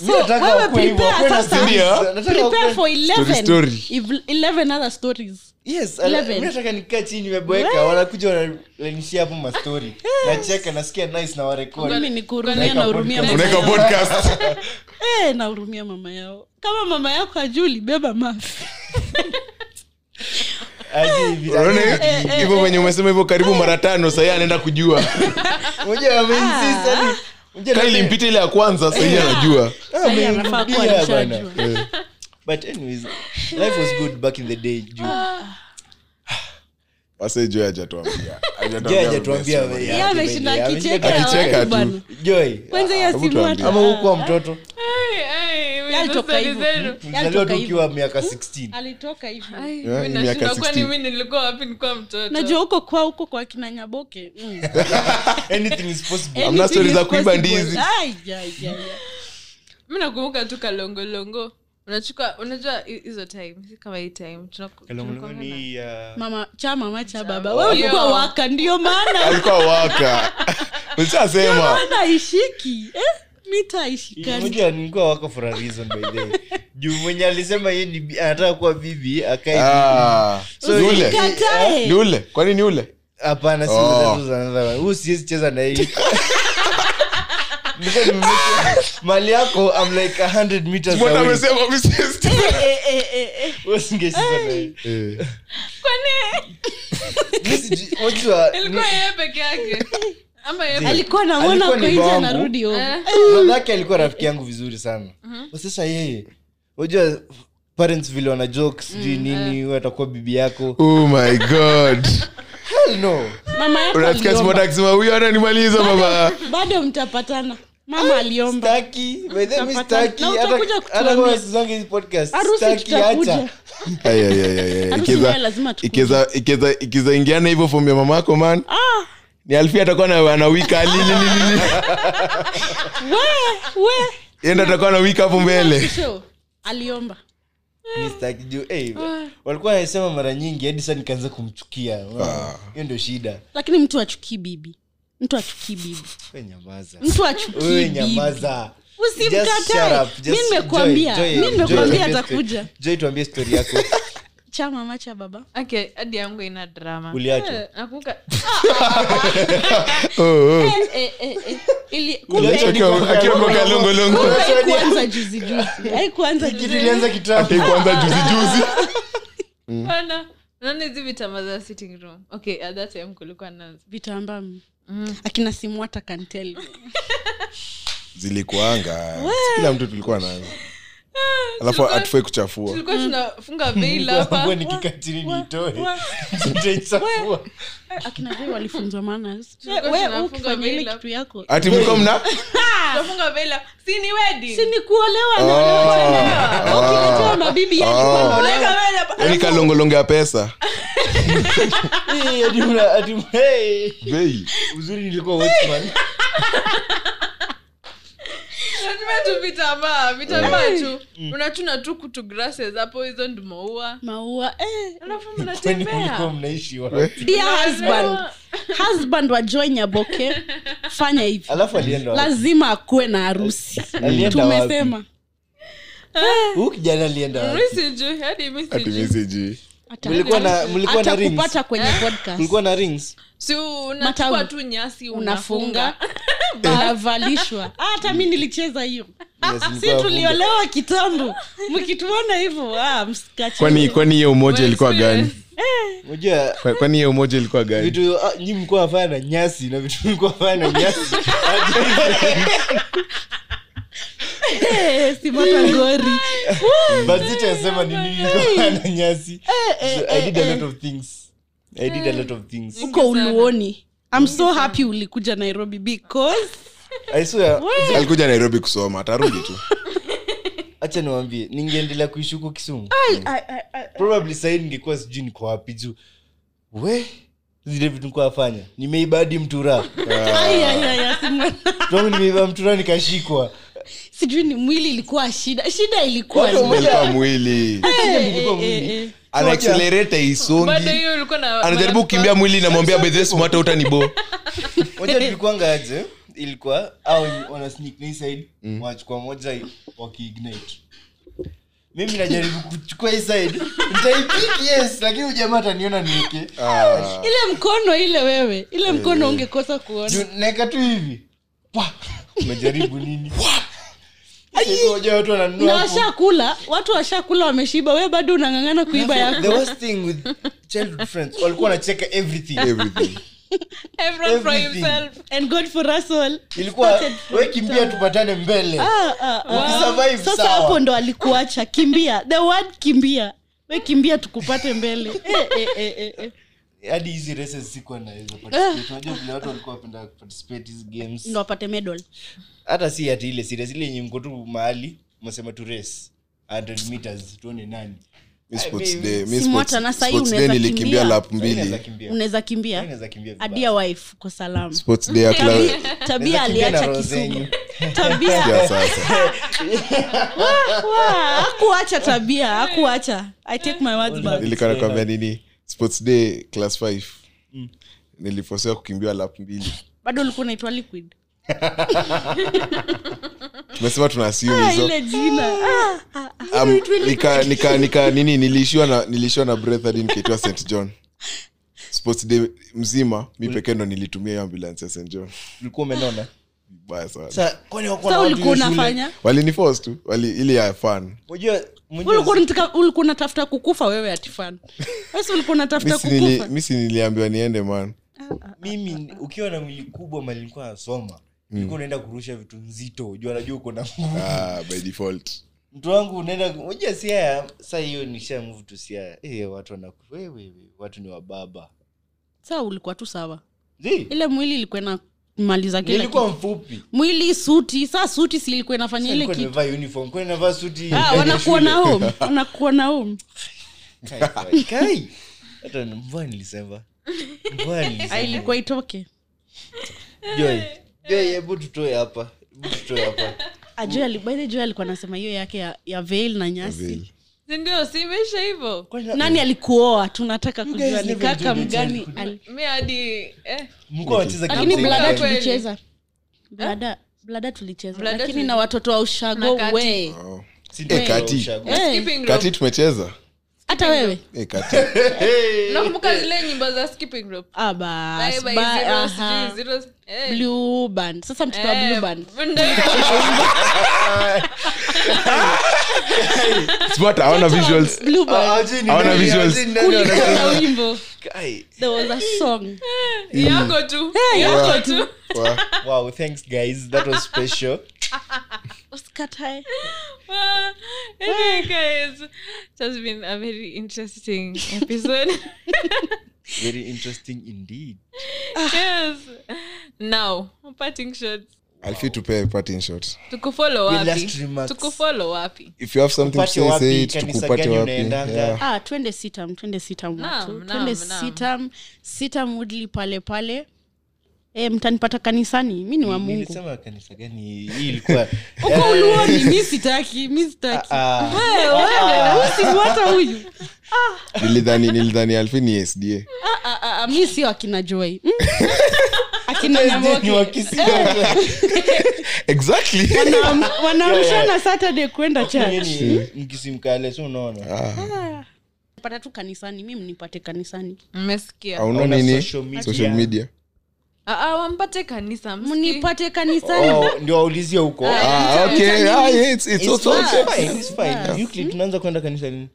Speaker 3: Mi nataka
Speaker 4: wewe
Speaker 3: wakuwe hivyo,
Speaker 4: prepare
Speaker 3: wakuwe na
Speaker 4: sasa.
Speaker 3: story, ah. Nataka
Speaker 4: Prepare
Speaker 3: wakuwe-
Speaker 4: for 11
Speaker 2: story.
Speaker 4: if- 11 other stories
Speaker 3: yes ala-
Speaker 4: Eleven.
Speaker 3: mimi nataka nikaa chini nimeboeka wanakuja wananishia hapo mastori nacheka nasikia nice na warekodi
Speaker 4: mimi ni kuhurumia
Speaker 1: Unaweka
Speaker 4: nahurumia
Speaker 3: podcast.
Speaker 4: mama
Speaker 2: unaweka
Speaker 4: yao
Speaker 2: podcast
Speaker 4: Eh, nahurumia mama yao kama mama yako ajuu libeba mafi Ah.
Speaker 3: Aje hivi,
Speaker 2: unaona
Speaker 3: aje hivi.
Speaker 4: Eh,
Speaker 2: hiyo- hivyo venye umesema hivyo karibu mara tano sahii anaenda kujua
Speaker 3: Unajua
Speaker 4: Ah.
Speaker 3: wameinsist, yani, unajua
Speaker 2: kali
Speaker 3: na-
Speaker 2: limpita ile ya kwanza sahii anajua
Speaker 3: yaani, Ah,
Speaker 4: Sahii
Speaker 3: wameirudia
Speaker 4: anafaa kuwa alishajua.
Speaker 3: bwana. but anyways life was good back in the day juu
Speaker 4: Ah.
Speaker 2: wase joy hajatuambia
Speaker 3: Joy hajatuambia
Speaker 2: best
Speaker 3: ya-
Speaker 4: Yeye
Speaker 3: ameshinda
Speaker 4: ameshinda akicheka
Speaker 2: akicheka
Speaker 4: watu
Speaker 2: tu.
Speaker 4: bwana.
Speaker 3: joy Ah.
Speaker 4: kwanza hiyo
Speaker 2: Hebu
Speaker 4: simu
Speaker 2: tuambie.
Speaker 4: hata
Speaker 3: ama hukuwa mtoto
Speaker 1: Ai, ai, mimi
Speaker 4: Yalitoka
Speaker 1: dosari
Speaker 4: hivyo.
Speaker 1: zenu.
Speaker 4: Yaani
Speaker 3: mzaliwa tu ukiwa miaka 16
Speaker 4: alitoka hivyo
Speaker 1: Ai,
Speaker 2: Yeah,
Speaker 1: mimi
Speaker 2: miaka
Speaker 1: nashindwa kwani
Speaker 2: 16.
Speaker 1: mimi nilikuwa wapi nikuwa mtoto
Speaker 4: najua huko kwa huko kwa kina nyaboke mm. Yaani
Speaker 3: anything is possible
Speaker 2: Hamna story za kuiba ndizi.
Speaker 1: mi nakumbuka tu kalongolongo unachukua unajua hi- hizo time si kama hii time tunaku-
Speaker 3: Kalongolongo
Speaker 1: tunakuanga na-
Speaker 3: ni, ah,
Speaker 4: mama cha mama cha baba
Speaker 1: baba.
Speaker 4: we ulikuwa
Speaker 1: Yo.
Speaker 4: waka ndio maana
Speaker 2: alikuwa waka ulishasema
Speaker 4: maana haishiki eh? mita haishikani
Speaker 3: Unajua nilikuwa wako for a reason by the way. juu mwenye alisema yeye ni bi- anataka kuwa bibi akae
Speaker 2: Ah,
Speaker 3: So
Speaker 2: ni ule.
Speaker 4: ikatae.
Speaker 2: Ni ule kwani ni ule
Speaker 3: hapana si
Speaker 2: Oh.
Speaker 3: that was another one. Huyu siwezi cheza na yeye Nilikuwa nimemake- mali yako I'm like 100 meters
Speaker 2: mbona
Speaker 3: away.
Speaker 2: amesema mrs
Speaker 4: Eh, eh, eh, eh.
Speaker 3: Wewe singecheza na yeye.
Speaker 2: Eh.
Speaker 1: kwani
Speaker 3: Mimi siji- unajua,
Speaker 1: ilikuwa yeye peke yake ama yeye peke-
Speaker 4: alikuwa namwona
Speaker 3: Alikuwa
Speaker 4: kwa
Speaker 3: ni
Speaker 4: nje
Speaker 3: babangu.
Speaker 4: anarudi home.
Speaker 1: Eh,
Speaker 3: dadake alikuwa rafiki yangu vizuri sana Kwa sasa yeye unajua parents vile wana jokes sijui nini wewe atakuwa bibi yako
Speaker 2: oh my god
Speaker 3: hell no
Speaker 4: mama yako
Speaker 2: unasikia
Speaker 4: aliomba.
Speaker 2: simota akisema huyo ananimaliza baba
Speaker 4: bado mtapatana
Speaker 3: Ah,
Speaker 4: mama aliomba
Speaker 3: Staki, by the way, mi
Speaker 4: Tutapata-
Speaker 3: staki,
Speaker 4: na
Speaker 3: hata-
Speaker 4: utakuja
Speaker 3: hata
Speaker 4: kutuambia.
Speaker 3: kama sizonge hizi podcast,
Speaker 4: Harusi
Speaker 3: staki,
Speaker 4: tutakuja.
Speaker 3: acha.
Speaker 2: Ai, ai, ai, ai, ai.
Speaker 4: Harusi
Speaker 2: Ikiweza-
Speaker 4: nayo lazima tukuje.
Speaker 2: ikiweza- ikiweza- ikiweza ingiana hivyo fomu ya mama yako man
Speaker 4: Ah,
Speaker 2: ni alfi atakuwa na- ana wika alilililili
Speaker 4: we we
Speaker 2: enda atakuwa na wika hapo mbele
Speaker 4: Kisho, aliomba
Speaker 3: Mi staki, juu, eh,
Speaker 4: Ah.
Speaker 3: walikuwa wanasema mara nyingi hadi saa nikaanza kumchukia Unaona? hiyo ndio shida
Speaker 4: lakini mtu achukii bibi mtu achukii bibi
Speaker 3: we nyamaza
Speaker 4: mtu achukii
Speaker 3: wewe
Speaker 4: bibi
Speaker 3: nyamaza Just shut
Speaker 4: usimkatae
Speaker 3: up. Just
Speaker 4: mi nimekuambia
Speaker 3: Joy, Joy,
Speaker 4: mi nimekuambia
Speaker 3: Joy,
Speaker 4: atakuja
Speaker 3: Joy, tuambie story yako
Speaker 4: cha mama cha baba
Speaker 1: Eh, okay hadi yangu ina drama
Speaker 3: Uliachwa.
Speaker 1: Eh, nakumbuka
Speaker 2: Oh, oh.
Speaker 4: Eh, eh, eh. Ili-
Speaker 3: Uliachwa
Speaker 4: kumbe-
Speaker 2: Yaani, Akiwa- akiwa kwa kalongolongo
Speaker 4: kumbe
Speaker 3: Uliachwa hadi-
Speaker 4: haikuanza juzi juzi haikuanza
Speaker 3: kitu
Speaker 4: juzi
Speaker 3: ilianza
Speaker 2: Aki
Speaker 3: kitambo
Speaker 2: kwanza juzi juzi
Speaker 1: pana naona hizi vitamba za sitting room okay at that time kulikuwa nazo
Speaker 4: vitambaa m-
Speaker 1: Mm.
Speaker 4: akina simwata kanteli
Speaker 2: zilikuanga kila mtu tulikuwa nazo alafu
Speaker 1: tulikuwa-
Speaker 2: atufai kuchafua
Speaker 1: tulikuwa tunafunga veil hapa
Speaker 3: Ngoja nikikatili niitoe nitaichafua
Speaker 4: akina vei walifunzwa manners Ah.
Speaker 1: Tulikuwa
Speaker 4: We- we
Speaker 1: tunafunga
Speaker 4: ukifanya ile
Speaker 1: mila.
Speaker 4: kitu yako
Speaker 2: ati mlikuwa mna
Speaker 1: Ah! tunafunga veil hapa. si ni wedding
Speaker 4: si ni kuolewa
Speaker 3: Ah.
Speaker 2: Oh,
Speaker 4: naolewa tena
Speaker 2: oh,
Speaker 4: ukiletewa mabibi yani
Speaker 2: oh.
Speaker 4: kwamba
Speaker 1: Unaweka
Speaker 4: unaolewa.
Speaker 1: veil hapa.
Speaker 2: yani kalongolongo Yaani ya pesa
Speaker 3: Eh, hadi una- hadi- hey.
Speaker 2: bei
Speaker 3: uzuri nilikuwa watchman
Speaker 1: lazima tu vitambaa vitambaa tu unachuna tu kutu grasses hapo hizo ndi maua
Speaker 4: maua eh,
Speaker 1: alafu
Speaker 3: Kwani mlikuwa
Speaker 1: mnatembea
Speaker 3: mnaishi wapi?
Speaker 4: dear husband husband wa Joy Nyaboke fanya hivi
Speaker 3: alafu alienda wapi?
Speaker 4: lazima akuwe na harusi
Speaker 3: Alienda Ah. wapi?
Speaker 4: tumesema
Speaker 3: Huyu kijana alienda wapi?
Speaker 1: mi sijui hadi mi
Speaker 2: ati
Speaker 1: sijui.
Speaker 2: misiji
Speaker 4: Ata-
Speaker 3: Mlikuwa na- mlikuwa na rings?
Speaker 4: atakupata kwenye podcast
Speaker 3: kulikuwa na rings
Speaker 1: si unachukua
Speaker 4: Matawi.
Speaker 1: tu nyasi
Speaker 4: unafunga
Speaker 1: unafunga
Speaker 4: unavalishwa hata mi nilicheza hiyo
Speaker 3: Yes,
Speaker 4: si
Speaker 3: nilikuwa nafunga.
Speaker 4: tuliolewa kitambo mkituona ah, hivo
Speaker 2: kwani kwani hiyo umoja ilikuwa gani
Speaker 3: unajua
Speaker 2: Kwa- kwani hiyo umoja ilikuwa gani
Speaker 3: vitu ah, nyi mlikuwa afanya na nyasi na vitu mlikuwa afanya na nyasi
Speaker 4: Eh, simatangori
Speaker 3: baziti anasema ni nini nilikuwa afanya na nyasi so i did a lot of things i did a lot of things
Speaker 4: uko uluoni I'm so happy ulikuja nairobi because
Speaker 3: i swear
Speaker 2: alikuja nairobi kusoma atarudi tu
Speaker 3: acha niwaambie ningeendelea kuishi huko kisumu probably sahii ningekuwa sijui niko wapi juu we zile vitu nikuwa afanya nimeiba hadi mtura
Speaker 4: Ai, ai, ai, ai, Simon.
Speaker 3: tangu nimeiba mtura nikashikwa
Speaker 4: sijui ni mwili ilikuwa shida shida ilikuwa
Speaker 3: Watu
Speaker 4: ni-
Speaker 2: alikuwa mwili
Speaker 3: Nilikuwa
Speaker 4: Eh,
Speaker 3: mwili.
Speaker 4: eh.
Speaker 2: anaakselerate
Speaker 1: bado
Speaker 2: isongi
Speaker 1: hiyo ulikuwa na
Speaker 2: anajaribu kukimbia mwili namwambia bedhesmata utanibo
Speaker 3: moja tulikwanga aje Mm. ilikuwa au wana sneak ni side wanachukua moja wakiignite mimi najaribu kuchukua hii side nitaipick yes lakini ujamaa ataniona niweke
Speaker 4: ile mkono ile wewe ile mkono ungekosa kuona
Speaker 3: Ah. Eh. Juu naeka tu hivi Pwa! umejaribu nini Sasa unajua watu wananunua
Speaker 4: na
Speaker 3: hapo.
Speaker 4: washakula watu washakula wameshiba we bado unang'ang'ana kuiba
Speaker 3: the
Speaker 4: yako
Speaker 3: worst thing with childhood friends walikuwa wanacheka everything
Speaker 2: everything
Speaker 1: everyone for
Speaker 3: Everything.
Speaker 1: himself
Speaker 4: and god for us all
Speaker 3: ilikuwa we kimbia tupatane mbele
Speaker 4: Ah, ah, ah.
Speaker 3: Ukisurvive,
Speaker 4: sasa
Speaker 3: sawa.
Speaker 4: hapo ndo alikuacha kimbia the word kimbia we kimbia tukupate mbele eh, eh, eh, eh, eh.
Speaker 3: hadi hizi races sikuwa naweza participate unajua vile watu walikuwa wapenda participate hizi games
Speaker 4: ndo apate medal
Speaker 3: hata si hati ile serious ile yenye mko tu mahali umesema tu race 100 meters tuone nani
Speaker 2: Mi sports day- mi
Speaker 4: Si
Speaker 2: sports-
Speaker 4: mwata na sahi
Speaker 2: sports day
Speaker 4: unaweza
Speaker 2: nilikimbia
Speaker 4: kimbia.
Speaker 2: lap
Speaker 3: Unaweza
Speaker 2: mbili
Speaker 3: kimbia
Speaker 4: unaweza kimbia
Speaker 3: Unaweza kimbia vibaya.
Speaker 4: adia wife kwa salama
Speaker 2: sports day ya kila-
Speaker 4: Tabi-
Speaker 3: Unaweza
Speaker 4: tabia
Speaker 3: kimbia na
Speaker 4: aliacha
Speaker 3: roho
Speaker 4: kisugu
Speaker 3: zenyu.
Speaker 4: tabia
Speaker 2: ya sasa
Speaker 4: Wah, hakuacha tabia hakuacha i take my words back
Speaker 2: nilikuwa nakwambia nini sports day class 5 nilifosewa kukimbia lap mbili
Speaker 4: bado ulikuwa unaitwa liquid
Speaker 2: tumesema tuna assume
Speaker 4: Ah,
Speaker 2: hizo
Speaker 4: ile jina Ah, ah, ah.
Speaker 2: Um, nika nika nika nini nilishiwa na nilishiwa na breath hadi nikaitwa st john sports day mzima mi pekee ndo nilitumia hiyo ambulance ya st john
Speaker 3: ulikuwa umenona
Speaker 2: mbaya sana
Speaker 3: Sasa, kwani hawakuwa na
Speaker 4: Sasa
Speaker 3: watu
Speaker 4: ulikuwa
Speaker 3: hiyo shule?
Speaker 4: unafanya
Speaker 2: walinifos tu wali ile ya fan
Speaker 3: Unajua- unajua-
Speaker 4: ulikuwa unataka- ulikuwa unatafuta kukufa wewe atifana basi ulikuwa unatafuta kukufa Ah,
Speaker 2: misi niliambiwa niende man
Speaker 3: mimi ukiwa na mwili kubwa mali nilikuwa nasoma ilikuwa unaenda kurusha vitu nzito juu anajua uko na nguvu
Speaker 2: ah, by default
Speaker 3: mtu wangu unaenda moja siaya saa hiyo nisha move tu siaya eh watu wanaku- we wewe watu ni wababa
Speaker 4: saa ulikuwa tu sawa
Speaker 3: Zii,
Speaker 4: ile mwili ilikuwa inamaliza kila
Speaker 3: nilikuwa
Speaker 4: kitu
Speaker 3: mfupi
Speaker 4: mwili suti saa suti si ilikuwa inafanya ile
Speaker 3: Nilikuwa
Speaker 4: kitu
Speaker 3: nimevaa uniform kwa navaa suti
Speaker 4: Ah, wanakuwa na home wanakuwa na home
Speaker 3: Kai, kai, kai. hata mvua nilisema mvua nilisema.
Speaker 4: Ah, ilikuwa itoke
Speaker 3: Joy, Joy, hebu tutoe hapa hebu tutoe hapa
Speaker 4: Ah, baile jo alikuwa anasema hiyo yake ya, ya veil na nyasi
Speaker 2: Veil.
Speaker 1: sindio simesha hivo
Speaker 3: Kwani-
Speaker 4: nani alikuoa tunataka kujua
Speaker 3: guys
Speaker 4: ni
Speaker 3: never
Speaker 4: kaka
Speaker 3: enjoyed your
Speaker 4: mgani
Speaker 3: childhood.
Speaker 4: ali-
Speaker 1: mi hadi eh,
Speaker 3: mlikuwa wanacheza
Speaker 4: lakini
Speaker 3: games
Speaker 4: blada
Speaker 3: gani?
Speaker 1: kweli.
Speaker 4: tulicheza blada blada tulicheza
Speaker 1: Eh? Blada
Speaker 4: lakini
Speaker 1: tuli-
Speaker 4: na watoto wa ushago
Speaker 1: Na kati.
Speaker 4: we
Speaker 2: oh.
Speaker 3: Si
Speaker 2: Eh, kati.
Speaker 3: ushago.
Speaker 4: Eh,
Speaker 1: skipping rope.
Speaker 2: kati tumecheza
Speaker 4: hata wewe
Speaker 2: eh, kati
Speaker 1: nakumbuka zile nyimbo za skipping rope
Speaker 4: Ah, bas,
Speaker 1: Bye bye
Speaker 4: Eh, ba-
Speaker 1: zero,
Speaker 4: aha.
Speaker 1: sijui zero, eh.
Speaker 4: Blue band. sasa mtoto wa blue
Speaker 1: Eh,
Speaker 4: band
Speaker 1: ndio.
Speaker 2: smart hawana visuals
Speaker 4: Blue band.
Speaker 3: Ah, ajini
Speaker 2: Hawana
Speaker 3: nani,
Speaker 2: visuals.
Speaker 3: ajini nani
Speaker 4: Kulikuwa na
Speaker 3: wanacheza.
Speaker 4: wimbo
Speaker 3: Kai.
Speaker 4: there was a song
Speaker 1: yako tu
Speaker 2: Yeah.
Speaker 1: yako tu
Speaker 2: Wa-
Speaker 3: wow thanks guys that was special
Speaker 4: Usikatae.
Speaker 1: Ah, anyway, guys, it has been a very interesting episode.
Speaker 3: very interesting indeed
Speaker 1: yes. Now, parting shots.
Speaker 2: alfie tupee parting shot
Speaker 1: Tukufollow
Speaker 3: Your
Speaker 1: wapi?
Speaker 3: last remarks.
Speaker 1: Tukufollow wapi?
Speaker 2: if you have something to
Speaker 3: Tupate
Speaker 2: say
Speaker 3: wapi,
Speaker 2: say it
Speaker 3: kanisa
Speaker 2: tukupate
Speaker 3: gani
Speaker 2: wapi
Speaker 3: unaendanga?
Speaker 2: yeah.
Speaker 4: ah twende sitam twende sitam watu
Speaker 1: Naam,
Speaker 4: twende
Speaker 1: naam, naam.
Speaker 4: sitam sitam woodley pale pale e, mtanipata kanisani mi ni wa mungu
Speaker 3: nilisema kanisa gani hii ilikuwa
Speaker 4: uko uluoni mi sitaki mi sitaki
Speaker 3: Eh, Ah, ah.
Speaker 4: Wewe, wewe, usifuata huyu
Speaker 2: nilidhani nilidhani alfie ni sda
Speaker 4: Ah, ah, ah, ah, mi sio akina joy Mm. akina
Speaker 3: Ni
Speaker 4: Nyamoke.
Speaker 3: wa kisiasa.
Speaker 2: exactly
Speaker 4: Wana- wanaamshana saturday kwenda church
Speaker 3: Yaani, mkisimkale si unaona
Speaker 2: Ah,
Speaker 4: pata tu kanisani mi mnipate kanisani
Speaker 1: Mmesikia?
Speaker 2: hauna
Speaker 3: Hauna
Speaker 2: nini
Speaker 3: social media.
Speaker 2: social media
Speaker 1: Ah, ah, wampate kanisa. msikii.
Speaker 4: mnipate kanisani
Speaker 3: Oh, ndio waulizie huko
Speaker 2: ah, okay ah, yeah, it's, it's also okay.
Speaker 3: Fine, it's fine. Euclid, tunaanza kwenda kanisa lini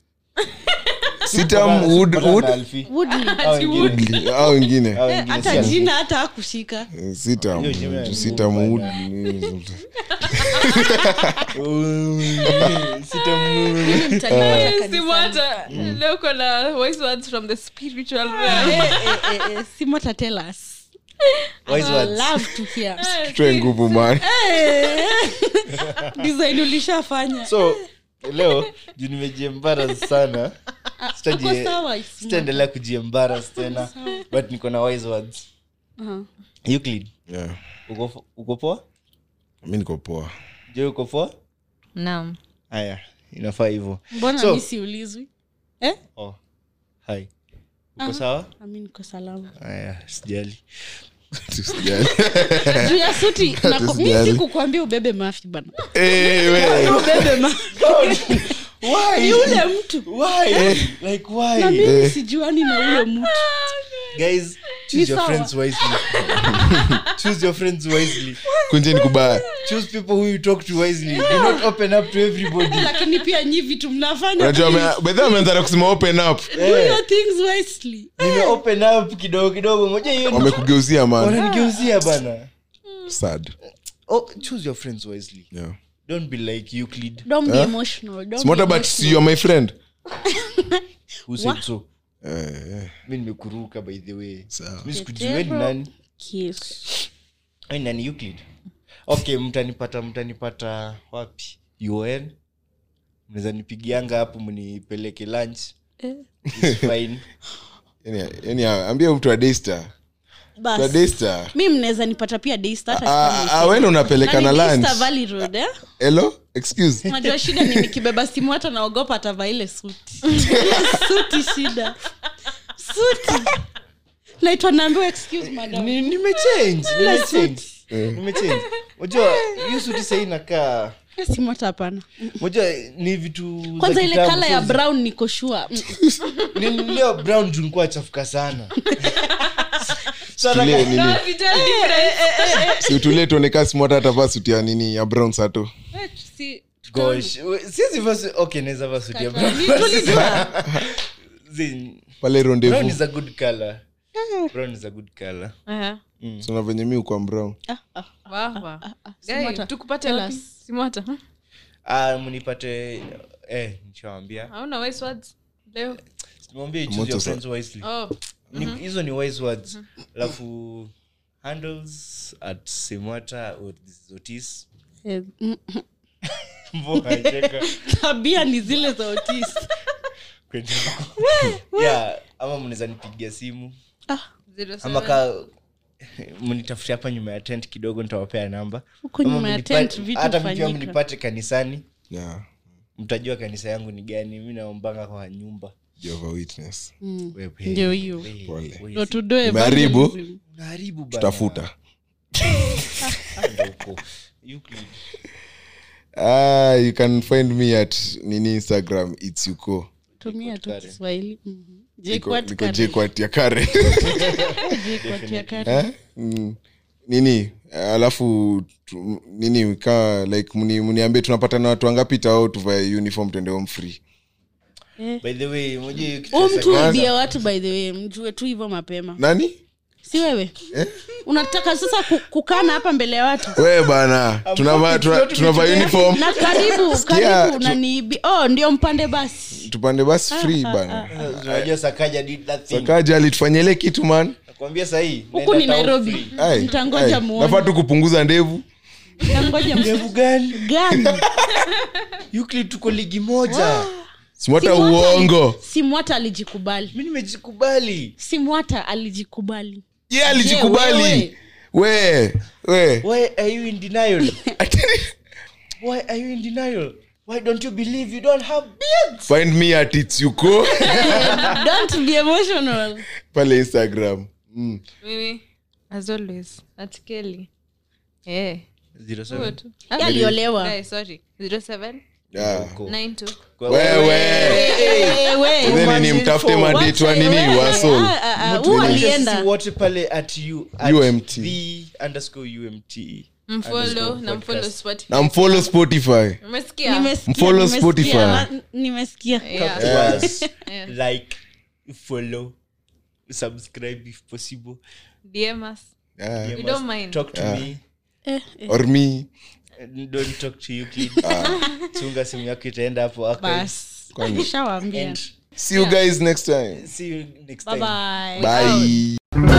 Speaker 2: sitam wood wood
Speaker 4: Woodley.
Speaker 2: Woodley, au wengine
Speaker 4: Eh, hata jina hata akushika
Speaker 2: Eh, sitam
Speaker 3: Hiyo jina ya
Speaker 2: sitam
Speaker 3: Mungu,
Speaker 2: wood
Speaker 1: Yes, Simwata.
Speaker 3: Mm.
Speaker 1: Leo uko na voice words from the spiritual realm.
Speaker 4: Eh, simotatelas love to hear
Speaker 2: tutoe nguvu man
Speaker 4: design ulishafanya
Speaker 3: so leo juu nimejiembara sana Sitaji-
Speaker 4: Uko sawa, Isma?
Speaker 3: sitaendelea kujiembara tena but niko na wise words
Speaker 4: Aha.
Speaker 3: Euclid,
Speaker 2: yeah.
Speaker 3: uko- uko poa
Speaker 2: mi niko poa
Speaker 3: je uko poa
Speaker 1: Naam.
Speaker 3: haya inafaa hivyo
Speaker 4: mbona
Speaker 3: So-
Speaker 4: mi siulizwi eh?
Speaker 3: oh. hai
Speaker 4: Ah.
Speaker 3: uko sawa
Speaker 4: ami niko salama
Speaker 3: haya sijali
Speaker 2: Tusijali.
Speaker 4: juu ya suti na- mi
Speaker 2: Tusijali.
Speaker 4: sikukwambia ubebe mafi bana
Speaker 2: Eh, we.
Speaker 4: ubebe mafi
Speaker 3: Why?
Speaker 4: yule mtu
Speaker 3: Why? Like, why?
Speaker 4: na mimi sijuani na yule mtu
Speaker 3: guys choose your
Speaker 4: sawa.
Speaker 3: friends wisely choose your friends wisely
Speaker 2: kunjeni kubaya
Speaker 3: choose people who you talk to wisely do not open up to everybody
Speaker 4: lakini pia nyi vitu mnafanya
Speaker 2: unajua ame- bedhi ameanza na kusema open up
Speaker 4: do your things wisely
Speaker 3: Eh, nime open up kidogo kidogo ngoja hiyo
Speaker 2: wamekugeuzia
Speaker 4: Oh,
Speaker 2: man
Speaker 4: Ah.
Speaker 3: wananigeuzia bana
Speaker 2: sad
Speaker 3: oh, choose your friends wisely
Speaker 2: yeah.
Speaker 3: don't be like euclid
Speaker 4: don't be emotional don't
Speaker 2: smart
Speaker 4: be
Speaker 2: about
Speaker 4: emotional.
Speaker 2: you are my friend
Speaker 3: who said so
Speaker 2: Eh, eh,
Speaker 3: mi nimekuruka by the way
Speaker 2: sawa.
Speaker 3: mi sikujueni
Speaker 4: Tetero.
Speaker 3: nani
Speaker 4: Yes.
Speaker 3: Ai, nani euclid okay mtanipata mtanipata wapi un mnaweza nipigianga hapo mnipeleke lunch
Speaker 4: Eh.
Speaker 3: It's fine
Speaker 2: Yaani- yaani ambia mtu adesta
Speaker 4: Basi.
Speaker 2: adesta
Speaker 4: mi mnaweza nipata pia Daystar, hata kama ni-
Speaker 2: awena
Speaker 4: Na
Speaker 2: Ah, unapelekana
Speaker 4: ni
Speaker 2: lunch
Speaker 4: Daystar Valley Road, eh?
Speaker 2: hello excuse
Speaker 4: unajua shida ni nikibeba simu hata naogopa atavaa ile suti Ile suti shida suti naitwa naambiwa excuse madam Eh.
Speaker 3: Ni- nimechange nimechange nimechange unajua hiyo suti sahii inakaa
Speaker 4: simu hata hapana
Speaker 3: unajua ni vitu za
Speaker 4: kwanza ile
Speaker 3: kitambo,
Speaker 4: kala ya
Speaker 3: so-
Speaker 4: brown niko shua
Speaker 3: Ni- leo brown tulikuwa chafuka sana So
Speaker 2: Tulie,
Speaker 3: nataka-
Speaker 2: nini,
Speaker 1: Vital difference.
Speaker 2: si utulie tuoneka smart atavaa suti ya nini ya brown sato
Speaker 1: Eh, tusi-
Speaker 3: gosh sizi vasi okay naweza vasi ya brown
Speaker 4: tulijua
Speaker 3: Zin-
Speaker 2: pale
Speaker 3: brown
Speaker 2: rondevu
Speaker 3: is a good color brown is a good color
Speaker 1: Aha.
Speaker 2: sona Mm. venye mi ukwa brown
Speaker 4: Ah, ah,
Speaker 1: Wah, wah.
Speaker 4: ah,
Speaker 1: Guy,
Speaker 4: Simwata.
Speaker 1: tukupate
Speaker 4: Tell
Speaker 1: wapi?
Speaker 4: us.
Speaker 1: Simwata, hmm?
Speaker 3: ah mnipate eh nishawambia
Speaker 1: hauna wise words leo
Speaker 3: nimwambia you choose
Speaker 2: Moto
Speaker 3: your
Speaker 2: sa-
Speaker 3: friends wisely
Speaker 1: oh.
Speaker 3: Ni- hizo ni wise words alafu handles at simwata or zotis
Speaker 4: Eh, mm, mm.
Speaker 3: mbona nacheka?
Speaker 4: tabia ni zile za otis
Speaker 3: Kwenye- Yeah, ama mnaweza nipigia simu
Speaker 4: Ah,
Speaker 1: Zero
Speaker 3: ama
Speaker 1: seven.
Speaker 3: ka mnitafutia hapa nyuma ya tent kidogo nitawapea namba
Speaker 4: huko
Speaker 3: Ama
Speaker 4: nyuma ya
Speaker 3: mnipa-
Speaker 4: tent vitu
Speaker 3: hata mkiwa
Speaker 4: hufanyika
Speaker 3: mnipate kanisani
Speaker 2: yeah.
Speaker 3: mtajua kanisa yangu ni gani mi naombanga kwa nyumba
Speaker 2: Jehovah Witness.
Speaker 4: Mm,
Speaker 3: Wewe,
Speaker 4: ndio hiyo
Speaker 3: wewe,
Speaker 2: Pole.
Speaker 3: wewe,
Speaker 4: ndo tudoe
Speaker 2: Umeharibu.
Speaker 4: evangelism.
Speaker 3: unaharibu bana.
Speaker 2: tutafuta
Speaker 3: Anda huko. Euclid.
Speaker 2: ah, you can find me at nini instagram its uko
Speaker 4: tumia tu
Speaker 3: Kare.
Speaker 4: kiswahili Mhm.
Speaker 2: niko
Speaker 4: Jekwat
Speaker 2: niko
Speaker 4: kare.
Speaker 2: jekwat ya kare
Speaker 4: Jekwat ya kare.
Speaker 2: Eh? Mm. nini Eh, alafu tu, nini kaa like mni- mniambie tunapata na watu wangapi tao tuvae uniform tuende home free
Speaker 3: By the way, unajua hiyo kitu
Speaker 4: Huyu
Speaker 3: ya
Speaker 4: mtu
Speaker 2: Kwanza.
Speaker 4: ibia watu by the way mjue tu hivyo mapema
Speaker 2: nani
Speaker 4: si wewe
Speaker 2: Eh?
Speaker 4: unataka sasa ku- kukana hapa mbele ya watu
Speaker 2: we bana tunavaa tuna- tunavaa uniform
Speaker 4: na karibu
Speaker 2: Sikia,
Speaker 4: karibu
Speaker 2: tu-
Speaker 4: naniibi oh ndio mpande basi
Speaker 2: tupande basi
Speaker 4: Ah,
Speaker 2: free bana
Speaker 3: Sasa, unajua sakaja did that thing.
Speaker 2: sakaja alitufanyaile kitu man
Speaker 3: nakwambia sahii
Speaker 4: huku ni nairobi
Speaker 2: Ai,
Speaker 4: mtangoja
Speaker 2: ai,
Speaker 4: muone
Speaker 2: nafaa tu kupunguza ndevu
Speaker 4: mtangoja mu-
Speaker 3: ndevu gani
Speaker 4: gani
Speaker 3: Euclid tuko ligi moja
Speaker 2: simwata
Speaker 4: Simwata-
Speaker 2: uongo
Speaker 4: simwata alijikubali
Speaker 3: mi nimejikubali
Speaker 4: simwata alijikubali
Speaker 2: ye alijikubali
Speaker 4: wewe?
Speaker 2: we we
Speaker 3: why are you in denial why are you in denial why don't you believe you don't have beards
Speaker 2: find me at its uko
Speaker 4: don't be emotional
Speaker 2: pale instagram mm.
Speaker 1: mimi as always at kelly eh huo tu
Speaker 4: Yeye aliolewa
Speaker 1: Guy, sorry 07
Speaker 2: yeah.
Speaker 1: 92
Speaker 2: wewe
Speaker 4: Wewe.
Speaker 2: then ni mtafute madate wa nini
Speaker 4: Wewe,
Speaker 2: wasol
Speaker 4: ah,
Speaker 1: Uh,
Speaker 4: ah, ah, huyu alienda
Speaker 3: wote pale at you at
Speaker 2: UMT.
Speaker 3: the underscore umt
Speaker 1: mfolo na mfolo spotify
Speaker 2: na mfollow spotify
Speaker 1: umesikia
Speaker 4: Nimesikia,
Speaker 2: Mfollow
Speaker 4: nimesikia,
Speaker 2: Spotify.
Speaker 4: na- nimesikia
Speaker 1: Yeah.
Speaker 3: to us
Speaker 1: Uh, Yeah.
Speaker 3: like follow subscribe if possible
Speaker 1: dm us
Speaker 2: yeah.
Speaker 3: You
Speaker 1: We don't
Speaker 3: must
Speaker 1: mind.
Speaker 3: talk to me
Speaker 2: Ah, or me
Speaker 3: and don't talk to you kid
Speaker 2: Ah.
Speaker 3: chunga simu yako itaenda hapo archives.
Speaker 4: basi
Speaker 2: Kwani?
Speaker 4: nishawaambia
Speaker 3: and
Speaker 2: see you guys next time
Speaker 3: see you next time
Speaker 4: bye
Speaker 2: bye